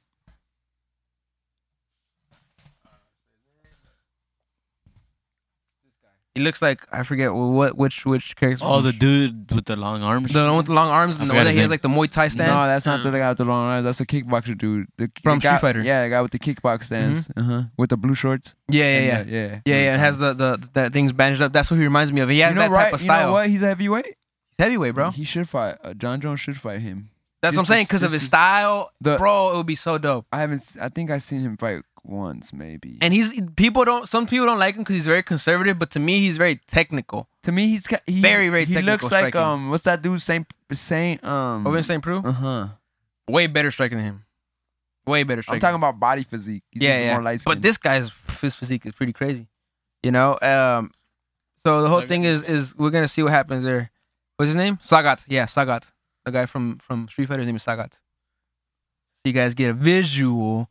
B: He looks like I forget what which which character.
E: Oh, the dude with the long arms.
B: the one with the long arms and the
E: forgot
B: one that
E: his
B: he has
E: name.
B: like the Muay Thai stance.
C: No, that's not the
B: Mm.
C: guy with the long arms. That's a kickboxer dude. The, the
B: From
C: guy-
B: Street Fighter. Mm-hmm.
C: Yeah, the guy with the kickbox stance. Uh-huh. With the blue shorts.
B: yeah, yeah, yeah,
C: And uh, the- yeah.
B: yeah, yeah. And has the the that things bandaged up. That's what he reminds me of. He has
C: um, you know,
B: that
C: right,
B: type of
C: You
B: style.
C: know what? He's a heavyweight,
B: He's heavyweight, bro.
C: He should fight. Uh, John Jones should fight him.
B: That's what I'm
C: this-
B: saying. Because
C: this
B: of his
C: is-
B: style,
C: the-
B: bro, it would be so dope.
C: I haven't. s- I think I seen him fight once, maybe.
B: And he's people don't some people don't like him because he's very conservative, but to me he's very technical.
C: to me, he's ca- he,
B: Very, very
C: He
B: technical
C: looks like
B: striking. Oh,
C: um, what's that dude? Saint Saint um.
B: Over in St. Prue,
C: Uh huh.
B: way better striking than him. Way better striking.
C: I'm talking about body physique. He's
B: yeah,
C: just
B: yeah.
C: More light
B: but this guy's his physique is pretty crazy. You know, um, so the whole thing is is we're gonna see what happens there. What's his name? Sagat. Yeah, Sagat. The guy from from Street Fighter's name is Sagat. You guys get a visual.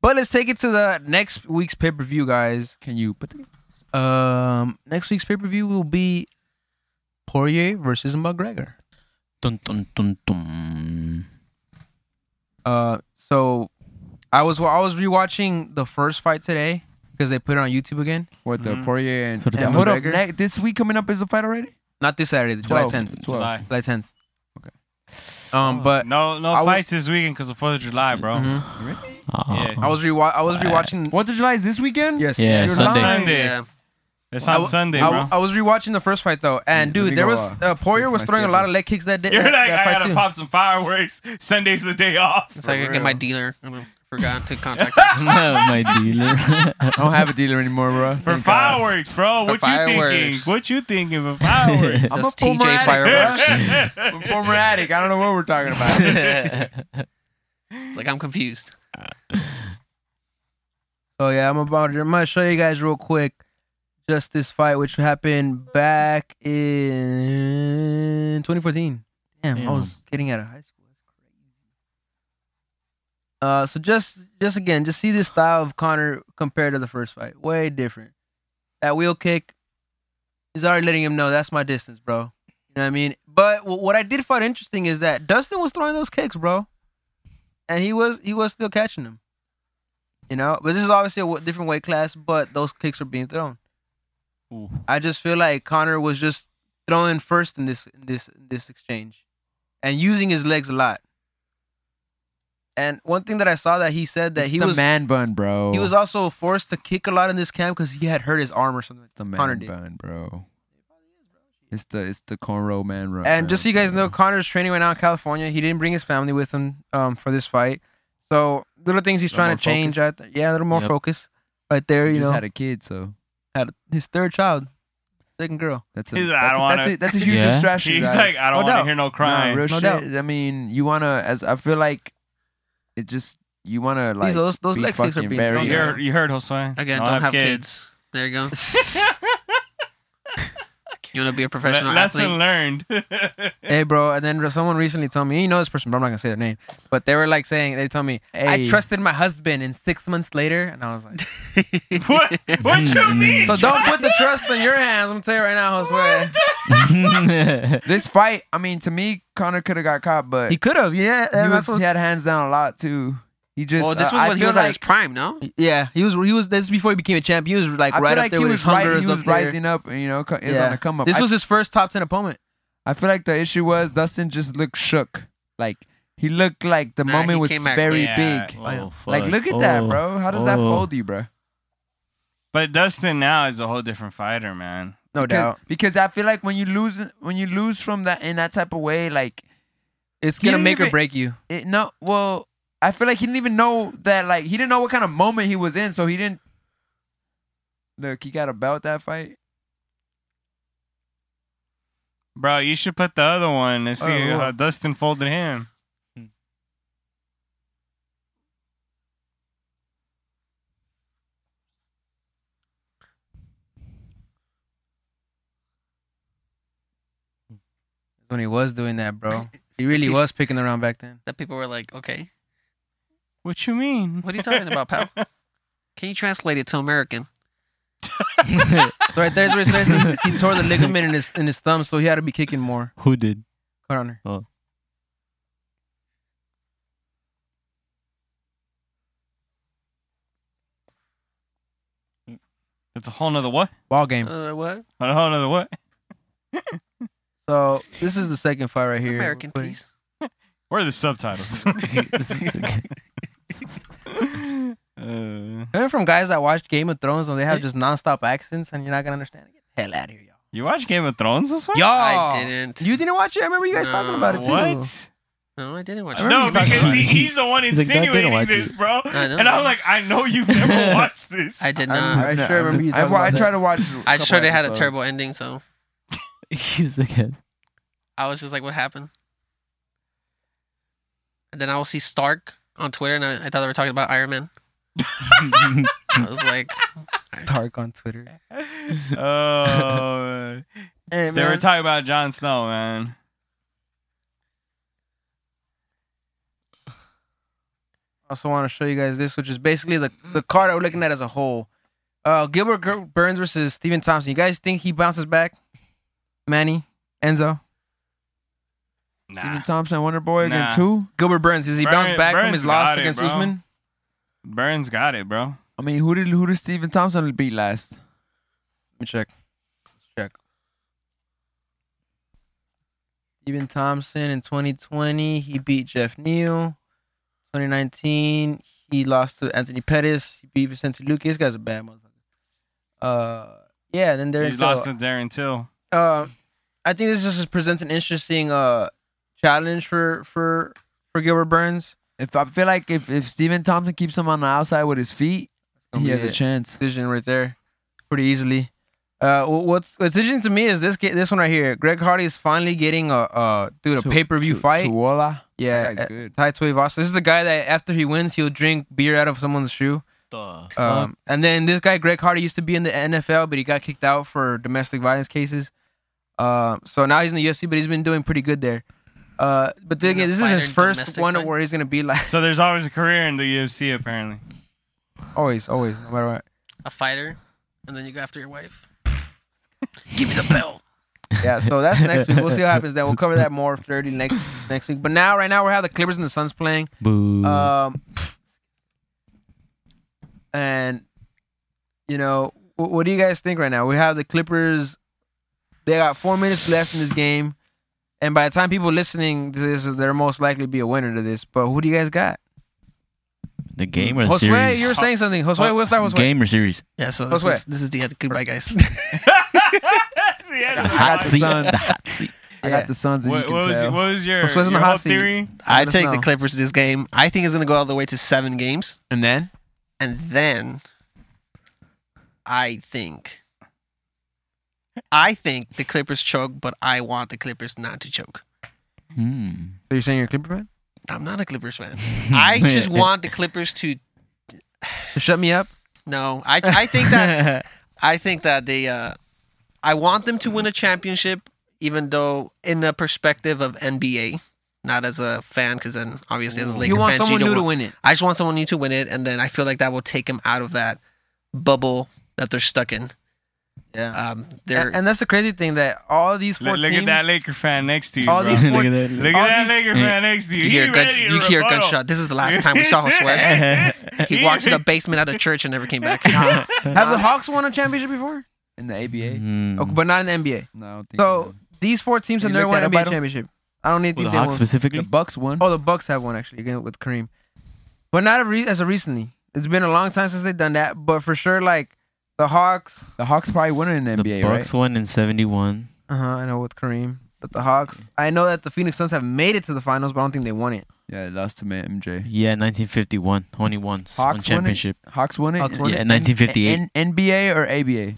B: But let's take it to the next week's pay per view, guys.
C: Can you put? The-
B: Um, next week's pay per view will be Poirier versus McGregor.
E: Dun, dun, dun, dun.
B: Uh, so I was I was rewatching the first fight today because they put it on YouTube again.
C: what the
B: Mm.
C: Poirier and,
E: Sort of
C: and
E: thing.
C: hold up,
B: McGregor?
C: ne- this week coming up is the fight already.
B: Not this Saturday, July 10th.
C: Twelve.
B: July 10th. Okay. Um, but
A: No, no
B: I was- Mm-hmm.
A: fights this weekend because of Fourth of July, bro.
E: Ah.
C: Oh.
A: Yeah.
B: I was rewa- I was rewatching.
C: Fourth of July is this weekend.
B: Yes.
E: Yeah,
C: You're
E: Sunday.
C: lying.
A: Sunday.
D: Yeah.
A: It's
B: I
A: on
B: w-
A: Sunday,
B: I,
A: bro.
B: w- I was rewatching the first fight though, and
C: let
B: dude,
C: me
B: there
C: go,
B: was
C: uh,
B: uh, Poirier
C: fix
B: was
C: my
B: throwing a lot of
C: schedule.
B: leg kicks that day.
A: (laughs) You're like,
B: that
A: I
B: fight
A: gotta
B: too.
A: pop some fireworks. Sunday's the day off.
D: It's like I get my dealer. I don't-
A: (laughs)
D: forgot to contact him.
E: (laughs) my
C: (laughs)
E: dealer.
C: I don't have a dealer anymore,
B: (laughs)
C: bro.
D: (laughs)
A: For fireworks, bro.
D: For
A: what
D: fireworks.
A: you thinking? What you thinking for
D: (laughs)
E: (laughs)
A: fireworks?
C: I'm a
D: Those TJ
A: (laughs)
C: Pomeranian.
D: fireworks.
C: I'm a former addict. I don't know what we're talking about.
D: It's like I'm confused.
B: So yeah, I'm about to I'm gonna show you guys real quick just this fight which happened back in 2014. Damn, I
E: Damn.
B: was getting out of high school. That's crazy. Uh, so just just again, just see this style of Connor compared to the first fight. Way different. That wheel kick, he's already letting him know that's my distance, bro. You know what I mean? But wh- what I did find interesting is that Dustin was throwing those kicks, bro, and he was he was still catching them. You know, but this is obviously a w- different weight class, but those kicks were being thrown. I just feel like Connor was just throwing first in this in this in this exchange, and using his legs a lot. And one thing that I saw that he said (laughs) that
C: It's
B: he
C: the
B: was
C: man bun, bro.
B: he was also forced to kick a lot in this camp because he had hurt his arm or something.
C: It's the man
B: Connor did.
C: bun, bro. It's the it's the cornrow man run.
B: And just so you guys know, Connor's training right now in California. He didn't bring his family with him um, for this fight. So little things he's
C: Little
B: trying
C: more
B: to change.
C: focus.
B: Out there. Yeah, a little more
E: Yep.
B: focus. Right there,
C: he
B: you
C: just
B: know,
C: had a kid, so
B: had his third child, second girl.
C: that's a
A: He's like,
C: that's,
A: I
C: a,
A: don't
C: that's,
A: wanna-
C: a, that's a huge
E: Yeah.
C: distraction.
A: He's
C: guys.
A: like, I don't
B: No
A: want to
B: doubt.
A: hear no
C: Nah,
A: crying.
C: real
B: No
C: shit.
B: doubt.
C: I mean, you wanna as I feel like it just you wanna like
B: These those those
C: be
B: leg kicks are
C: fucking
B: being
C: very
B: thrown.
A: you,
C: Yeah.
A: heard, you heard Josue.
D: Again,
A: Don't
D: don't, have
A: kids.
D: kids. There you
A: (laughs)
D: go. you want to be a
A: Le-
D: professional
A: lesson
D: athlete?
A: learned. (laughs)
B: Hey, bro. And then someone recently told me, you know this person, but I'm not gonna say their name. But they were like saying, they told me, I
C: Hey.
B: trusted my husband, and six months later, and I
C: (laughs)
B: was like,
D: (laughs)
A: what? What
B: Mm-hmm.
A: you mean?
B: so don't put the trust in your hands. I'm telling you right now, Josue.
C: This fight, I mean, to me, Connor could have got caught, but
B: He
C: he,
B: could have, yeah. and
C: was,
B: that's
C: he
B: what-
C: had hands down a lot too. He just
D: Well, this
C: I-
D: was
C: I
D: when he
C: feel
D: was
C: like,
D: at his prime, no?
B: Yeah, he was. He was. This is before he became a champ. He was like
C: I feel
B: right up
C: like
B: there
C: he
B: with
C: was
B: his hunger.
C: right,
B: is
C: he
B: up
C: was
B: there.
C: rising up, and you know, co- it was on a come up.
B: This
C: I
B: was his first top ten opponent.
C: I feel like the issue was Dustin just looked shook. Like he looked like the
D: Nah, he
C: moment was
D: came back
C: very
A: Yeah.
C: big.
E: Oh,
C: Like
E: fuck.
C: look at that,
E: Oh,
C: bro. How does that
E: oh.
C: fold you, bro?
A: (laughs) But Dustin now is a whole different fighter, man.
B: No
C: Because,
B: doubt,
C: because I feel like when you lose when you lose from that in that type of way, like
B: it's
C: He
B: gonna
C: didn't
B: make or
C: even-
B: break you.
C: it no well, I feel like he didn't even know that like he didn't know what kind of moment he was in, so he didn't Look, he got a belt that fight.
A: Bro, you should put the other one and see
B: Oh,
A: how Dustin folded him.
B: When he was doing that, bro, he really was picking around back then.
D: That people were like, okay,
A: What you mean?
D: what are you talking
A: (laughs)
D: about, pal? Can you translate it to American?
B: So right there's where he says he, he tore the ligament in his in his thumb, so he had to be kicking more.
E: Who did?
C: (laughs)
B: Connor.
E: Oh.
A: It's a whole nother what?
B: Ball game.
D: Uh, what?
A: A whole nother what?
B: So this is the second fight right here.
D: American, please.
A: Where are the subtitles? (laughs) uh,
B: Coming from guys that watched Game of Thrones and they have just nonstop accents and you're not gonna understand. Get the hell out of here, y'all.
A: you watch Game of Thrones this week?
B: Y'all,
D: I didn't.
B: You didn't watch it. I remember you guys
D: No.
B: talking about it too.
A: What?
D: No, I didn't watch
A: No,
D: it.
A: because
E: about
A: he,
E: it.
A: he's the one
E: He's like, "God, I didn't
A: insinuating
E: watch
A: this,
E: it."
A: bro.
D: I know.
A: And I'm like, I know you've never watched this. (laughs)
D: I did
B: I
D: not.
B: remember- I sure remember you
C: I,
B: talking
C: wa-
B: about
C: I
B: that.
C: tried to watch.
D: I
C: couple
D: sure they had a
C: episodes.
D: terrible ending, so
E: He's like,
D: I was just like, what happened? And then I will see Stark on Twitter, and I, I thought they were talking about Iron (laughs) Man. I was like,
B: Tark on Twitter.
A: oh, man.
B: Hey,
A: Uh, they were
B: man.
A: talking about Jon Snow, man.
B: also want to show you guys this, which is basically the the card that we're looking at as a whole. Uh, Gilbert Gur- Burns versus Steven Thompson. You guys think he bounces back? Manny, Enzo,
A: Nah.
C: Steven Thompson, Wonder Boy against
A: Nah.
C: who?
B: Gilbert Burns. Does he bounce
A: Burn-
B: back from
A: Burns
B: his loss
A: got it,
B: against
A: bro.
B: Usman?
A: Burns got it, bro.
C: I mean, who did who did Steven Thompson beat last?
B: Let me check. Let's check. Steven Thompson in 2020, he beat Jeff Neal. 2019, he lost to Anthony Pettis. He beat Vicente Luque. This guy's a bad motherfucker. Uh, yeah. Then there's
A: He's lost to Darren Till.
B: uh, I think this just presents an interesting uh challenge for for for Gilbert Burns.
C: If I feel like if if Steven Thompson keeps him on the outside with his feet,
B: gonna
C: he
B: be
C: has a
B: it.
C: chance.
B: Decision right there, pretty easily. Uh, wh- what's what's interesting to me is this ga- this one right here. Greg Hardy is finally getting a uh dude a
C: To-
B: pay per view
C: to-
B: fight.
C: to Walla.
B: yeah,
C: That guy's
B: uh,
C: good.
B: Tai Tuivasa. This is the guy that after he wins, he'll drink beer out of someone's shoe.
C: Uh,
E: the
D: Uh-huh.
B: Um, and then this guy Greg Hardy used to be in the NFL, but he got kicked out for domestic violence cases. Uh, so now he's in the UFC, but he's been doing pretty good there. Uh, but then
D: Being a
B: again, this is
D: fighter
B: his
D: in
B: first
D: domestic
B: one
D: fight?
B: where he's gonna be like (laughs)
A: So there's always a career in the UFC, apparently. (laughs)
B: always, always, no matter what.
D: a fighter, and then you go after your wife. Give me the belt.
B: Yeah, so that's next week. We'll see what happens. Then we'll cover that more (laughs) thoroughly next next week. But now, right now, we have the Clippers and the Suns playing.
E: boo.
C: uh,
B: Um, and you know, wh- what do you guys think right now? We have the Clippers. They got four minutes left in this game, and by the time people listening to this, they're most likely be a winner to this. But who do you guys got?
E: the game or the
B: Josue,
E: series?
B: you were saying something. Josue, we'll start Josue.
E: game or series?
D: Yeah, so
B: Let's
D: this
B: wait.
D: is, this is the end.
B: (laughs)
D: Goodbye, guys.
A: That's the end of the
E: Hot
C: the
E: seat.
C: Suns.
E: The hot seat.
C: I
B: Yeah.
C: got the Suns, and
A: what,
C: you
A: what
C: can
A: was,
C: tell.
A: what was your,
B: Let's listen to
A: your whole
B: Hot Seat.
A: theory?
D: I
B: Let us
D: take the
B: know.
D: Clippers this game. I think it's going to go all the way to seven games,
B: And then
D: and then I think, I think the Clippers choke, but I want the Clippers not to choke.
E: Hmm.
B: so you're saying you're a Clipper fan?
D: I'm not a Clippers fan.
B: Hmm.
D: I
B: (laughs)
E: (laughs)
D: just want the Clippers to
B: To shut me up?
D: no. I I
B: (laughs)
D: think that I think that they uh I want them to win a championship even though in the perspective of NBA, not as a fan cuz then obviously as a Laker
B: you want
D: fan
B: someone
D: you
B: new
D: don't
B: to
D: want-
B: win it?
D: I just want someone new to win it and then I feel like that will take them out of that bubble that they're stuck in.
B: Yeah.
D: Um they're
B: And, and that's the crazy thing that all these
A: Look,
B: four
A: look at
B: teams,
A: that Laker fan next to you,
B: all
A: bro.
B: these
E: Look
B: four,
E: at
C: (laughs)
E: that.
A: Look
B: all
A: at that
B: these-
A: Laker fan next to you.
D: Mm. you hear a
A: he
D: gun,
A: ready to
D: you hear a
A: rebuttal.
D: gunshot. This is the last time we
B: (laughs)
D: saw Josue.
A: (laughs)
D: He walked to the basement out of church and never came back. Nah.
B: have the Hawks won a championship before?
C: in the ABA.
D: Mm.
E: Hmm.
B: Okay, but not in the NBA.
C: No, I don't think
B: So these four teams have
C: You
B: never won
C: looked
B: an
C: at
B: NBA
C: it, Vital?
B: championship. I don't even
E: With
B: think
E: the
B: they
E: Hawks
B: won.
C: the
E: specifically.
C: Bucks won.
B: Oh, the Bucks have one actually again with Kareem, but not a re- as of recently. It's been a long time since they've done that. But for sure, like the Hawks,
C: The Hawks probably won in the,
E: The
C: NBA,
E: Bucks won in '71.
B: uh huh. I know with Kareem, but the Hawks.
C: Mm-hmm.
B: I know that the Phoenix Suns have made it to the finals, but I don't think they won it.
C: right? Yeah, they lost to man MJ.
E: Yeah, 1951. Only once. One
C: Hawks won it?
E: championship.
C: Hawks won it.
B: Hawks won
E: Yeah, 1958.
C: N- NBA or ABA?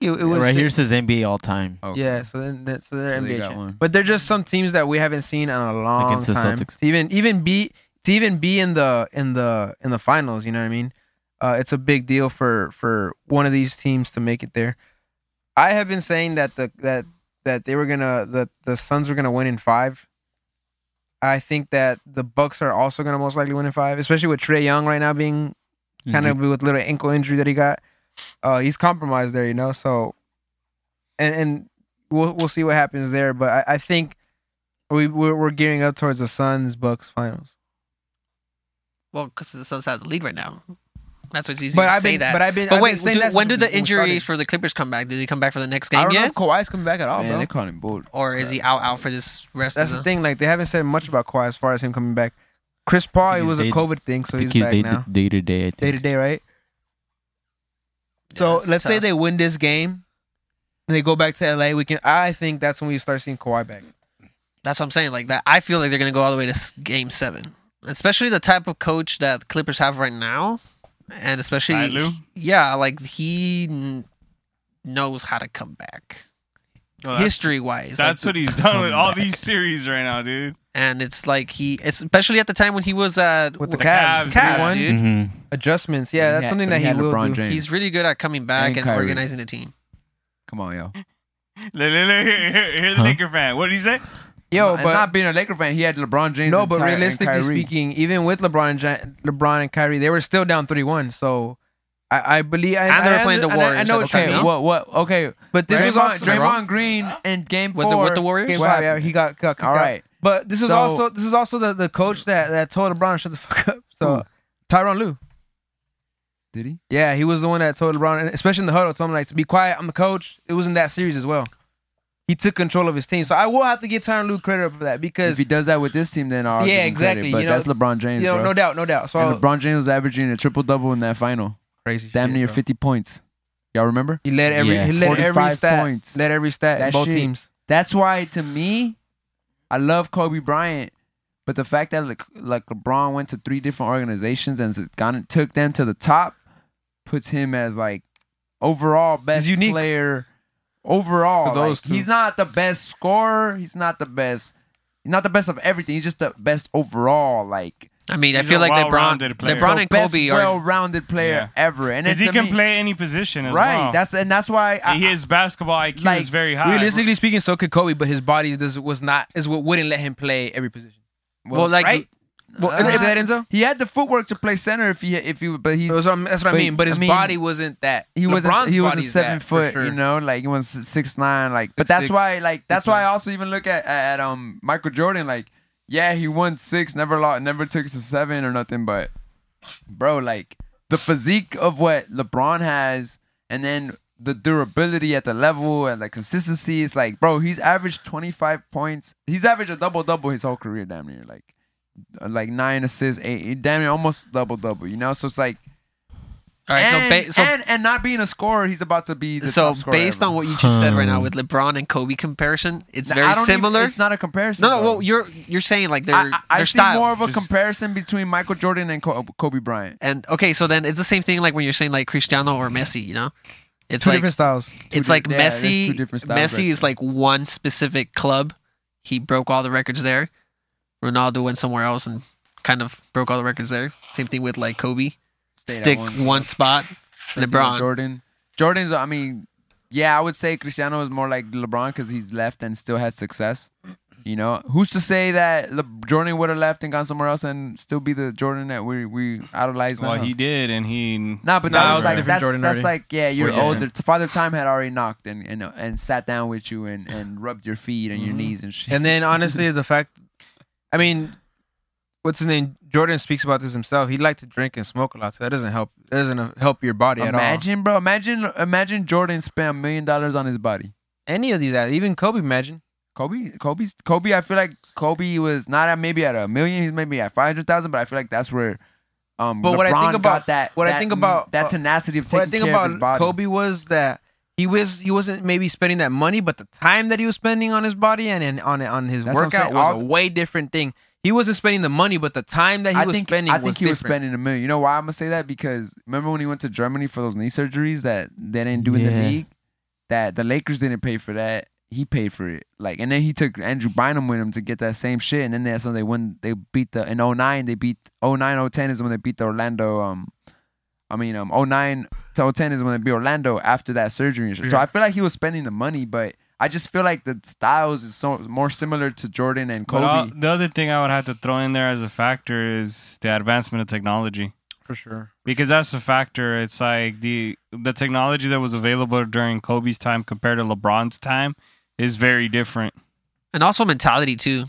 B: It, it was
E: right here
B: shit.
E: says NBA all time.
C: Oh,
B: Yeah, so then that, so they're
C: So they
B: NBA.
C: got
B: champ-
C: one.
B: But they're just some teams that we haven't seen in a long
E: Against the
B: time.
E: Celtics.
B: To even even be to even be in the in the in the finals, you know what I mean? Uh, it's a big deal for for one of these teams to make it there. I have been saying that the that that they were gonna that the Suns were gonna win in five. I think that the Bucks are also gonna most likely win in five, especially with Trey Young right now being
E: Mm-hmm.
B: kind of with little ankle injury that he got. Uh, he's compromised there, you know. So, and and we'll we'll see what happens there. But I, I think we we're, we're gearing up towards the Suns Bucks finals.
D: well, cuz the Suns has the lead right now. That's what's easy
B: But
D: to
B: I've
D: say
B: been
D: that.
B: but I've been.
D: But
B: I've
D: wait,
B: been saying
D: do-
B: that
D: when do
B: since
D: the
B: we started.
D: injuries for the Clippers come back? Did he come back for the next
C: I
D: game
C: don't know
D: yet,
C: if Kawhi's coming back at all,
B: Man,
C: bro.
B: they
C: They calling him bull.
D: or is he out out for this rest?
B: That's the
D: of
B: thing. Like they haven't said much about Kawhi as far as him coming back. Chris Paul
E: think
B: it
E: he's
B: was a
E: day-
B: COVID thing, so
E: I
B: he's
E: think he's
B: back
E: day,
B: now.
E: day to day.
B: Day
E: I
B: to
E: think.
B: day, right? So let's say they win this game, and they go back to LA. We can. I think that's when we start seeing Kawhi back.
D: That's what I'm saying. Like that, I feel like they're gonna go all the way to s- Game Seven, especially the type of coach that Clippers have right now, and especially
A: Ty Lue?
D: yeah, like he kn- knows how to come back
A: Well, that's-
D: history wise.
A: That's what he's done with all these series right now, dude. (laughs)
D: and it's like he, especially at the time when he was at
B: With the
A: The Cavs,
B: Cavs, Cavs,
A: yeah.
D: Cavs, dude.
E: Mhm. (laughs)
B: adjustments. Yeah, that's something that he, will do.
D: He's really good at coming back
C: And
D: and,
C: Kyrie.
D: organizing a team.
C: Come on, (laughs) yo.
A: Look, look, look, here- here- Here's the
E: Huh?
A: Laker fan. What did he say?
B: Yo,
C: it's
B: but
C: not being a Laker fan. He had LeBron James.
B: no,
C: and
B: but
C: Ty- and
B: realistically
C: Kyrie.
B: speaking, even with LeBron and Jan- LeBron and Kyrie, they were still down three one. So I, I believe I,
D: And they
B: I
D: were playing the
B: under- and I- I
D: Warriors
B: know
D: at
B: what
D: the
B: you
D: time,
B: mean,
D: no?
C: what? What? Okay,
B: but this
C: Draymond,
B: was also
C: Draymond Green and Game Four.
D: Was it with the Warriors?
B: Game
C: What
B: five, yeah,
C: happened?
B: he got, got kicked
C: All right.
B: out. But this is
C: So-
B: also this is also the, the coach that, that told LeBron to shut the fuck up. (laughs)
C: Hmm.
B: So Tyronn Lue,
C: Did he?
B: yeah, he was the one that told LeBron, and especially in the huddle, told him like to be quiet. I'm the coach. It was in that series as well. He took control of his team, so I will have to give Tyronn Lue credit for that because
C: If he does that with this team, then I'll
B: Yeah,
C: give him
B: exactly,
C: Credit, but
B: you know,
C: that's LeBron James,
B: you know,
C: bro.
B: no doubt, no doubt. So
C: And LeBron James was averaging a triple double in that final,
B: crazy,
C: damn
B: shit,
C: near
B: bro.
C: fifty points. Y'all remember?
B: He led every
E: Yeah.
B: he led every
C: 45
B: stat
C: points.
B: led every stat in
C: That
B: both
C: shit.
B: teams.
C: That's why, to me, I love Kobe Bryant, but the fact that like, like LeBron went to three different organizations and has gone and took them to the top puts him as like overall best
B: unique.
C: player. Overall,
B: To those
C: Like,
B: two.
C: he's not the best scorer. He's not the best. He's not the best of everything. He's just the best overall. Like
D: I mean, I
A: He's
D: feel
A: a
D: like LeBron,
A: well-rounded player.
D: LeBron and
C: best
D: Kobe are.
C: well-rounded player ever, and
A: Because
C: it's
A: he
C: to
A: can
C: me-
A: play any position as
C: right.
A: well.
C: That's and that's why I,
A: his basketball IQ
C: like,
A: is very high.
B: Realistically speaking, so could Kobe, but his body does, was not is what wouldn't let him play every position.
D: Well, like
B: right?
D: well,
B: Did you
D: uh,
B: say that, Enzo?
C: he had the footwork to play center if he if he but he
B: It was- um, that's what I
C: But,
B: mean. But his
C: I mean,
B: body wasn't that.
C: he was
B: LeBron's
C: not he was
B: body
C: a
B: is that,
C: seven
B: for
C: foot,
B: sure.
C: you know, like he was six nine, like.
B: Six,
C: But that's
B: six.
C: why, like, that's
B: Six,
C: why
B: nine.
C: I also even look at at um Michael Jordan, like, yeah, he won six, never lost, never took it to seven or nothing, but, bro, like the physique of what LeBron has, and then the durability at the level and like consistency, it's like, bro, he's averaged twenty five points, he's averaged a double double his whole career, damn near, like, like nine assists, eight, damn near almost double double, you know, so it's like
D: all right, so
C: and,
D: ba- so
C: and, and not being a scorer, he's about to be the
D: so
C: top scorer
D: based
C: ever.
D: on what you just said right now
E: Hmm.
D: with LeBron and Kobe comparison, it's
C: Now,
D: very
C: I don't even-
D: similar.
C: it's not a comparison.
D: no, no.
C: though.
D: Well, you're you're saying like their
C: I, I- I
D: their
C: see
D: style.
C: more of a
A: Just-
C: comparison between Michael Jordan and Ko- Kobe Bryant.
D: and okay, so then it's the same thing like when you're saying like Cristiano or Messi, you know? It's
B: Two
D: like
B: different styles.
D: it's
C: di-
D: like
C: yeah, there's
D: Messi.
C: two different styles
D: Messi
C: right
D: is like one specific club. He broke all the records there. Ronaldo went somewhere else and kind of broke all the records there. Same thing with like Kobe.
C: at
D: Stick
C: one.
D: one, spot.
C: Same thing with
D: LeBron.
C: Jordan. Jordan's. I mean, yeah, I would say Cristiano is more like LeBron because he's left and still has success. You know, who's to say that Le- Jordan would have left and gone somewhere else and still be the Jordan that we we idolize
A: well,
D: uh-huh.
C: now?
A: he did, and he.
C: Nah, but
A: Nah,
C: that
A: it
C: was
A: was
C: like
B: different
C: that's,
B: Jordan
C: that's
B: already.
C: like yeah, you're
A: Way different.
C: older. Father Time had already knocked and and, and sat down with you and, and rubbed your feet and your
B: Mm-hmm.
C: knees and shit.
B: And then honestly, the fact, I mean, what's his name? Jordan speaks about this himself. He liked to drink and smoke a lot, so that doesn't help. That doesn't help your body at all.
C: imagine, bro, imagine imagine Jordan spent a million dollars on his body.
B: Any of these, athletes, even Kobe. Imagine
C: Kobe, Kobe's Kobe. I feel like Kobe was not at maybe at a million. He's maybe at five hundred thousand, but I feel like that's where. Um,
B: But what I
C: LeBron
B: think about-
C: got that,
B: what I
C: that-
B: think about-
C: that tenacity of taking
B: what I think
C: care of his
B: about
C: body.
B: Kobe was that he was he wasn't maybe spending that money, but the time that he was spending on his body and, and on on his
C: That's what I'm
B: workout
C: saying.
B: was
C: All-
B: a way different thing. He wasn't spending the money, but the time that he
C: I
B: was
C: think,
B: spending
C: I think
B: was
C: he was
B: different.
C: spending a million. You know why I'm gonna say that? Because remember when he went to Germany for those knee surgeries that they didn't do in the
E: Yeah.
C: league? That the Lakers didn't pay for that. He paid for it. Like and then he took Andrew Bynum with him to get that same shit. And then that's when they won they beat the in 09, they beat 09, 010 is when they beat the Orlando um I mean um 09 to 010 is when they beat Orlando after that surgery and shit. So I feel like he was spending the money, but I just feel like the styles is so more similar to Jordan and
A: But
C: Kobe.
D: uh,
A: all- the other thing I would have to throw in there as a factor is the advancement of technology.
B: for sure.
A: Because that's a factor. It's like the the technology that was available during Kobe's time compared to LeBron's time is very different. (laughs)
D: and also mentality too.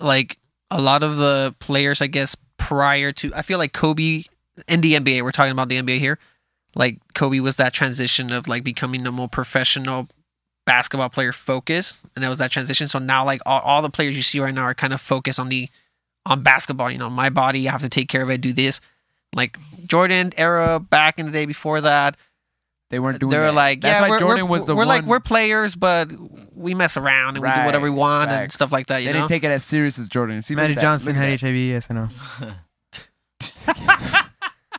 D: Like a lot of the players, I guess, prior to I feel like Kobe in the NBA, we're talking about the NBA here. Like Kobe was that transition of like becoming the more professional basketball player focused, and that was that transition. So now like all, all the players you see right now are kind of focused on the on basketball. You know, my body, I have to take care of it, do this. Like Jordan era back in the day before that,
C: they weren't doing
D: they were
C: that.
D: like,
C: That's
D: yeah,
C: why
D: we're,
C: Jordan
D: we're,
C: was the
D: we're
C: one
D: like we're players, but we mess around and we do whatever we
C: Right,
D: want and
C: facts.
D: stuff like that. You
C: they
D: know?
C: didn't take it as serious as Jordan. See, look
B: Magic
C: at that,
B: Johnson
C: look at
B: had
C: that.
B: HIV. Yes, I know.
C: (laughs)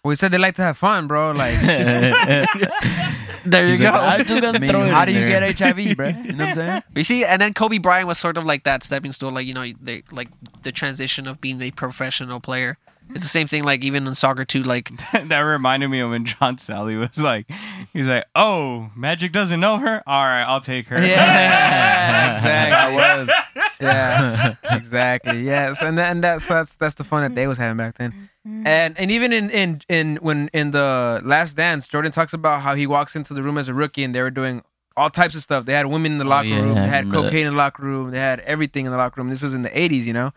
B: We said they like to have fun, bro. Like
D: There you
E: He's like,
D: go.
E: I'm just
C: I
E: gonna
C: mean,
E: throw it
C: how
E: in
C: do you
E: there.
C: get HIV, bro? You know what I'm (laughs) saying?
D: (laughs) you see, and then Kobe Bryant was sort of like that stepping stone, like you know, they like the transition of being a professional player. It's the same thing, like even in soccer too. Like
A: that reminded me of when John Sally was like, he's like, oh, Magic doesn't know her. All right, I'll take her.
B: Yeah, exactly.
C: I was.
B: (laughs) Yeah, exactly. Yes, and then that's that's that's the fun that they was having back then, and and even in in in when in the Last Dance, Jordan talks about how he walks into the room as a rookie and they were doing all types of stuff. They had women in the locker
E: Oh, yeah,
B: room, they
E: I
B: had
E: remember that.
B: cocaine in the locker room, they had everything in the locker room. This was in the eighties, you know.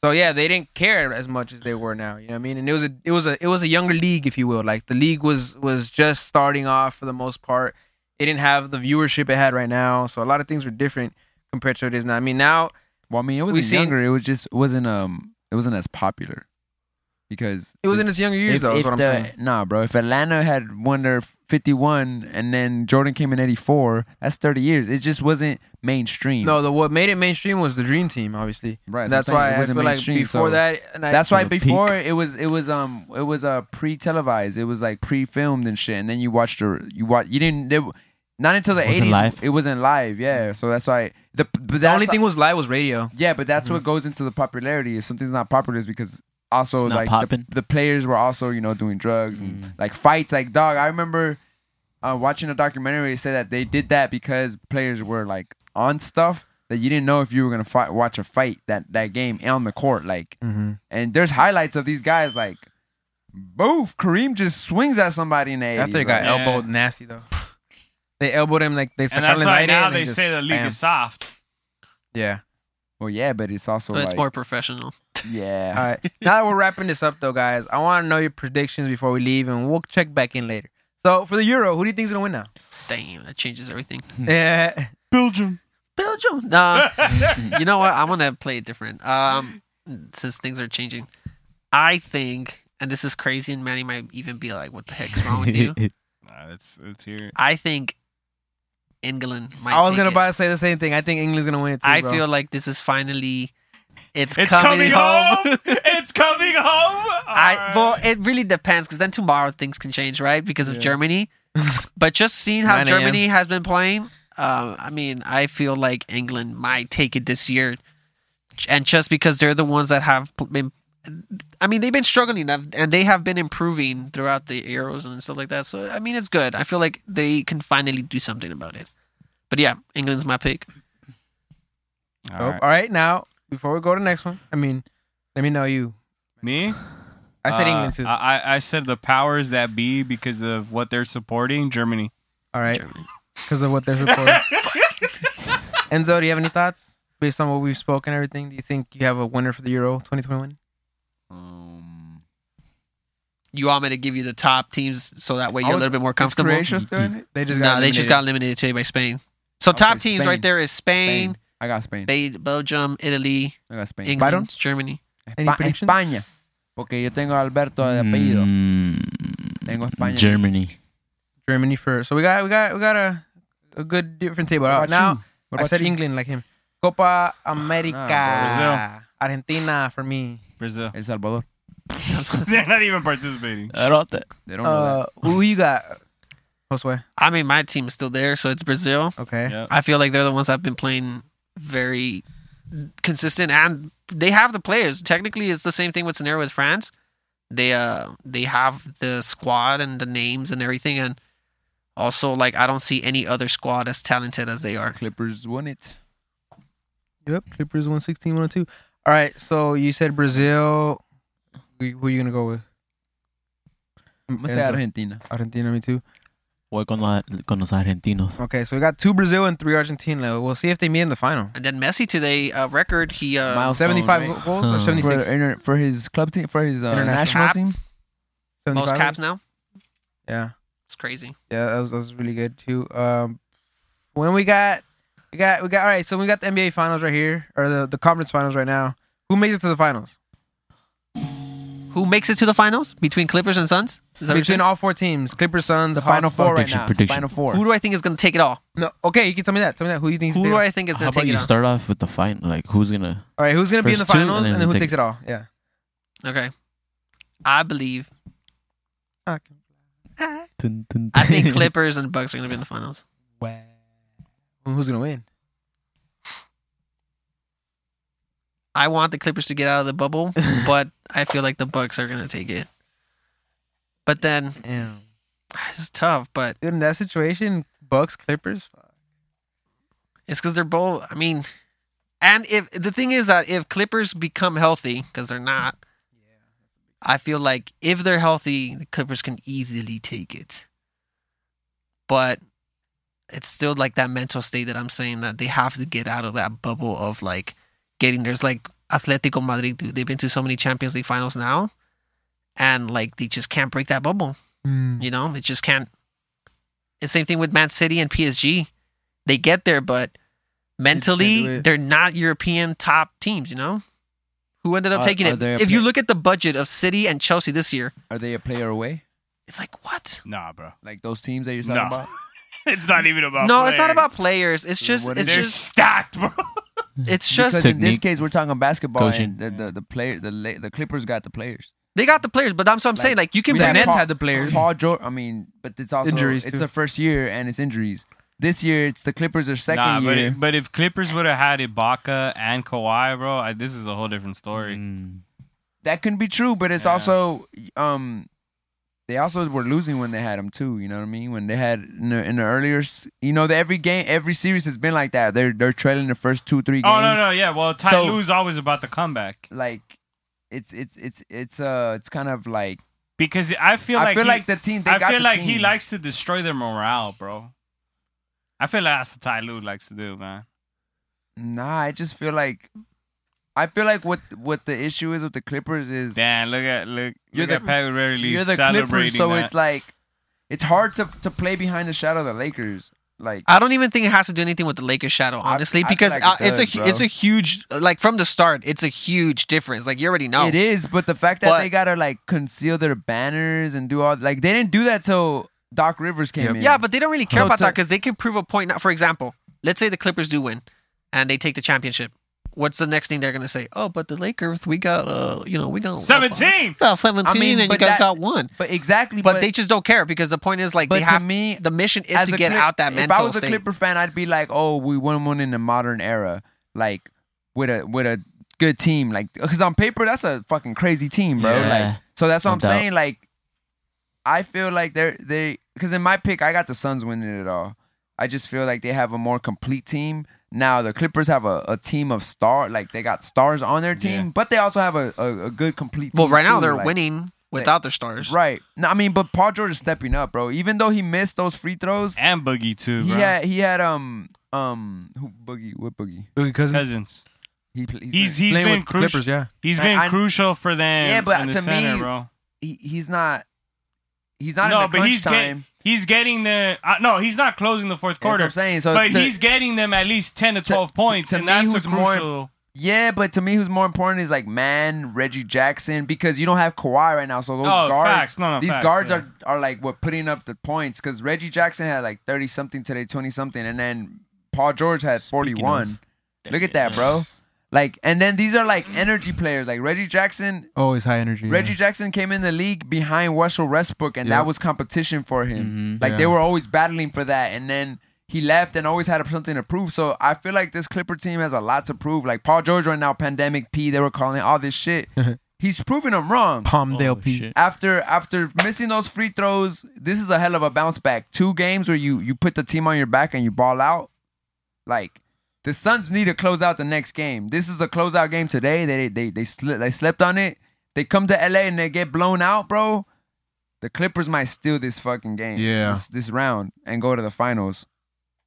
B: So yeah, they didn't care as much as they were now. You know what I mean? And it was a it was a it was a younger league, if you will. Like the league was was just starting off for the most part. It didn't have the viewership it had right now, so a lot of things were different compared to what it is now. I mean, now
C: Well, I mean, it
B: We
C: wasn't
B: seen-
C: younger. It was just it wasn't um it wasn't as popular because
B: It was in his younger years,
C: if,
B: though.
C: if
B: Is what I'm
C: the-
B: saying.
C: Nah, bro. If Atlanta had won their 51 and then Jordan came in 84, that's 30 years. It just wasn't mainstream.
B: No, the what made it mainstream was the Dream Team, obviously.
C: Right,
B: That's
C: so I'm saying
B: why
C: it
B: I feel
C: wasn't
B: like
C: mainstream,
B: before
C: so-
B: that, and I,
C: That's
E: For
C: why
E: the
C: before it was it was um it was uh pre televised. It was like pre filmed and shit. And then you watched the you watch you didn't it, not until the
E: It wasn't
C: eighties.
E: live.
C: It wasn't live. Yeah. So that's why the but
B: the
C: that's-
B: only thing was live was radio.
C: Yeah, but that's what goes into the popularity. If something's not popular, is because also
E: It's not
C: like the,
E: popping.
C: the players were also you know doing drugs and like fights. Like dog, I remember uh, watching a documentary. It said that they did that because players were like on stuff that you didn't know if you were gonna fight, watch a fight that that game on the court. Like,
B: Mm.
C: and there's highlights of these guys like. Boof, Kareem just swings at somebody in the
B: After they
C: 80s,
B: got
C: bro.
A: Yeah.
B: elbowed nasty though. (laughs) They elbowed him like
A: (laughs)
B: they
A: And
B: sacaron
A: that's
B: el
A: why
B: aire.
A: now
B: and
A: they
B: just
A: say the league
B: bam.
A: is soft. (laughs)
B: Yeah.
C: Well, yeah, but it's also
D: But it's
C: like,
D: more professional.
C: yeah.
B: All
C: (laughs)
B: right. now that we're wrapping this up though, guys, I want to know your predictions before we leave, and we'll check back in later. So for the Euro, who do you think's gonna win
C: (laughs)
B: now?
D: Damn, that changes everything.
B: Yeah.
D: Belgium.
B: Uh.
C: (laughs)
D: Nah, you know what? I'm gonna play it different. Um, since things are changing, I think, and this is crazy, and Manny might even be like, "What the heck's wrong with
E: (laughs)
D: you?"
A: Nah, it's it's here.
D: I think England. Might
B: I was
D: take
B: gonna
D: it.
B: about to say the same thing. I think England's gonna win it too.
D: I
B: bro.
D: feel like this is finally. It's,
A: It's coming, home.
D: home.
A: it's coming
B: (laughs)
A: home.
D: I
A: Alright.
D: well, it really depends because then tomorrow things can change, right? Because of Germany. (laughs) but just seeing how
B: 9 a.m.
D: Germany has been playing, um, I mean, I feel like England might take it this year, and just because they're the ones that have pl- been. I mean, they've been struggling and and they have been improving throughout the Euros and stuff like that. So, I mean, it's good. I feel like they can finally do something about it. But yeah, England's my pick.
A: All
B: Dope.
A: right.
B: All right, now before we go to the next one, I mean, let me know you.
A: Me?
B: I said
A: Uh,
B: England too.
A: I, I- I said the powers that be because of what they're supporting Germany.
B: All right, because of what they're supporting. (laughs) Enzo, do you have any thoughts based on what we've spoken? and Everything? Do you think you have a winner for the Euro 2021?
C: Um,
D: You want me to give you the top teams so that way you're
C: I
D: a
C: was-
D: little bit more
C: is
D: comfortable?
C: Croatia still in it?
B: They just
D: No,
B: got
D: they just got eliminated today by Spain. So
C: Okay,
D: top teams
C: Spain.
D: right there is Spain,
C: I got Spain.
D: Ba- Belgium, Italy,
C: I got Spain.
D: England, Germany.
B: Any
C: Espa-
B: predictions?
C: España. Porque yo tengo a Alberto de apellido.
E: Mm,
C: Tengo España.
E: Germany.
B: Germany first. So we got we got we got a a good different table.
C: What
B: All right,
C: about
B: now
C: you? What
B: I
C: about
B: said
C: you? Ah,
B: England like him. Copa America,
A: Nah,
B: Argentina for me.
A: Brazil.
C: El Salvador.
A: (laughs) they're not even participating.
E: I don't think.
C: They don't know
B: Uh, who you got? Josue.
D: I mean, my team is still there, so it's Brazil.
B: Okay.
A: Yeah.
D: I feel like they're the ones that've been playing very consistent, and they have the players. Technically, it's the same thing with scenario with France. They uh they have the squad and the names and everything, and also like I don't see any other squad as talented as they are.
C: that. Clippers won it.
B: Yep, Clippers 116, 102. All right, so you said Brazil. Who, who you going to go with?
C: I'm going to say
B: Enzo.
C: Argentina.
B: Argentina, me too.
E: Voy con, la, con los argentinos.
B: Okay, so we got two Brazil and three Argentina. We'll see if they meet in the final.
D: And then Messi today uh, record he uh,
C: Miles-
B: 75
C: right?
B: goals or
E: Huh.
C: For,
B: 76?
C: inter- for his club team, for his uh,
B: International.
C: national
D: Cap.
C: team.
D: most
B: 75?
D: caps now.
B: Yeah,
D: It's crazy.
B: yeah, that was, that was really good too. Um, when we got, we got, we got, all right, so we got the NBA finals right here, or the, the conference finals right now. Who makes it to the finals?
D: Who makes it to the finals between Clippers and Suns? Is that what you're
B: Between
D: saying?
B: all four teams, Clippers, Suns,
C: The final
B: Hawks,
C: four right
E: Prediction,
C: now.
E: prediction.
C: Final four.
D: Who do I think is going to take it all?
B: No, okay, you can tell me that. Tell me that. Who you think?
D: Who do I think is
E: How
D: going to
E: about
D: take
E: you
D: it
E: start off with the fine? Like, who's gonna?
B: All right, who's gonna be in the
E: First two, and
B: finals,
E: then
B: and then who
E: take-
B: takes it all? Yeah.
D: all? Okay, I believe.
B: Ah,
D: I
E: I (laughs)
D: think Clippers and Bucks are going to be in the finals.
B: Who- Who's gonna win?
D: I want the Clippers to get out of the bubble, but I feel like the Bucks are going to take it. But then
B: Damn.
D: (sighs) it's tough, but
B: Dude, in that situation, Bucks, Clippers.
D: it's because they're both. I mean, and if the thing is that if Clippers become healthy, because they're not, I feel like if they're healthy, the Clippers can easily take it. But it's still like that mental state that I'm saying that they have to get out of that bubble of like getting there's like Atletico Madrid, dude. They've been to so many Champions League finals now, and like they just can't break that bubble.
B: Mm.
D: You know, they just can't. It's same thing with Man City and PSG. They get there, but
B: do
D: mentally
B: it.
D: they're not European top teams. You know, who ended up
C: Are-
D: taking
C: are
D: it?
C: they a
D: If you
C: pla-
D: look at the budget of City and Chelsea this year,
C: Are they a player away?
D: it's like what?
A: Nah, bro.
C: Like those teams that you're talking
A: No.
E: (laughs)
C: about?
A: (laughs) It's not even about.
D: no,
A: players.
D: it's not about players. It's just,
C: What
D: it's
C: is
A: They're
D: just,
A: stacked,
C: (laughs)
A: bro.
D: it's
C: Because
D: just.
C: in this
E: Technique.
C: case, we're talking basketball.
E: Coaching.
C: And the, the, the, player, the, la- the Clippers got the players.
D: They got the players, but that's what I'm saying. Like you can
C: We
D: bring
B: The Nets
C: have Paul-
B: had the players.
C: Paul George. I mean, but it's also
B: Injuries,
C: It's
B: too.
C: the first year and it's injuries. This year, it's the Clippers are second
A: Nah, but,
C: year.
A: it, but if
C: Mm.
E: Mm.
A: Clippers would have had Ibaka and Kawhi, bro, I, this is a whole different story.
C: that can be true, but it's also um they also were losing when they had him too. You know what I mean? When they had in the, in the earlier, s- you know, the, every game, every series has been like that. They're they're trailing the first two three games.
A: Oh no, no, yeah. Well, Ty
C: So-
A: Lue's always about the comeback
C: Like it's it's it's it's uh it's kind of like
A: because I feel
C: I
A: like
C: feel
A: he-
C: like the team. They
A: I
C: got
A: feel
C: the
A: like he
C: team.
A: likes to destroy their morale, bro. I feel like that's what Ty Lue likes to do, man.
C: Nah, I just feel like I feel like what what the issue is with the Clippers is
A: Damn, look at look.
C: You're
A: look
C: the-
A: at Pat Riley
C: you're the
A: celebrating
C: Clippers, so
A: that.
C: it's like it's hard to to play behind the shadow of the Lakers. Like
D: I don't even think it has to do anything with the Lakers shadow, honestly,
C: I feel
D: because
C: like it
D: uh, it's
C: does,
D: a
C: bro.
D: it's a huge like from the start, it's a huge difference. Like you already know.
C: it is, but the fact that
D: Oh. But-
C: they gotta like conceal their banners and do all like they didn't do that till Doc Rivers came in.
D: Yeah, but they don't really care
C: So
D: about
C: to-
D: that because they can prove a point. Now, for example, let's say the Clippers do win and they take the championship. What's the next thing they're gonna say? Oh, but the Lakers, we got uh, you know, we got
A: 17!
D: uh, seventeen,
C: I mean,
D: and you
C: but
D: guys
C: that-
D: got one.
C: but exactly,
D: But, they just don't care because the point is like
C: but
D: they
C: to
D: have
C: me,
D: the mission is
C: as
D: to
C: a
D: get
C: Clip-
D: out that mental
C: If I was a
D: state.
C: Clipper fan, I'd be like, oh, we won one in the modern era, like with a with a good team, like because on paper that's a fucking crazy team, bro.
E: Yeah.
C: Like, so that's what
E: No
C: I'm
E: doubt.
C: saying. Like, I feel like they're they because in my pick, I got the Suns winning it all. I just feel like they have a more complete team. Now the Clippers have a, a team of star, like they got stars on their team, but they also have a, a, a good complete. team
D: well, right now
C: too,
D: they're
C: like-
D: winning without their stars.
C: Right. No, I mean, but Paul George is stepping up, bro. Even though he missed those free throws,
A: and Boogie too,
C: he
A: bro.
C: had he had um um who boogie what boogie
B: Because
A: Cousins.
C: he pl- he's
A: He's
C: not,
A: he's
B: playing
A: been
B: with the
A: crucial.
B: Clippers, yeah.
A: He's
C: I-
A: been
C: I-
A: crucial for them.
C: Yeah, but
A: in the
C: to me,
A: center, bro.
C: he, he's not he's not
A: no,
C: in the
A: but
C: crunch
A: he's
C: time.
A: Get, he's getting the uh, no. He's not closing the fourth
C: That's what
A: quarter.
C: I'm saying. So
A: but
C: to-
A: he's getting them at least ten to
C: to-
A: twelve
C: to-
A: points,
C: to
A: and
C: me,
A: that's
C: who's
A: a
C: more-
A: crucial.
C: yeah, but to me, who's more important is like man Reggie Jackson because you don't have Kawhi right now. So those
A: Oh,
C: guards,
A: facts. No, no,
C: these
A: facts,
C: guards
A: yeah.
C: are are like what putting up the points because Reggie Jackson had like thirty something today, twenty something, and then Paul George had forty
E: Speaking
C: one. Look at that, bro. Like, and then these are like energy players. Like Reggie Jackson
B: Always high energy.
C: Reggie Jackson came in the league behind Russell Westbrook, and
B: Yeah.
C: that was competition for him.
E: Mhm.
C: like they
B: Yeah.
C: were always battling for that, and then he left and always had something to prove. So I feel like this Clipper team has a lot to prove. Like Paul George right now, pandemic P, they were calling all this shit. He's proving them wrong.
B: Palmdale
E: Oh,
B: P.
E: shit.
C: After after missing those free throws, this is a hell of a bounce back. Two games where you you put the team on your back and you ball out. Like the Suns need to close out the next game. This is a closeout game today. They they they sli- they slept on it. They come to LA and they get blown out, bro. The Clippers might steal this fucking game.
B: Yeah.
C: This, this round and go to the finals.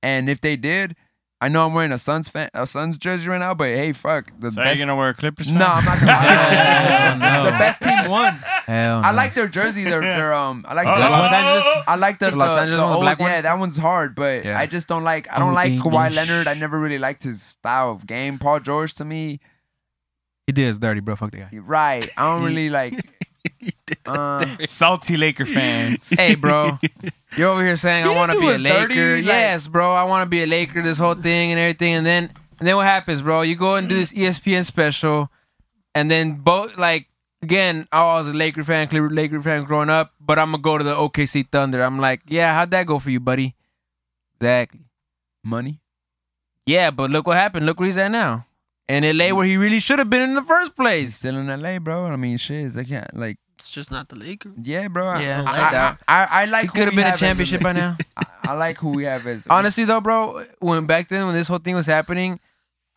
C: And if they did, I know I'm wearing a Suns fan, a Suns jersey right now, but hey, fuck. The
A: So are
C: best,
A: you gonna wear a Clippers?
C: no,
A: (laughs)
C: I'm not gonna
E: Hell no.
C: The best team won.
B: Hell
C: I like their jersey. Their their um I like
A: Oh,
C: their-
B: Los
A: oh,
B: Angeles-
A: oh,
C: I like the,
B: The Los
C: the-
B: Angeles
C: the
B: one, the
C: old-
B: black one?
C: Yeah, that one's hard, but
B: Yeah.
C: I just don't like. I don't
E: I'm
C: like Kawhi
E: English.
C: Leonard. I never really liked his style of game. Paul George to me,
B: He did his dirty, bro. Fuck that guy.
C: right? I don't
B: (laughs)
C: really like. Uh,
A: oh. Salty Laker fans.
B: Hey, bro. (laughs) You're over here saying
C: You
B: I want to
C: didn't
B: be
C: do
B: a
C: us
B: Laker.
C: dirty, like-
B: yes, bro. I want to be a Laker. This whole thing and everything, and then and then what happens, bro? You go and do this E ESPN special, and then both like again, I was a Laker fan, Clipper Laker fan growing up, but I'm gonna go to the OKC Thunder. I'm like, yeah, how'd that go for you, buddy? Exactly.
C: money.
B: Yeah, but look what happened. Look where he's at now, in LA, where he really should have been in the first
C: He's
B: place.
C: still in L.A., bro. I mean, shit. I can't like.
D: It's just not the Lakers.
C: Yeah, bro. I-
B: Yeah,
C: I,
B: like that.
C: I, I, I like.
B: He
C: who
B: could have
C: we
B: been a
C: have as
B: championship by now.
C: I, I like who we have as.
B: (laughs) Honestly though, bro, when back then when this whole thing was happening,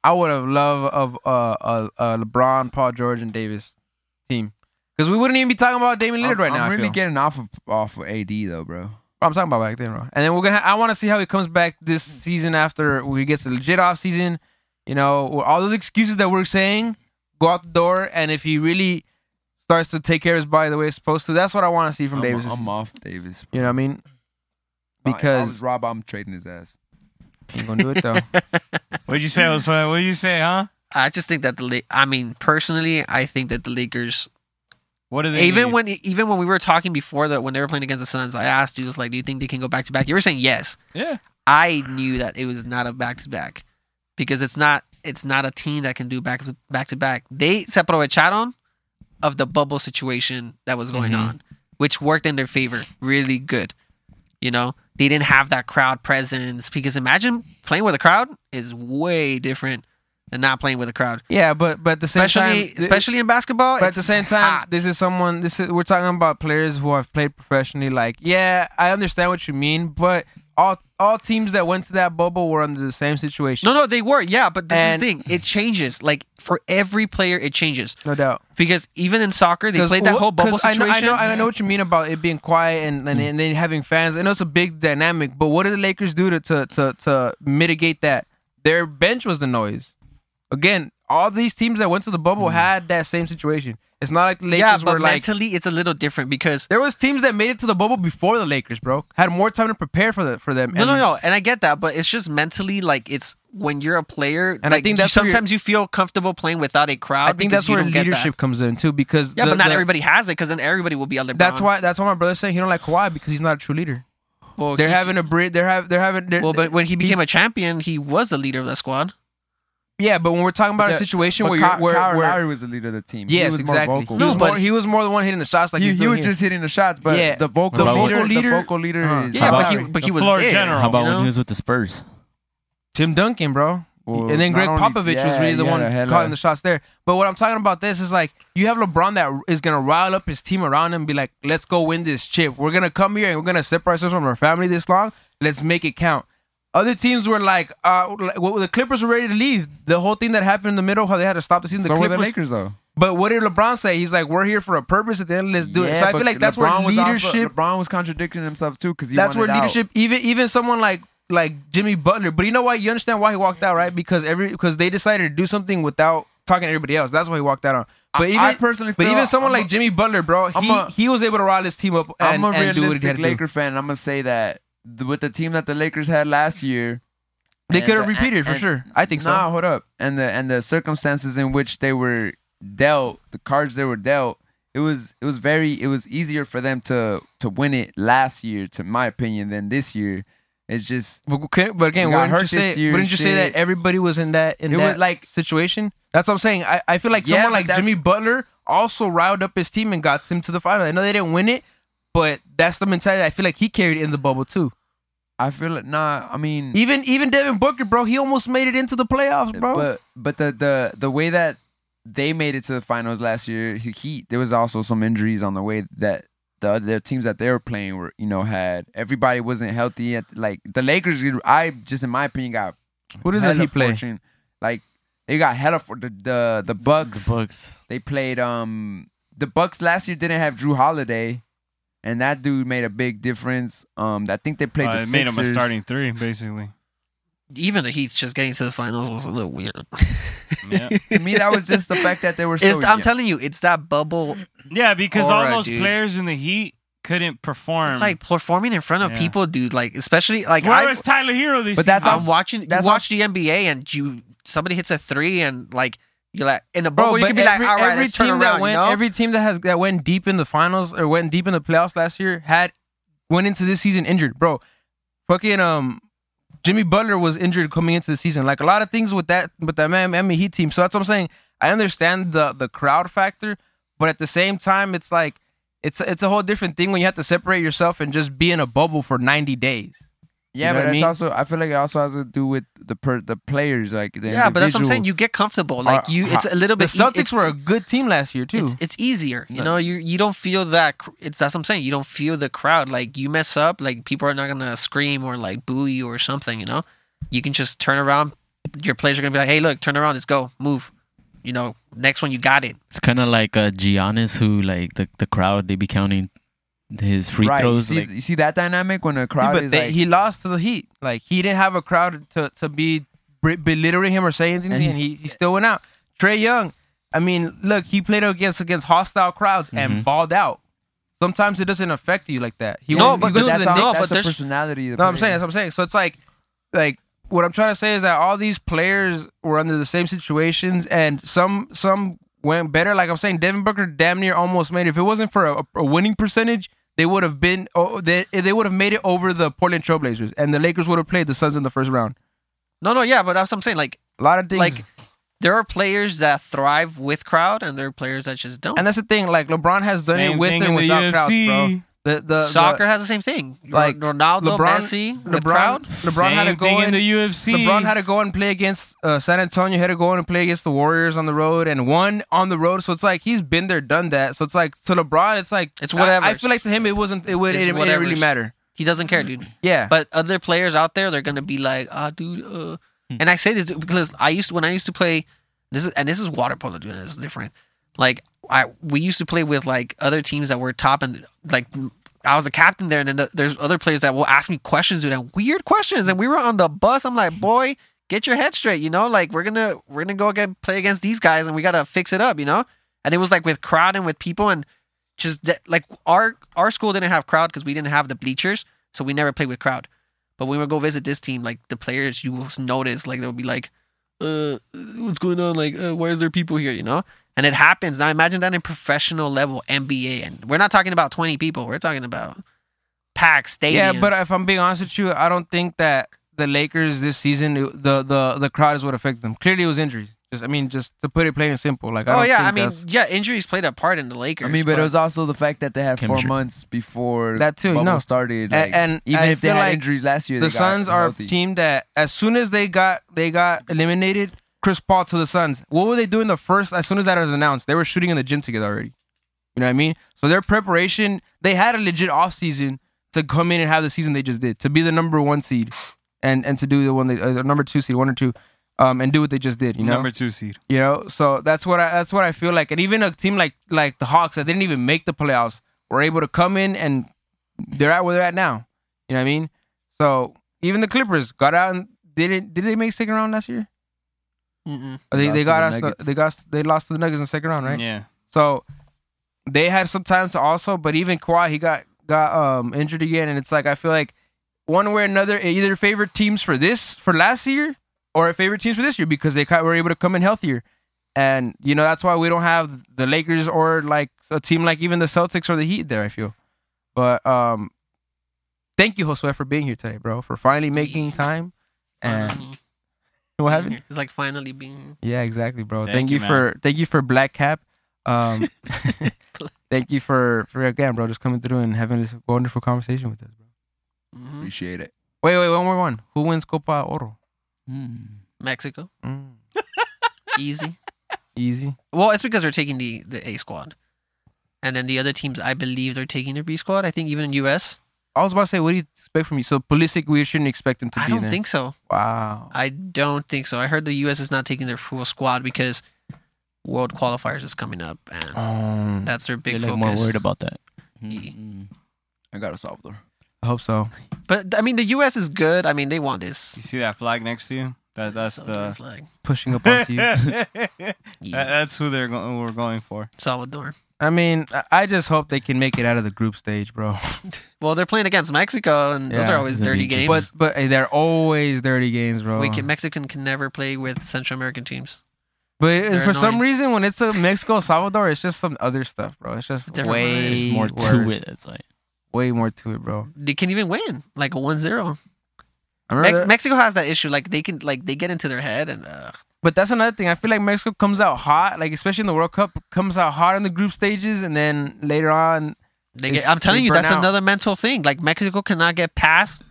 B: I would have loved of uh, uh, uh LeBron, Paul George, and Davis team because we wouldn't even be talking about Damian Lillard
C: I'm,
B: right now.
C: I'm
B: I
C: really
B: feel.
C: getting off of off of AD though, bro.
B: I'm talking about back then, bro. And then we're gonna. Ha- I want to see how he comes back this season after he gets a legit off season. You know, where all those excuses that we're saying go out the door, and if he really starts to take care of his body the way it's supposed to, that's what I want to see from
C: I'm,
B: Davis.
C: I'm off Davis.
B: you know what I mean?
C: If I- if I (laughs)
B: Because
C: was Rob, I'm trading his ass.
B: he's gonna do it though.
A: What'd you say, Oswald? What'd you say, huh?
D: I just think that the La- I mean personally, I think that the Lakers
A: What do they
D: even
A: need?
D: when even when we were talking before that when they were playing against the Suns, I asked you just like, do you think they can go back to back? You were saying yes.
A: yeah.
D: I knew that it was not a back to back because it's not it's not a team that can do back back to back. They se aprovecharon of the bubble situation that was going
B: Mm-hmm.
D: on, which worked in their favor really good. You know, they didn't have that crowd presence because imagine playing with a crowd is way different than not playing with a crowd.
B: (laughs) Yeah, but but at the same
D: Especially
B: time,
D: especially in basketball.
B: But at
D: it's
B: the same time,
D: hot.
B: this is someone. This is we're talking about players who have played professionally. Like, yeah, I understand what you mean, but all all teams that went to that bubble were under the same situation.
D: No, no, they were. Yeah, but this
B: And-
D: is the thing. It changes. Like for every player, it changes.
B: no doubt.
D: Because even in soccer, they
B: 'Cause
D: played that
B: wh-
D: whole bubble
B: 'cause I know-
D: situation. Mm.
B: I know, I know, what you mean about it being quiet and, and, and then having fans. I know it's a big dynamic, but what did the Lakers do to, to, to, to mitigate that? Their bench was the noise. Again, all these teams that went to the bubble had that same situation. It's not like the Lakers
D: Mm. yeah, but
B: were like
D: mentally, it's a little different because
B: there was teams that made it to the bubble before the Lakers, bro. Had more time to prepare for the, for them.
D: No,
B: and
D: no, no, and I get that, but it's just mentally like it's when you're a player,
B: I
D: and like,
B: think
D: you-
B: that's where
D: sometimes you feel comfortable playing without a crowd.
B: I think
D: because
B: that's
D: you
B: where
D: don't get that.
B: leadership comes in too, because
D: Yeah,
B: the-
D: but not
B: the-
D: everybody has it because then everybody will be a LeBron.
B: That's why. That's why my brother's saying he don't like Kawhi because he's not a true leader.
D: well,
B: They're
D: he-
B: having a bridge. They're having. They're having. They're,
D: Well, but when he became a champion, he was the leader of the squad.
B: yeah, but when we're talking about
C: But
B: a
C: the-
B: situation
C: But
B: where
C: Ky-
B: you're, where,
C: Kyle
B: where
C: Lowry was the leader of the team.
B: yes,
C: he was
B: exactly.
C: More vocal.
B: He, was
D: No, but
B: more, he was more the one hitting the shots. Like
C: you,
B: he's doing
C: you were
B: here.
C: just hitting the shots, but
B: Yeah.
C: the vocal, the
E: What about
C: vocal
B: when-
C: leader,
B: leader-
C: the vocal leader
B: Uh-huh.
C: is
D: Yeah,
E: How
D: but
E: about-
D: he, but
A: the
D: he was
A: floor
D: there.
A: general.
E: How about
D: you
E: when
D: know?
E: he was with the Spurs?
B: Tim Duncan, bro.
C: Well,
B: and then
C: not
B: Greg
C: only-
B: Popovich was
C: yeah,
B: really the
C: he
B: one
C: had a hella-
B: calling the shots there. But what I'm talking about this is like you have LeBron that is gonna rile up his team around him, and be like, "Let's go win this chip. We're gonna come here and we're gonna separate ourselves from our family this long. Let's make it count." Other teams were like, uh, like, well, the Clippers were ready to leave. The whole thing that happened in the middle, how they had to stop the season.
C: So
B: The
C: were the
B: Clippers,
C: Lakers though.
B: but what did LeBron say? He's like, "We're here for a purpose. At the end, let's do it." So I feel
C: but
B: like that's where
C: LeBron was also-
B: leadership
C: LeBron was contradicting himself too because
B: that's where leadership even even someone like like Jimmy Butler but you know why you understand why he walked out right because every because they decided to do something without talking to everybody else that's why he walked out on but
C: I-
B: even
C: I personally
B: but
C: feel
B: even someone
C: I'm
B: like
C: a-
B: Jimmy Butler bro he,
C: I'm a-
B: he was able to rile his team up and,
C: I'm a
B: and do what he had
C: realistic
B: to
C: Laker
B: do
C: fan. I'm gonna say that th- with the team that the Lakers had last year,
B: they
C: and
B: could have
C: the-
B: repeated for
C: and-
B: sure I think
C: Nah,
B: so
C: hold up. And the and the circumstances in which they were dealt, the cards they were dealt, it was it was very it was easier for them to to win it last year, to my opinion, than this year. It's just
B: but, okay, but again
C: You got
B: wouldn't you
C: hurt this
B: say
C: year,
B: wouldn't you say that
C: shit.
B: everybody was in that in
C: It
B: that
C: was like-
B: situation that's what I'm saying I, I feel like
C: Yeah,
B: someone
C: but
B: like
C: that's-
B: Jimmy Butler also riled up his team and got them to the final I know they didn't win it but that's the mentality I feel like he carried in the bubble too
C: I feel like nah. I mean,
B: Even even Devin Booker, bro, he almost made it into the playoffs, bro.
C: But but the the the way that they made it to the finals last year, he, he- there was also some injuries on the way that the other teams that they were playing were you know had everybody wasn't healthy. At, like the Lakers, I just in my opinion got
B: Who did
C: hella
B: he play?
C: fortune. Like they got hella for the the the Bucks.
E: The Bucks.
C: They played um the Bucks last year didn't have Drew Holiday. And that dude made a big difference. Um, I think they played
A: Uh,
C: the
A: it
C: Sixers.
A: made him a starting three, basically.
C: (laughs)
D: Even the Heat's just getting to the finals was a little weird.
A: Yeah,
C: to me, that was just the fact that they
D: (laughs)
C: were. So
D: It's, I'm
C: young.
D: telling you, it's that bubble,
A: yeah, because all
D: Aura,
A: those
D: dude.
A: players in the Heat couldn't perform.
D: like performing in front of
A: Yeah.
D: people, dude. Like especially like
A: where
D: I,
A: is Tyler Hero these?
C: But that's
A: seasons?
D: I'm watching. You
C: that's
D: watch the NBA and you somebody hits a three and like you're like in a
B: bro,
D: bubble, you
B: but
D: can be
B: every,
D: like, all right,
B: every
D: let's turn
B: team
D: around.
B: that went,
D: you know?
B: every team that has that went deep in the finals or went deep in the playoffs last year had went into this season injured, bro. Fucking um, Jimmy Butler was injured coming into the season. Like a lot of things with that with that Man- Miami Heat team. So that's what I'm saying. I understand the the crowd factor, but at the same time, it's like it's it's a whole different thing when you have to separate yourself and just be in a bubble for 90 days. You
C: Yeah,
B: know
C: but
B: what I
C: it's
B: mean?
C: also I feel like it also has to do with the per, the players like the
D: yeah, but that's what I'm saying.
C: individual.
D: You get comfortable, like
C: Are-
D: you. It's a little
B: The
D: bit. e-
B: Celtics
D: it's-
B: were a good team last year too.
D: It's, it's easier, you know. You you don't feel that. cr- It's that's what I'm saying. You don't feel the crowd. Like you mess up, like people are not gonna scream or like boo you or something. You know, you can just turn around. Your players are gonna be like, "Hey, look, turn around. Let's go, move." You know, next one, you got it.
E: It's kind of like uh, Giannis, who like the the crowd they be counting his free
C: right.
E: throws.
C: you, see,
E: like,
C: you see that dynamic when a crowd
B: Yeah, but
C: is
B: they,
C: like,
B: he lost to the Heat. Like he didn't have a crowd to to be br- belittling him or saying anything, and,
C: he's-
B: he, he still went out. Trey Young, I mean, look, he played against against hostile crowds
C: Mm-hmm.
B: and balled out. Sometimes it doesesn't affect you like that. He
D: No,
B: went- he
D: but
B: goes to
D: dude,
B: the Knicks.
D: no, but
C: that's the
D: there's-
C: personality. Of the
B: No, I'm saying
C: player.
B: that's what I'm saying. So it's like, like what I'm trying to say is that all these players were under the same situations, and some some went better. Like I'm saying, Devin Booker damn near almost made. it. If it wasn't for a, a winning percentage, they would have been. Oh, they they would have made it over the Portland Trailblazers, and the Lakers would have played the Suns in the first round.
D: No, no, yeah, but that's what I'm saying. Like
B: A lot of things.
D: like there are players that thrive with crowd and there are players that just don't.
B: and that's the thing. Like LeBron has done
A: Same
B: it with
A: thing
B: and
A: in the
B: without crowds, bro.
A: UFC.
B: The the
D: Soccer
B: uh, the,
D: has the same thing.
B: like,
D: Like Ronaldo,
B: LeBron-
D: Messi, LeBron,
B: LeBron
D: with crowd.
B: LeBron had to
A: Same
B: go
A: thing
B: in,
A: in the UFC.
B: LeBron had to go and play against uh, San Antonio. Had to go in and play against the Warriors on the road and won on the road. So it's like he's been there, done that. So it's like to LeBron, it's like
D: It's
B: I-
D: whatever.
B: I, feel like to him, it wasn't. It would.
D: It's
B: It, it didn't really
D: whatevers.
B: matter.
D: He doesn't care, dude.
B: Yeah,
D: But other players out there, they're gonna be like, ah, dude. Uh. And I say this because I used to, when I used to play this is and this is water polo, dude. This is different. Like I we used to play with like other teams that were top and like I was the captain there, and then the, there's other players that will ask me questions, dude, and weird questions. And we were on the bus. I'm like, boy, get your head straight, you know. Like we're gonna we're gonna go again play against these guys, and we gotta fix it up, you know. And it was like with crowd and with people and just that, like our our school didn't have crowd because we didn't have the bleachers, so we never played with crowd. But when we would go visit this team, like the players, you will notice like they'll be like, uh, what's going on? Like, uh, why is there people here? You know. And it happens. Now imagine that in professional level NBA, and we're not talking about twenty people. We're talking about packed stadiums.
B: yeah. But if I'm being honest with you, I don't think that the Lakers this season, it- the the the crowd is what affected them. Clearly, it was injuries. Just I mean, just to put it plain and simple. Like, I
D: oh
B: don't
D: yeah,
B: think
D: I mean,
B: that's-
D: yeah, injuries played a part in the Lakers.
C: I mean, but it was also the fact that they had four
E: Chemistry.
C: months before
B: That too,
C: Bubble
B: no.
C: started,
B: A-
C: like,
B: and
C: even
B: I
C: if they
B: feel
C: had
B: like
C: injuries last year,
B: the
C: they got
B: Suns are
C: healthy.
B: a team that as soon as they got they got eliminated, Chris Paul to the Suns. What were they doing the first? As soon as that was announced, they were shooting in the gym together already. You know what I mean? So their preparation, they had a legit offseason to come in and have the season they just did to be the number one seed, and and to do the one they uh, the number two seed, one or two, um, and do what they just did. You know,
A: number two seed.
B: you know, so that's what I that's what I feel like. And even a team like like the Hawks that didn't even make the playoffs were able to come in and they're at where they're at now. You know what I mean? So even the Clippers got out and didn't did they make second round last year?
D: Mm-mm.
B: Or They,
C: Lost
B: they
C: to
B: got
C: the
B: us the-
C: Nuggets.
B: they got us- they lost to the Nuggets in the second round, right?
A: Yeah.
B: So they had some time to also, but even Kawhi he got got um injured again, and it's like I feel like one way or another, e, either favorite teams for this for last year or favorite teams for this year because they ki- were able to come in healthier, and you know that's why we don't have the Lakers or like a team like even the Celtics or the Heat there. I feel, but um, thank you Josue for being here today, bro, for finally making time. And (laughs)
D: Finally
B: what
D: being
B: happened?
D: here. It's like finally being.
B: Yeah, exactly, bro. Thank,
A: Thank
B: you,
A: you, man.
B: for thank you for Black Cap. Um, thank you for for again, bro, just coming through and having this wonderful conversation with us, bro.
D: Mhm.
C: Appreciate it.
B: Wait, wait, one more one. Who wins Copa Oro?
D: Mexico,
B: Mm,
D: easy.
B: easy.
D: Well, it's because they're taking the the A squad, and then the other teams, I believe, they're taking their B squad. I think even in US,
B: I was about to say, what do you expect from you? So Pulisic, we shouldn't expect him to
D: I
B: be
D: don't
B: there.
D: think so.
B: Wow.
D: I don't think so. I heard the US is not taking their full squad because World Qualifiers is coming up, and
B: Um,
D: that's their big
E: They're like more
D: focus.
E: worried about that.
D: Yeah.
E: Mm.
C: I got a Salvador.
B: I hope so.
D: But I mean, the US is good. I mean, they want this.
A: You see that flag next to you? That that's
D: Salvador (laughs)
A: the.
D: flag.
B: Pushing up
D: (laughs)
B: onto
A: (laughs)
B: you.
A: That-
D: Yeah.
A: that's who they're going. We're going for.
D: Salvador.
B: I mean, I- I just hope they can make it out of the group stage, bro.
D: Well, they're playing against Mexico, and those
B: Yeah,
D: are always
E: that'd
D: dirty
E: be
D: games.
B: But but hey, they're always dirty games, bro.
D: we can Mexican can never play with Central American teams.
B: But it-
D: They're
B: for some
D: annoying.
B: reason, when it's a Mexico Salvador, it's just some other stuff, bro. It's just
D: Different
B: way
D: There's
E: There's more to
B: worse.
E: it. It's like
B: Way more to it, bro.
D: They can even win like a 1-0.
B: I remember
D: Mex-
B: that-
D: Mexico has that issue. Like they can like they get into their head and uh,
B: but that's another thing. I feel like Mexico comes out hot, like especially in the World Cup, comes out hot in the group stages, and then later on,
D: they
B: It's-
D: get. I'm telling
B: they
D: you,
B: burn
D: that's
B: out.
D: another mental thing. Like Mexico cannot get past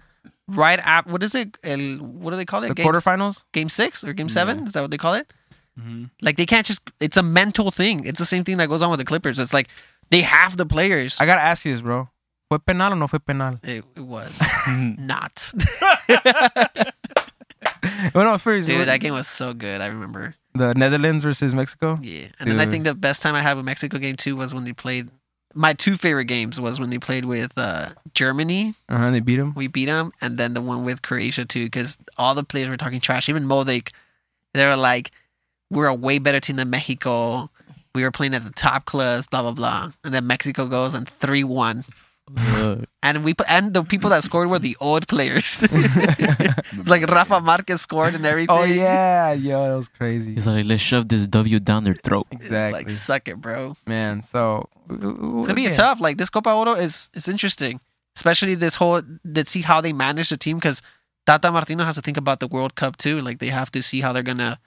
D: right at what is it? El, what do they call it?
B: the
D: Game-
B: quarterfinals.
D: game six or game seven. Is that what they call it?
A: Mm-hmm.
D: Like they can't just. It's a mental thing. It's the same thing that goes on with the Clippers. It's like they have the players.
B: I gotta ask you this, bro. Fue penal or no fue
D: (laughs)
B: penal?
D: it, it
B: (laughs)
D: was not,
B: Well, no, first,
D: dude. That game was so good. I remember.
B: the Netherlands versus Mexico.
D: Yeah, and then I
B: Dude.
D: think the best time I had with Mexico game two was when they played. My two favorite games was when they played with uh, Germany.
B: Uh huh. They beat them.
D: We beat them, and then the one with Croatia too, because all the players were talking trash. Even Modik, they were like, "We're a way better team than Mexico. We were playing at the top clubs, blah blah blah." And then Mexico goes and three one,
E: ugh.
D: and we and the people that scored were the old players. (laughs)
B: (laughs)
D: like Rafa Marquez scored and everything.
B: Oh yeah, yo, that was crazy.
E: he's like, let's shove this W down their throat.
D: It's
B: Exactly,
D: like suck it, bro.
B: man. So
D: It's gonna be tough. Like this Copa Oro is it's interesting, especially this whole. Let's see how they manage the team because Tata Martino has to think about the World Cup too. Like they have to see how they're gonna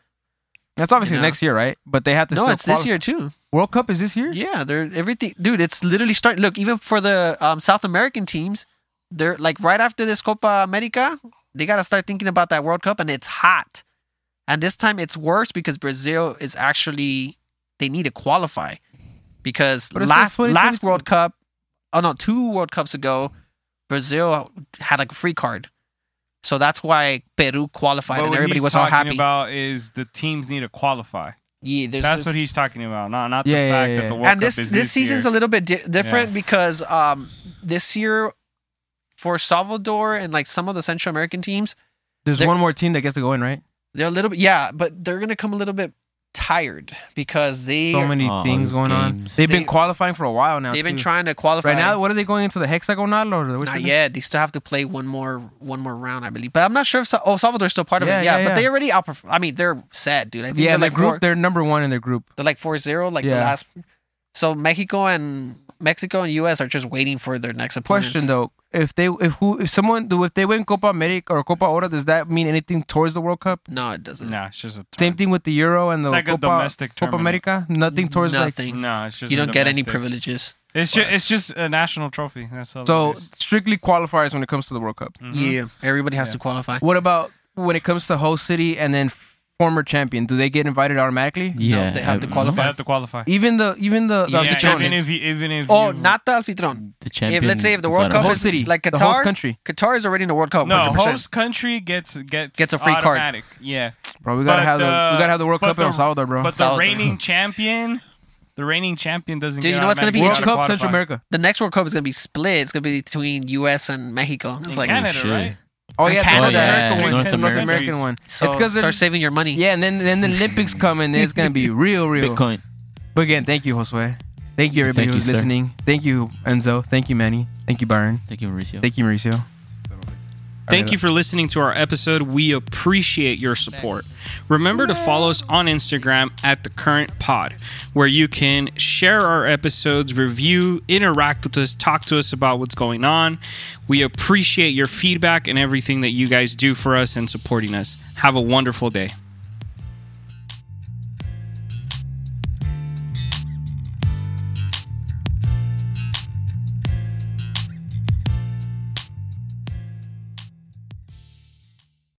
B: That's obviously
D: You know?
B: next year, right? But they have to.
D: No,
B: still
D: it's this
B: qualif-
D: year too.
B: World Cup is this year.
D: Yeah, they're everything, dude. It's literally start. Look, even for the um, South American teams, they're like right after this Copa America, they got to start thinking about that World Cup, and it's hot. And this time it's worse because Brazil is actually they need to qualify because
B: But it's
D: last
B: still
D: last
B: 2022.
D: World Cup, oh no, two World Cups ago, Brazil had like a free card, so that's why Peru qualified
A: But
D: and
A: what
D: everybody
A: he's
D: was all
A: talking
D: happy.
A: about is the teams need to qualify.
D: yeah, there's
A: That's
D: this-
A: what he's talking about. Not not
B: Yeah,
A: the
B: yeah,
A: fact
B: yeah,
A: that the
B: yeah.
A: World
D: and this
A: Cup is
D: this, season's
A: year.
D: a little bit di- different
A: Yeah.
D: because um this year for Salvador and like some of the Central American teams,
B: There's
D: They're-
B: one more team that gets to go in, right?
D: they're a little bit yeah, but they're gonna come a little bit tired because they
B: So many
E: Oh,
B: things
E: those
B: going on.
E: games.
B: They've been
D: They-
B: qualifying for a while now.
D: they've been
B: too.
D: trying to qualify
B: Right now, what are they going into the hexagonal or which
D: Not
B: is it?
D: yet. They still have to play one more one more round, I believe. But I'm not sure if Sa- oh Salvador's still part of
B: Yeah,
D: it. Yeah,
B: yeah,
D: but
B: yeah.
D: they already outperform. I mean, they're sad, dude. I think
B: Yeah,
D: they're
B: the
D: like
B: group.
D: four,
B: They're number one in their group.
D: they're like four zero, like the
B: Yeah.
D: last. So Mexico and Mexico and U.S. are just waiting for their next opponents.
B: Question though, if they if who if someone if they win Copa America or Copa Oro, does that mean anything towards the World Cup?
D: No, it doesn't.
A: Nah, it's just a
B: Same thing with the Euro and the
A: It's like a
B: Copa,
A: domestic
B: Copa
A: tournament.
B: America. Nothing towards
D: Nothing.
A: thing. No, it's just
D: you
A: a
D: don't get any
A: domestic.
D: privileges.
A: It's just it's just a national trophy. That's all.
B: like so
A: it is.
B: strictly qualifiers when it comes to the World Cup.
D: Mm.
A: Mhm.
D: Yeah, everybody has
A: Yeah.
D: to qualify.
B: What about when it comes to host city and then former champion? Do they get invited automatically?
E: Yeah,
D: they have to
E: uh,
A: They
D: qualify.
A: have to qualify.
B: Even the even the, the
A: yeah, even
B: champions.
A: if you, even if
D: Oh,
A: you,
D: not the alfitron.
E: The
D: If
E: champion.
D: let's say if the
E: is
D: World
E: automatic.
D: Cup
B: Whole
D: is
B: city,
D: like
B: the whole
D: Qatar,
B: country.
D: Qatar is already in the World Cup.
A: no
D: 100%.
A: host country gets gets
D: Gets a free card.
A: automatic. Yeah,
B: Bro, we gotta
A: But,
B: have the
A: uh,
B: we gotta have the World
A: but
B: Cup in
A: the-
B: El Salvador, bro.
A: but the
D: Solid. (laughs)
A: reigning champion, the reigning champion doesn't.
D: Dude,
A: get
D: you know what's gonna
A: automatic.
D: be
A: You
B: World
A: gotta
B: Cup
A: qualify.
B: Central America.
D: The next World Cup is gonna be split. It's gonna be between U.S. and Mexico. It's like
A: Canada,
E: shit.
A: right?
B: Oh yeah,
D: Canada.
B: North American
E: Yeah,
B: one.
E: North
B: North
E: American.
B: American one.
D: so.
B: it's because
D: start saving your money.
B: yeah, and then then the Olympics come and it's gonna be real, real.
E: Bitcoin.
B: But again, thank you, Josue. Thank you, everybody
E: Thank you,
B: who's
E: sir.
B: listening. Thank you, Enzo. Thank you, Manny. Thank you, Byron.
E: Thank you, Mauricio.
B: Thank you, Mauricio.
G: Thank you for listening to our episode. We appreciate your support. Remember to follow us on Instagram at the current pod, where you can share our episodes, review, interact with us, talk to us about what's going on. We appreciate your feedback and everything that you guys do for us and supporting us. Have a wonderful day.